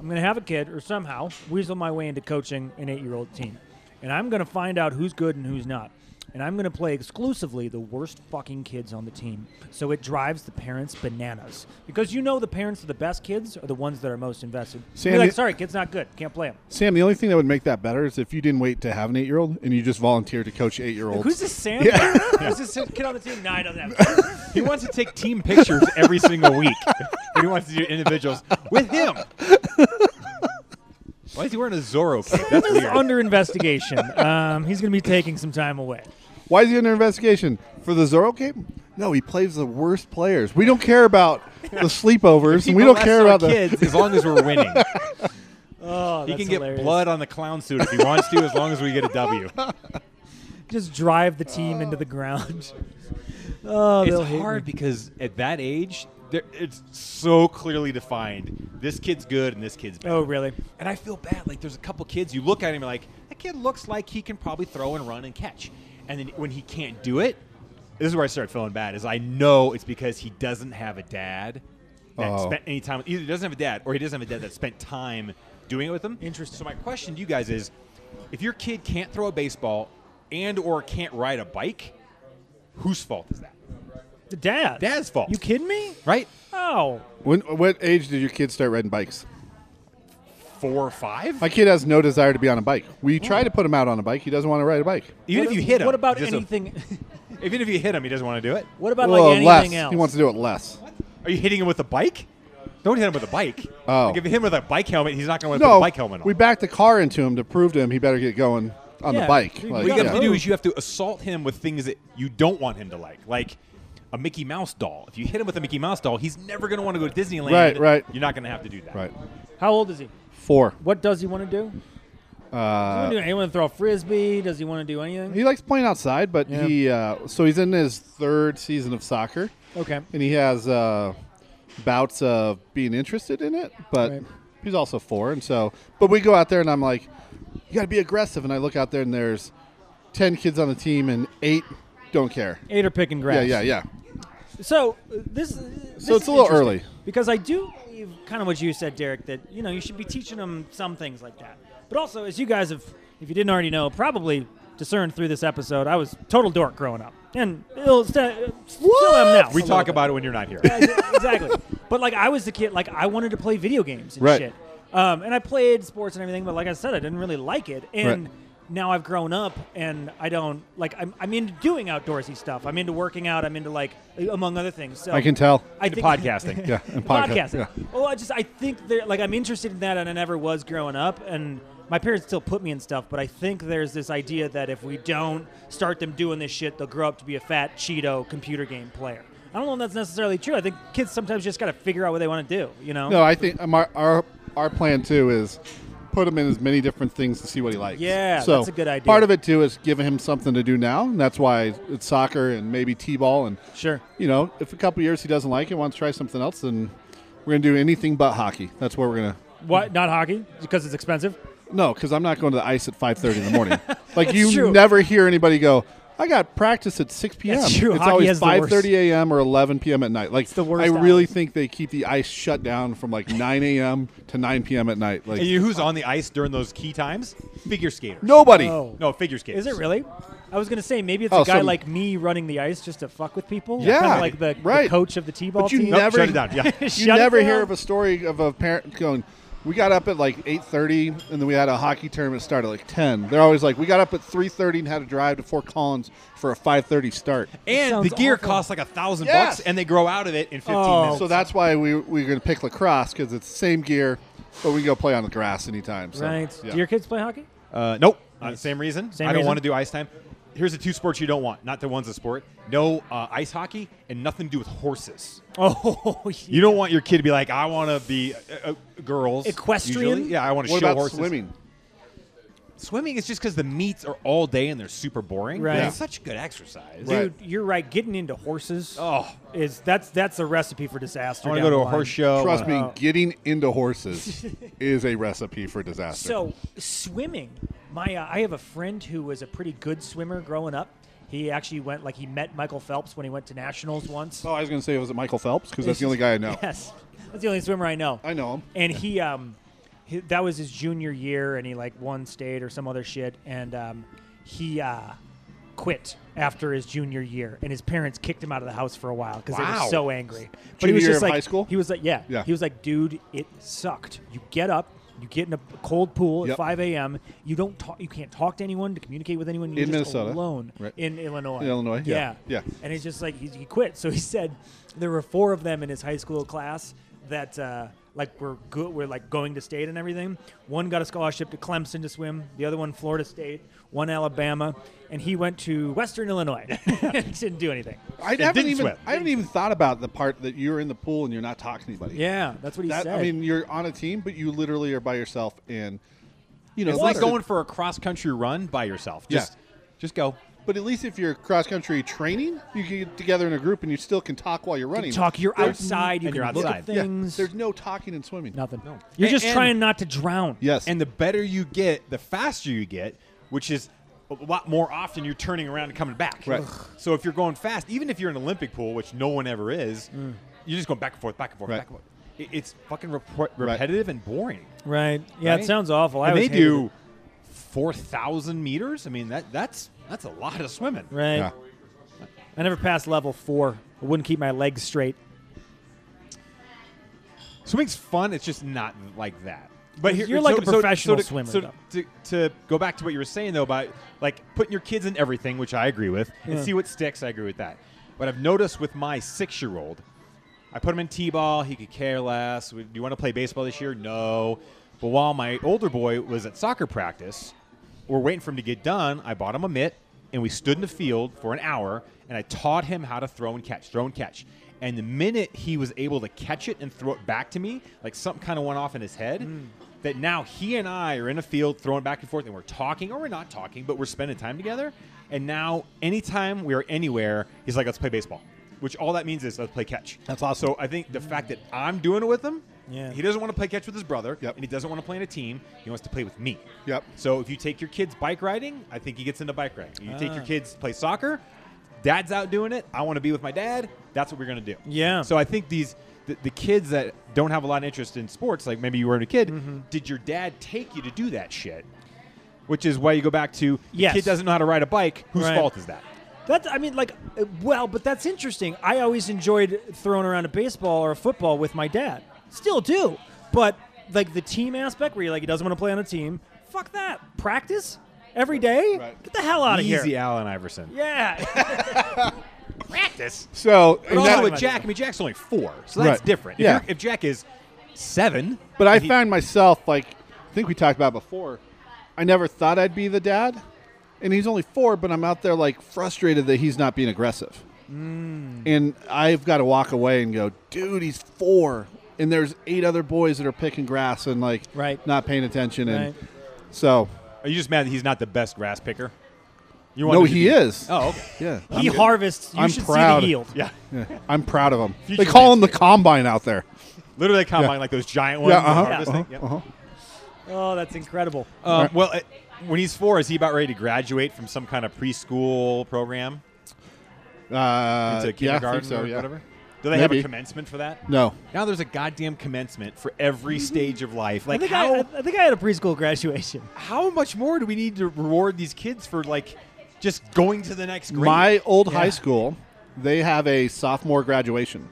[SPEAKER 2] I'm going to have a kid or somehow weasel my way into coaching an 8-year-old team. And I'm going to find out who's good and who's not. And I'm going to play exclusively the worst fucking kids on the team. So it drives the parents bananas. Because you know the parents of the best kids are the ones that are most invested.
[SPEAKER 3] Sam,
[SPEAKER 2] You're
[SPEAKER 3] you-
[SPEAKER 2] like, sorry, kid's not good. Can't play him.
[SPEAKER 3] Sam, the only thing that would make that better is if you didn't wait to have an eight-year-old and you just volunteered to coach eight-year-olds.
[SPEAKER 2] Who's this Sam?
[SPEAKER 3] Yeah.
[SPEAKER 2] Who's this kid on the team? Nah, he doesn't have
[SPEAKER 1] He wants to take team pictures every single week. But he wants to do individuals with him. Why is he wearing a Zorro cape? That's
[SPEAKER 2] He's
[SPEAKER 1] weird.
[SPEAKER 2] under investigation. Um, he's going to be taking some time away.
[SPEAKER 3] Why is he under investigation for the Zorro game? No, he plays the worst players. We don't care about the sleepovers, and we don't
[SPEAKER 1] Molest
[SPEAKER 3] care
[SPEAKER 1] our
[SPEAKER 3] about the.
[SPEAKER 1] kids as long as we're winning.
[SPEAKER 2] Oh,
[SPEAKER 1] he
[SPEAKER 2] that's
[SPEAKER 1] can get
[SPEAKER 2] hilarious.
[SPEAKER 1] blood on the clown suit if he wants to, as long as we get a W.
[SPEAKER 2] just drive the team into the ground. Oh, they'll
[SPEAKER 1] It's
[SPEAKER 2] hate
[SPEAKER 1] hard
[SPEAKER 2] me.
[SPEAKER 1] because at that age, there, it's so clearly defined. This kid's good and this kid's bad.
[SPEAKER 2] Oh, really?
[SPEAKER 1] And I feel bad. Like there's a couple kids you look at him and you're like that kid looks like he can probably throw and run and catch, and then when he can't do it, this is where I start feeling bad. Is I know it's because he doesn't have a dad that
[SPEAKER 3] Oh.
[SPEAKER 1] spent any time either he doesn't have a dad or he doesn't have a dad that spent time doing it with him.
[SPEAKER 2] Interesting.
[SPEAKER 1] So my question to you guys is, if your kid can't throw a baseball and or can't ride a bike, whose fault is that?
[SPEAKER 2] The dad.
[SPEAKER 1] Dad's fault.
[SPEAKER 2] You kidding me?
[SPEAKER 1] Right?
[SPEAKER 2] Oh,
[SPEAKER 3] When, what age did your kids start riding bikes?
[SPEAKER 1] Four or five?
[SPEAKER 3] My kid has no desire to be on a bike. We try to put him out on a bike. He doesn't want to ride a bike.
[SPEAKER 1] even
[SPEAKER 2] What
[SPEAKER 1] if you
[SPEAKER 2] ab-
[SPEAKER 1] hit him,
[SPEAKER 2] What about
[SPEAKER 1] he doesn't-
[SPEAKER 2] anything?
[SPEAKER 1] Even if you hit him, he doesn't want to do it.
[SPEAKER 2] what about
[SPEAKER 3] Well,
[SPEAKER 2] like anything
[SPEAKER 3] less.
[SPEAKER 2] else?
[SPEAKER 3] He wants to do it less.
[SPEAKER 1] Are you hitting him with a bike? Don't hit him with a bike.
[SPEAKER 3] Oh.
[SPEAKER 1] Like if you hit him with a bike helmet, he's not going to put
[SPEAKER 3] No,
[SPEAKER 1] a bike helmet on.
[SPEAKER 3] we backed the car into him to prove to him he better get going on
[SPEAKER 2] Yeah,
[SPEAKER 3] the bike.
[SPEAKER 2] dude,
[SPEAKER 3] Like,
[SPEAKER 1] what you
[SPEAKER 2] Yeah.
[SPEAKER 1] have to do is you have to assault him with things that you don't want him to like, like a Mickey Mouse doll. If you hit him with a Mickey Mouse doll, he's never going to want to go to Disneyland.
[SPEAKER 3] Right, right.
[SPEAKER 1] You're not going to have to do that.
[SPEAKER 3] right.
[SPEAKER 2] How old is he?
[SPEAKER 3] Four.
[SPEAKER 2] What does he want to do?
[SPEAKER 3] Uh,
[SPEAKER 2] Does he wanna do- he want to throw a frisbee? Does he want to do anything?
[SPEAKER 3] he likes playing outside, but
[SPEAKER 2] Yeah.
[SPEAKER 3] he uh, so he's in his third season of soccer,
[SPEAKER 2] Okay.
[SPEAKER 3] and he has uh, bouts of being interested in it, but
[SPEAKER 2] Right.
[SPEAKER 3] he's also four, and so. But we go out there, and I'm like, you got to be aggressive, and I look out there, and there's ten kids on the team, and eight don't care.
[SPEAKER 2] Eight are picking grass.
[SPEAKER 3] Yeah, yeah, yeah.
[SPEAKER 2] So uh, this. So
[SPEAKER 3] So it's a little early.
[SPEAKER 2] because I do believe kind of what you said, Derek. That you know you should be teaching them some things like that. But also, as you guys have, if you didn't already know, probably discerned through this episode, I was total dork growing up, and it'll st- still am now.
[SPEAKER 1] We
[SPEAKER 2] a
[SPEAKER 1] talk
[SPEAKER 2] little bit.
[SPEAKER 1] about it when you're not here.
[SPEAKER 2] exactly. But like I was the kid, like I wanted to play video games and
[SPEAKER 3] Right.
[SPEAKER 2] shit. Um, and I played sports and everything, but like I said, I didn't really like it. And
[SPEAKER 3] Right.
[SPEAKER 2] now I've grown up, and I don't like. I'm, I'm into doing outdoorsy stuff. I'm into working out. I'm into like among other things. So
[SPEAKER 3] I can tell.
[SPEAKER 2] I
[SPEAKER 1] Into
[SPEAKER 2] think
[SPEAKER 1] podcasting.
[SPEAKER 3] Yeah, and podcast,
[SPEAKER 2] podcasting. Well, I just I think there like I'm interested in that, and I never was growing up, and my parents still put me in stuff. But I think there's this idea that if we don't start them doing this shit, they'll grow up to be a fat Cheeto computer game player. I don't know if that's necessarily true. I think kids sometimes just got to figure out what they want to do. You know?
[SPEAKER 3] No, I think um, our, our our plan too is put him in as many different things to see what he likes.
[SPEAKER 2] Yeah,
[SPEAKER 3] so
[SPEAKER 2] that's a good idea.
[SPEAKER 3] Part of it too is giving him something to do now, and that's why it's soccer and maybe t-ball and
[SPEAKER 2] Sure.
[SPEAKER 3] you know, if a couple years he doesn't like it, wants to try something else, then we're gonna do anything but hockey. That's what we're gonna.
[SPEAKER 2] What? Not hockey because it's expensive.
[SPEAKER 3] No, because I'm not going to the ice at 5:30 in the morning. like you
[SPEAKER 2] true.
[SPEAKER 3] never hear anybody go. I got practice at 6 p.m.
[SPEAKER 2] That's true.
[SPEAKER 3] It's
[SPEAKER 2] Hockey
[SPEAKER 3] always
[SPEAKER 2] has the worst.
[SPEAKER 3] 5:30 a.m. or 11 p.m. at night. Like
[SPEAKER 2] the worst
[SPEAKER 3] I
[SPEAKER 2] hour.
[SPEAKER 3] really think they keep the ice shut down from like 9 a.m. to 9 p.m. at night. Like
[SPEAKER 1] And you know who's on the ice during those key times? Figure skaters.
[SPEAKER 3] nobody.
[SPEAKER 2] Oh.
[SPEAKER 1] No, figure skaters.
[SPEAKER 2] Is it really? I was gonna say maybe it's
[SPEAKER 3] Oh,
[SPEAKER 2] a guy
[SPEAKER 3] some-
[SPEAKER 2] like me running the ice just to fuck with people.
[SPEAKER 3] Yeah,
[SPEAKER 2] Kinda like the, the
[SPEAKER 3] right.
[SPEAKER 2] coach of the t-ball
[SPEAKER 3] But you
[SPEAKER 2] team.
[SPEAKER 1] Nope,
[SPEAKER 3] Never-
[SPEAKER 1] shut it down. Yeah.
[SPEAKER 3] You
[SPEAKER 2] Shut it
[SPEAKER 3] never hear
[SPEAKER 2] down.
[SPEAKER 3] of a story of a parent going, "We got up at like 8:30, and then we had a hockey tournament start at like 10." They're always like, "We got up at 3:30 and had to drive to Fort Collins for a 5:30 start."
[SPEAKER 1] and the
[SPEAKER 2] sounds
[SPEAKER 1] gear
[SPEAKER 2] awful.
[SPEAKER 1] costs like a thousand
[SPEAKER 3] Yes.
[SPEAKER 1] bucks, and they grow out of it in fifteen
[SPEAKER 2] Oh.
[SPEAKER 1] minutes.
[SPEAKER 3] So that's why we we're gonna pick lacrosse because it's the same gear, but we can go play on the grass anytime. So,
[SPEAKER 2] right.
[SPEAKER 3] yeah.
[SPEAKER 2] Do your kids play hockey?
[SPEAKER 1] Uh, nope. Uh, same reason.
[SPEAKER 2] Same
[SPEAKER 1] I don't
[SPEAKER 2] reason?
[SPEAKER 1] want to do ice time. Here's the two sports you don't want. Not the one's a sport. No uh, ice hockey and nothing to do with horses.
[SPEAKER 2] Oh,
[SPEAKER 1] You don't want your kid to be like, I want to be uh, uh, girls.
[SPEAKER 2] Equestrian?
[SPEAKER 1] usually. Yeah, I want to
[SPEAKER 3] What
[SPEAKER 1] show
[SPEAKER 3] about
[SPEAKER 1] horses.
[SPEAKER 3] swimming?
[SPEAKER 1] Swimming is just because the meets are all day and they're super boring.
[SPEAKER 2] Right.
[SPEAKER 1] But
[SPEAKER 2] Yeah.
[SPEAKER 1] It's such good exercise.
[SPEAKER 3] Right.
[SPEAKER 2] dude, you're right. Getting into horses
[SPEAKER 1] Oh.
[SPEAKER 2] is that's that's a recipe for disaster.
[SPEAKER 1] I want to go
[SPEAKER 2] down
[SPEAKER 1] to
[SPEAKER 2] the
[SPEAKER 1] a
[SPEAKER 2] line.
[SPEAKER 1] horse show.
[SPEAKER 3] Trust me,
[SPEAKER 1] Uh,
[SPEAKER 3] getting into horses is a recipe for disaster.
[SPEAKER 2] So swimming, my uh, I have a friend who was a pretty good swimmer growing up. He actually went like he met Michael Phelps when he went to nationals once.
[SPEAKER 3] oh, I was gonna say was it Michael Phelps because that's the only guy I know.
[SPEAKER 2] Yes, that's the only swimmer I know.
[SPEAKER 3] I know him.
[SPEAKER 2] And he, um, he, that was his junior year, and he like won state or some other shit, and um, he uh, quit after his junior year, and his parents kicked him out of the house for a while because they
[SPEAKER 1] Wow.
[SPEAKER 2] were so angry. he
[SPEAKER 3] Junior
[SPEAKER 2] was
[SPEAKER 3] year
[SPEAKER 2] just
[SPEAKER 3] of
[SPEAKER 2] like
[SPEAKER 3] high school?
[SPEAKER 2] He was like, yeah,
[SPEAKER 3] Yeah.
[SPEAKER 2] He was like, dude, it sucked. You get up. You get in a cold pool at
[SPEAKER 3] Yep.
[SPEAKER 2] 5 a.m. You don't talk. You can't talk to anyone to communicate with anyone. You're
[SPEAKER 3] In
[SPEAKER 2] just
[SPEAKER 3] Minnesota.
[SPEAKER 2] alone
[SPEAKER 3] Right.
[SPEAKER 2] in Illinois.
[SPEAKER 3] In Illinois, yeah. Yeah.
[SPEAKER 2] And it's just like he, he quit. So he said there were four of them in his high school class that uh, like were good, were like going to state and everything. One got a scholarship to Clemson to swim. The other one Florida State. One Alabama, and he went to Western Illinois. Didn't do anything.
[SPEAKER 3] I
[SPEAKER 1] It
[SPEAKER 3] haven't
[SPEAKER 1] didn't
[SPEAKER 3] even
[SPEAKER 1] sweat.
[SPEAKER 3] I haven't even thought about the part that you're in the pool and you're not talking to anybody.
[SPEAKER 2] Yeah, that's what he
[SPEAKER 3] That,
[SPEAKER 2] said.
[SPEAKER 3] I mean, you're on a team, but you literally are by yourself, and you know,
[SPEAKER 1] It's
[SPEAKER 3] at
[SPEAKER 1] like
[SPEAKER 3] least-
[SPEAKER 1] going for a cross country run by yourself.
[SPEAKER 3] Yeah.
[SPEAKER 1] Just, just go.
[SPEAKER 3] But at least if you're cross country training, you can get together in a group and you still can talk while you're running.
[SPEAKER 2] talk. You're
[SPEAKER 3] There's-
[SPEAKER 2] outside. You
[SPEAKER 1] and
[SPEAKER 2] can
[SPEAKER 1] you're
[SPEAKER 2] look at
[SPEAKER 1] outside.
[SPEAKER 3] Yeah,
[SPEAKER 2] things.
[SPEAKER 3] there's no talking in swimming.
[SPEAKER 2] nothing. You're
[SPEAKER 1] And-
[SPEAKER 2] just
[SPEAKER 1] and-
[SPEAKER 2] trying not to drown.
[SPEAKER 3] Yes.
[SPEAKER 1] And the better you get, the faster you get, which is a lot more often you're turning around and coming back.
[SPEAKER 3] Right.
[SPEAKER 1] So if you're going fast, even if you're in an Olympic pool, which no one ever is, you're just going back and forth, back and forth,
[SPEAKER 3] Mm. Right.
[SPEAKER 1] back and forth. It- It's fucking rep- repetitive and boring.
[SPEAKER 2] Right. Yeah,
[SPEAKER 1] right?
[SPEAKER 2] it sounds awful. I
[SPEAKER 1] And they
[SPEAKER 2] always hated
[SPEAKER 1] do
[SPEAKER 2] it.
[SPEAKER 1] four thousand meters. I mean that that's that's a lot of swimming.
[SPEAKER 2] Right.
[SPEAKER 3] Yeah.
[SPEAKER 2] I never passed level four. I wouldn't keep my legs straight.
[SPEAKER 1] Swimming's fun. It's just not like that. But here,
[SPEAKER 2] You're like
[SPEAKER 1] so-
[SPEAKER 2] a
[SPEAKER 1] so- so
[SPEAKER 2] professional
[SPEAKER 1] to-
[SPEAKER 2] swimmer,
[SPEAKER 1] So
[SPEAKER 2] though.
[SPEAKER 1] to, to go back to what you were saying though about like putting your kids in everything, which I agree with, and
[SPEAKER 2] Yeah.
[SPEAKER 1] see what sticks. I agree with that. But I've noticed with my six-year-old, I put him in t-ball. He could care less. Do you want to play baseball this year? No. But while my older boy was at soccer practice, we're waiting for him to get done. I bought him a mitt, and we stood in the field for an hour, and I taught him how to throw and catch, throw and catch. And the minute he was able to catch it and throw it back to me, like something kind of went off in his head. That now he and I are in a field throwing back and forth, and we're talking, or we're not talking, but we're spending time together. And now, anytime we are anywhere, he's like, "Let's play baseball," which all that means is let's play catch.
[SPEAKER 3] That's awesome.
[SPEAKER 1] So I think the fact that I'm doing it with him,
[SPEAKER 2] Yeah.
[SPEAKER 1] he doesn't want to play catch with his brother,
[SPEAKER 3] Yep.
[SPEAKER 1] and he doesn't want to play in a team. He wants to play with me.
[SPEAKER 3] Yep.
[SPEAKER 1] So if you take your kids bike riding, I think he gets into bike riding. You
[SPEAKER 2] Ah.
[SPEAKER 1] take your kids to play soccer, dad's out doing it. I want to be with my dad. That's what we're gonna do.
[SPEAKER 2] Yeah.
[SPEAKER 1] So I think these the, the kids that don't have a lot of interest in sports, like maybe you were a kid,
[SPEAKER 2] Mm-hmm.
[SPEAKER 1] did your dad take you to do that shit? Which is why you go back to the
[SPEAKER 2] Yes.
[SPEAKER 1] kid doesn't know how to ride a bike. Whose
[SPEAKER 2] Right.
[SPEAKER 1] fault is that?
[SPEAKER 2] That's, I mean, like, uh, well, but that's interesting. I always enjoyed throwing around a baseball or a football with my dad. Still do. But, like, the team aspect where you're like, he doesn't want to play on a team, fuck that. Practice every day?
[SPEAKER 3] Right.
[SPEAKER 2] Get the hell out of
[SPEAKER 1] Easy,
[SPEAKER 2] here.
[SPEAKER 1] Allen Iverson.
[SPEAKER 2] Yeah.
[SPEAKER 1] Practice.
[SPEAKER 3] So,
[SPEAKER 1] But
[SPEAKER 3] and
[SPEAKER 1] also
[SPEAKER 3] that-
[SPEAKER 1] with Jack, I mean, Jack's only four, so that's
[SPEAKER 3] Right.
[SPEAKER 1] different. If,
[SPEAKER 3] Yeah.
[SPEAKER 1] you're- if Jack is seven,
[SPEAKER 3] but I
[SPEAKER 1] and he-
[SPEAKER 3] found myself like I think we talked about before. I never thought I'd be the dad, and he's only four, but I'm out there like frustrated that he's not being aggressive. And I've got to walk away and go, dude, he's four. and there's eight other boys that are picking grass and like
[SPEAKER 2] Right.
[SPEAKER 3] not paying attention and
[SPEAKER 2] Right.
[SPEAKER 3] so
[SPEAKER 1] Are you just mad that he's not the best grass picker? You
[SPEAKER 3] no
[SPEAKER 1] wanted to
[SPEAKER 3] he
[SPEAKER 1] be-
[SPEAKER 3] is
[SPEAKER 1] Oh, okay.
[SPEAKER 3] yeah
[SPEAKER 2] He harvests. You
[SPEAKER 3] I'm
[SPEAKER 2] should
[SPEAKER 3] proud.
[SPEAKER 2] see the yield.
[SPEAKER 1] yeah.
[SPEAKER 3] Yeah. I'm proud of him
[SPEAKER 1] Future
[SPEAKER 3] they call him the combine out there
[SPEAKER 1] Literally combine like those giant ones.
[SPEAKER 3] Yeah,
[SPEAKER 1] and
[SPEAKER 3] uh-huh,
[SPEAKER 1] harvesting.
[SPEAKER 3] uh-huh,
[SPEAKER 1] Yep.
[SPEAKER 3] uh-huh.
[SPEAKER 2] Oh, that's incredible.
[SPEAKER 1] Um, well, uh, when he's four, is he about ready to graduate from some kind of preschool program
[SPEAKER 3] Uh,
[SPEAKER 1] to
[SPEAKER 3] yeah, I think
[SPEAKER 1] kindergarten
[SPEAKER 3] so,
[SPEAKER 1] or
[SPEAKER 3] yeah.
[SPEAKER 1] whatever? Do they have a
[SPEAKER 3] Maybe.
[SPEAKER 1] commencement for that?
[SPEAKER 3] No, Mm-hmm.
[SPEAKER 1] Now there's a goddamn commencement for every stage of life.
[SPEAKER 2] I
[SPEAKER 1] Like
[SPEAKER 2] think
[SPEAKER 1] how
[SPEAKER 2] I, I think I had a preschool graduation.
[SPEAKER 1] how much more do we need to reward these kids for like just going to the next grade?
[SPEAKER 3] my old
[SPEAKER 2] Yeah.
[SPEAKER 3] high school, they have a sophomore graduation,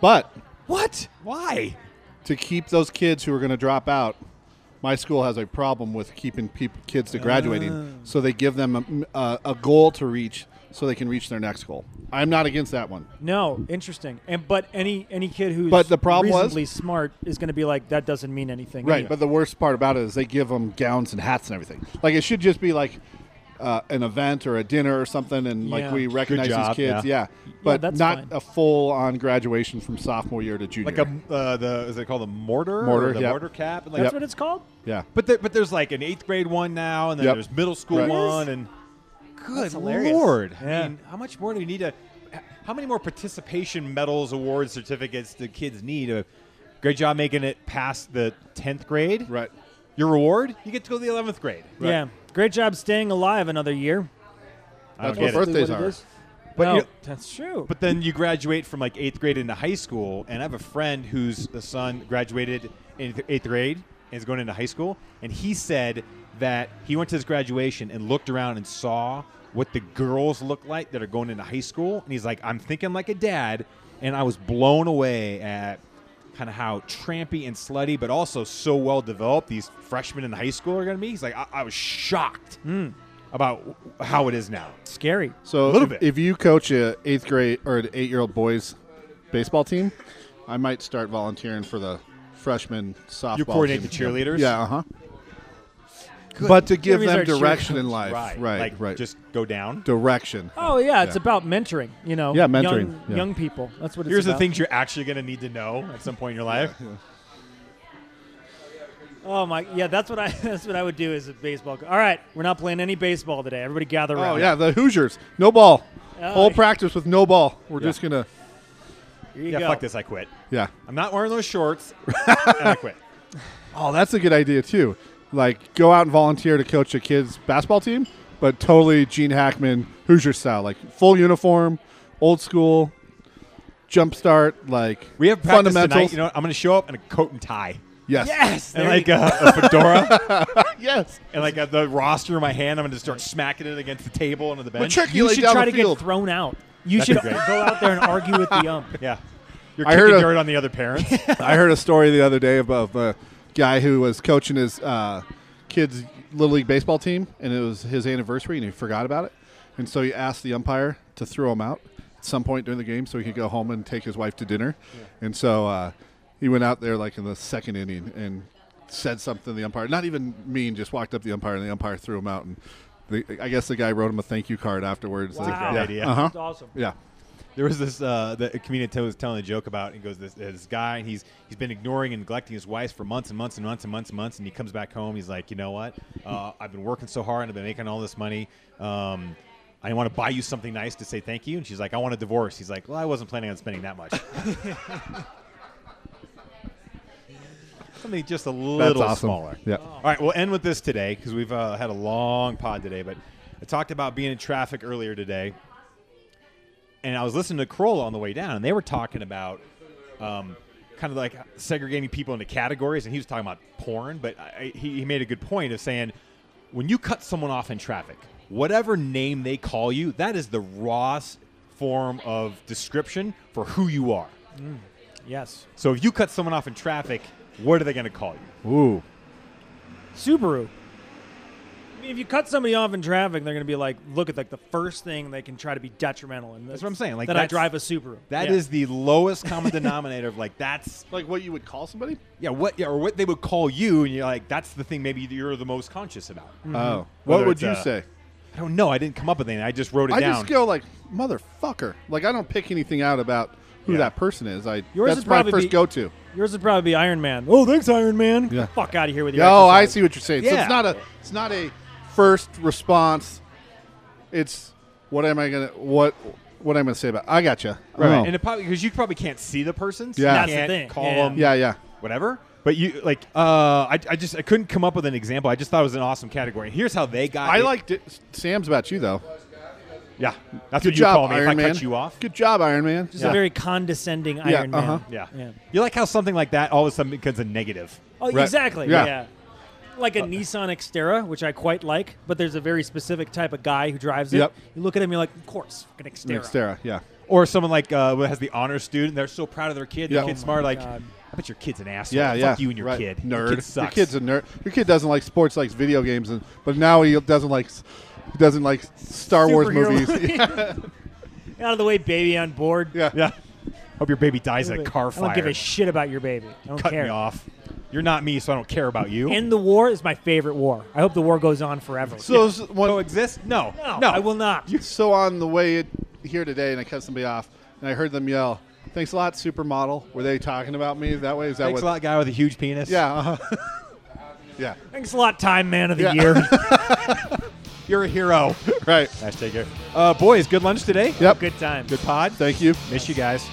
[SPEAKER 3] but
[SPEAKER 1] what? Why?
[SPEAKER 3] to keep those kids who are going to drop out, my school has a problem with keeping peop kids to graduating. So they give them a, a, a goal to reach so they can reach their next goal. I'm not against that one.
[SPEAKER 2] No, interesting. And but any any kid who's
[SPEAKER 3] But the problem was-
[SPEAKER 2] reasonably smart is going to be like that doesn't mean anything.
[SPEAKER 3] Right.
[SPEAKER 2] anyway.
[SPEAKER 3] But the worst part about it is they give them gowns and hats and everything. Like it should just be like uh, an event or a dinner or something, and like
[SPEAKER 2] Yeah.
[SPEAKER 3] we recognize
[SPEAKER 1] job,
[SPEAKER 3] these kids.
[SPEAKER 1] yeah.
[SPEAKER 3] Yeah. But
[SPEAKER 2] that's
[SPEAKER 3] not
[SPEAKER 2] fine.
[SPEAKER 3] a full on graduation from sophomore year to junior.
[SPEAKER 1] Like a uh, the is it called a mortar?
[SPEAKER 3] Mortar,
[SPEAKER 1] Or the
[SPEAKER 3] yep.
[SPEAKER 1] mortar cap. Like,
[SPEAKER 2] that's
[SPEAKER 3] Yep.
[SPEAKER 2] what it's called.
[SPEAKER 3] yeah.
[SPEAKER 1] But there, but there's like an eighth grade one now, and then
[SPEAKER 3] Yep.
[SPEAKER 1] there's middle school
[SPEAKER 3] Right.
[SPEAKER 1] one, and good
[SPEAKER 2] That's hilarious.
[SPEAKER 1] lord! I
[SPEAKER 2] Yeah.
[SPEAKER 1] mean, how much more do we need to? How many more participation medals, awards, certificates do kids need? A great job making it past the tenth grade.
[SPEAKER 3] Right.
[SPEAKER 1] Your reward? You get to go to the eleventh grade.
[SPEAKER 2] Yeah. Great job staying alive another year.
[SPEAKER 1] I don't get
[SPEAKER 3] That's what
[SPEAKER 1] it.
[SPEAKER 3] birth-
[SPEAKER 2] Basically
[SPEAKER 3] Birthdays
[SPEAKER 2] what it
[SPEAKER 3] are.
[SPEAKER 2] is.
[SPEAKER 1] But
[SPEAKER 2] No,
[SPEAKER 1] you-
[SPEAKER 2] that's true.
[SPEAKER 1] But then you graduate from like eighth grade into high school, and I have a friend whose son graduated in th- eighth grade and is going into high school, and he said that he went to his graduation and looked around and saw what the girls look like that are going into high school, and he's like, I'm thinking like a dad, and I was blown away at kind of how trampy and slutty, but also so well developed these freshmen in high school are going to be. He's like, I, I was shocked
[SPEAKER 3] Hmm.
[SPEAKER 1] about how it is now.
[SPEAKER 2] Scary.
[SPEAKER 3] So
[SPEAKER 1] A little
[SPEAKER 3] if,
[SPEAKER 1] bit.
[SPEAKER 3] if you coach a eighth grade or an eight year old boys baseball team, I might start volunteering for the freshman softball.
[SPEAKER 1] You coordinate
[SPEAKER 3] team.
[SPEAKER 1] the cheerleaders?
[SPEAKER 3] Yeah, uh huh. But to give
[SPEAKER 2] Jeremy's our
[SPEAKER 3] them
[SPEAKER 2] cheer
[SPEAKER 3] direction
[SPEAKER 2] coach.
[SPEAKER 3] in life, right, right,
[SPEAKER 1] like just go down.
[SPEAKER 3] direction.
[SPEAKER 2] Oh yeah, it's about mentoring. You know.
[SPEAKER 3] Yeah, mentoring,
[SPEAKER 2] Young,
[SPEAKER 3] yeah.
[SPEAKER 2] young people. That's what. It's
[SPEAKER 1] Here's the
[SPEAKER 2] about.
[SPEAKER 1] things you're actually going to need to know at some point in your life.
[SPEAKER 2] Oh my. Yeah, that's what I. That's what I would do as a baseball. co- All right, we're not playing any baseball today. Everybody gather
[SPEAKER 3] Oh
[SPEAKER 2] around.
[SPEAKER 3] yeah, the Hoosiers, no ball,
[SPEAKER 2] Oh,
[SPEAKER 3] whole
[SPEAKER 2] yeah.
[SPEAKER 3] practice with no ball. We're just gonna,
[SPEAKER 2] Here you
[SPEAKER 1] Yeah,
[SPEAKER 2] go.
[SPEAKER 1] fuck this. I quit.
[SPEAKER 3] yeah.
[SPEAKER 1] I'm not wearing those shorts. and I quit.
[SPEAKER 3] Oh, that's a good idea too. Like go out and volunteer to coach a kids basketball team, but totally Gene Hackman Hoosier style, like full uniform, old school, jump start, like
[SPEAKER 1] We have practice
[SPEAKER 3] fundamentals.
[SPEAKER 1] tonight. You know, what? I'm going to show up in a coat and tie
[SPEAKER 3] yes,
[SPEAKER 2] Yes.
[SPEAKER 1] and
[SPEAKER 2] there
[SPEAKER 1] like
[SPEAKER 2] you
[SPEAKER 1] a, a fedora
[SPEAKER 3] yes.
[SPEAKER 1] and like a, the roster in my hand. I'm going to start smacking it against the table and the bench.
[SPEAKER 3] Matriculate
[SPEAKER 2] You should
[SPEAKER 3] down
[SPEAKER 2] try
[SPEAKER 3] the
[SPEAKER 2] to
[SPEAKER 3] field.
[SPEAKER 2] get thrown out. You
[SPEAKER 1] That'd be
[SPEAKER 2] should
[SPEAKER 1] great.
[SPEAKER 2] go out there and argue with the ump.
[SPEAKER 1] Yeah, you're
[SPEAKER 3] I
[SPEAKER 1] kicking
[SPEAKER 3] heard a-
[SPEAKER 1] dirt on the other parents.
[SPEAKER 3] I heard a story the other day about a guy who was coaching his uh, kids' little league baseball team, and it was his anniversary, and he forgot about it, and so he asked the umpire to throw him out at some point during the game so he could go home and take his wife to dinner, and so uh, he went out there like in the second inning and said something to the umpire, not even mean, just walked up to the umpire, and the umpire threw him out, and the, I guess the guy wrote him a thank you card afterwards.
[SPEAKER 2] Wow.
[SPEAKER 3] Like,
[SPEAKER 1] Great
[SPEAKER 3] yeah.
[SPEAKER 1] idea.
[SPEAKER 3] Uh-huh.
[SPEAKER 2] That's awesome.
[SPEAKER 3] Yeah.
[SPEAKER 1] There was this uh, the comedian t- was telling a joke about. He goes, this, this guy, and he's he's been ignoring and neglecting his wife for months and months and months and months and months. And he comes back home. He's like, you know what? Uh, I've been working so hard. and I've been making all this money. Um, I want to buy you something nice to say thank you. And she's like, I want a divorce. He's like, Well, I wasn't planning on spending that much. something just a
[SPEAKER 3] That's
[SPEAKER 1] little
[SPEAKER 3] awesome.
[SPEAKER 1] smaller.
[SPEAKER 3] Yeah.
[SPEAKER 1] All right, we'll end with this today because we've uh, had a long pod today. But I talked about being in traffic earlier today, and I was listening to Kroll on the way down, and they were talking about um, kind of like segregating people into categories, and he was talking about porn. But I, I- he, he made a good point of saying when you cut someone off in traffic, whatever name they call you, that is the rawest form of description for who you are.
[SPEAKER 2] Yes.
[SPEAKER 1] So if you cut someone off in traffic, what are they going to call you?
[SPEAKER 3] Ooh.
[SPEAKER 2] Subaru. I mean, if you cut somebody off in traffic, they're going to be like, look at like the first thing they can try to be detrimental. And that's,
[SPEAKER 1] what I'm saying, like,
[SPEAKER 2] that I
[SPEAKER 1] that's-
[SPEAKER 2] drive a Subaru.
[SPEAKER 1] That
[SPEAKER 2] Yeah.
[SPEAKER 1] is the lowest common denominator of like that's
[SPEAKER 3] Like what you would call somebody?
[SPEAKER 1] yeah what yeah, or what they would call you and you're like that's the thing maybe you're the most conscious about.
[SPEAKER 3] Oh.
[SPEAKER 1] Whether
[SPEAKER 3] What would
[SPEAKER 1] it's,
[SPEAKER 3] you
[SPEAKER 1] uh,
[SPEAKER 3] say?
[SPEAKER 1] I don't know. I didn't come up with anything. I just wrote it
[SPEAKER 3] I
[SPEAKER 1] down.
[SPEAKER 3] just go like motherfucker. Like I don't pick anything out about who that person is. I
[SPEAKER 2] Yours
[SPEAKER 3] that's
[SPEAKER 2] would
[SPEAKER 3] my
[SPEAKER 2] probably
[SPEAKER 3] first
[SPEAKER 2] be-
[SPEAKER 3] go-to.
[SPEAKER 2] Yours would probably be Iron Man. Oh, thanks, Iron Man. Get
[SPEAKER 3] Yeah.
[SPEAKER 2] the fuck out of here with your.
[SPEAKER 3] Oh, I
[SPEAKER 2] exercise.
[SPEAKER 3] see what you're saying. So
[SPEAKER 2] Yeah.
[SPEAKER 3] it's not a it's not a first response. It's what am I gonna what what am I gonna say about? I gotcha. Oh.
[SPEAKER 1] And it probably because you probably can't see the person. So
[SPEAKER 3] Yeah.
[SPEAKER 1] you
[SPEAKER 3] That's
[SPEAKER 2] the
[SPEAKER 1] can't
[SPEAKER 2] thing.
[SPEAKER 1] Call
[SPEAKER 2] Yeah.
[SPEAKER 1] them.
[SPEAKER 3] yeah, yeah.
[SPEAKER 1] Whatever. But you like, uh, I, I just I couldn't come up with an example. I just thought it was an awesome category. Here's how they got.
[SPEAKER 3] I
[SPEAKER 1] it.
[SPEAKER 3] liked it. Sam's about you though.
[SPEAKER 1] Yeah, that's
[SPEAKER 3] Good
[SPEAKER 1] what
[SPEAKER 3] job,
[SPEAKER 1] you call me
[SPEAKER 3] Iron
[SPEAKER 1] if I
[SPEAKER 3] Man.
[SPEAKER 1] cut you off.
[SPEAKER 3] Good job, Iron Man.
[SPEAKER 2] Just a very condescending Iron
[SPEAKER 3] uh-huh.
[SPEAKER 2] Man.
[SPEAKER 1] Yeah.
[SPEAKER 2] Yeah.
[SPEAKER 1] You like how something like that all of a sudden becomes a negative.
[SPEAKER 2] Oh,
[SPEAKER 3] Right.
[SPEAKER 2] exactly.
[SPEAKER 3] Yeah.
[SPEAKER 2] Yeah. Like a Nissan Xterra, which I quite like, but there's a very specific type of guy who drives it.
[SPEAKER 3] Yep.
[SPEAKER 2] You look at him, you're like, of course, fucking Xterra.
[SPEAKER 3] Next Sarah, yeah.
[SPEAKER 1] Or someone like uh, who has the honor student, they're so proud of their kid.
[SPEAKER 3] Yeah.
[SPEAKER 1] Their kid's
[SPEAKER 3] Oh
[SPEAKER 1] smart. Like,
[SPEAKER 2] God.
[SPEAKER 1] I bet your kid's an asshole.
[SPEAKER 3] Yeah,
[SPEAKER 1] Fuck
[SPEAKER 3] yeah.
[SPEAKER 1] you and your
[SPEAKER 3] right.
[SPEAKER 1] kid.
[SPEAKER 3] Nerd.
[SPEAKER 1] Your kid sucks.
[SPEAKER 3] Your kid's a nerd. Your kid doesn't like sports, likes video games, and but now he doesn't like he doesn't like Star Wars
[SPEAKER 2] Superhero
[SPEAKER 3] movies. Yeah.
[SPEAKER 2] Get out of the way, baby on board.
[SPEAKER 3] yeah.
[SPEAKER 1] yeah. Hope your baby dies in
[SPEAKER 2] I
[SPEAKER 1] a car fire.
[SPEAKER 2] don't give a shit about your baby. I don't
[SPEAKER 1] Cut
[SPEAKER 2] care.
[SPEAKER 1] me off. You're not me, so I don't care about you.
[SPEAKER 2] End the war is my favorite war. I hope the war goes on forever.
[SPEAKER 3] So s- one,
[SPEAKER 1] coexist? No.
[SPEAKER 2] no, I will not.
[SPEAKER 3] so on the way it- here today, and I cut somebody off, and I heard them yell, "Thanks a lot, supermodel." Were they talking about me that way? Is that
[SPEAKER 1] Thanks
[SPEAKER 3] what?
[SPEAKER 1] a lot, guy with a huge penis.
[SPEAKER 3] Yeah. uh-huh. yeah.
[SPEAKER 2] Thanks a lot, Time Man of the
[SPEAKER 3] Yeah.
[SPEAKER 2] Year.
[SPEAKER 1] You're a hero.
[SPEAKER 3] Right.
[SPEAKER 1] Hashtag hero. Uh, boys, good lunch today.
[SPEAKER 3] Yep.
[SPEAKER 2] Good time.
[SPEAKER 1] Good pod.
[SPEAKER 3] Thank you.
[SPEAKER 1] Miss you guys.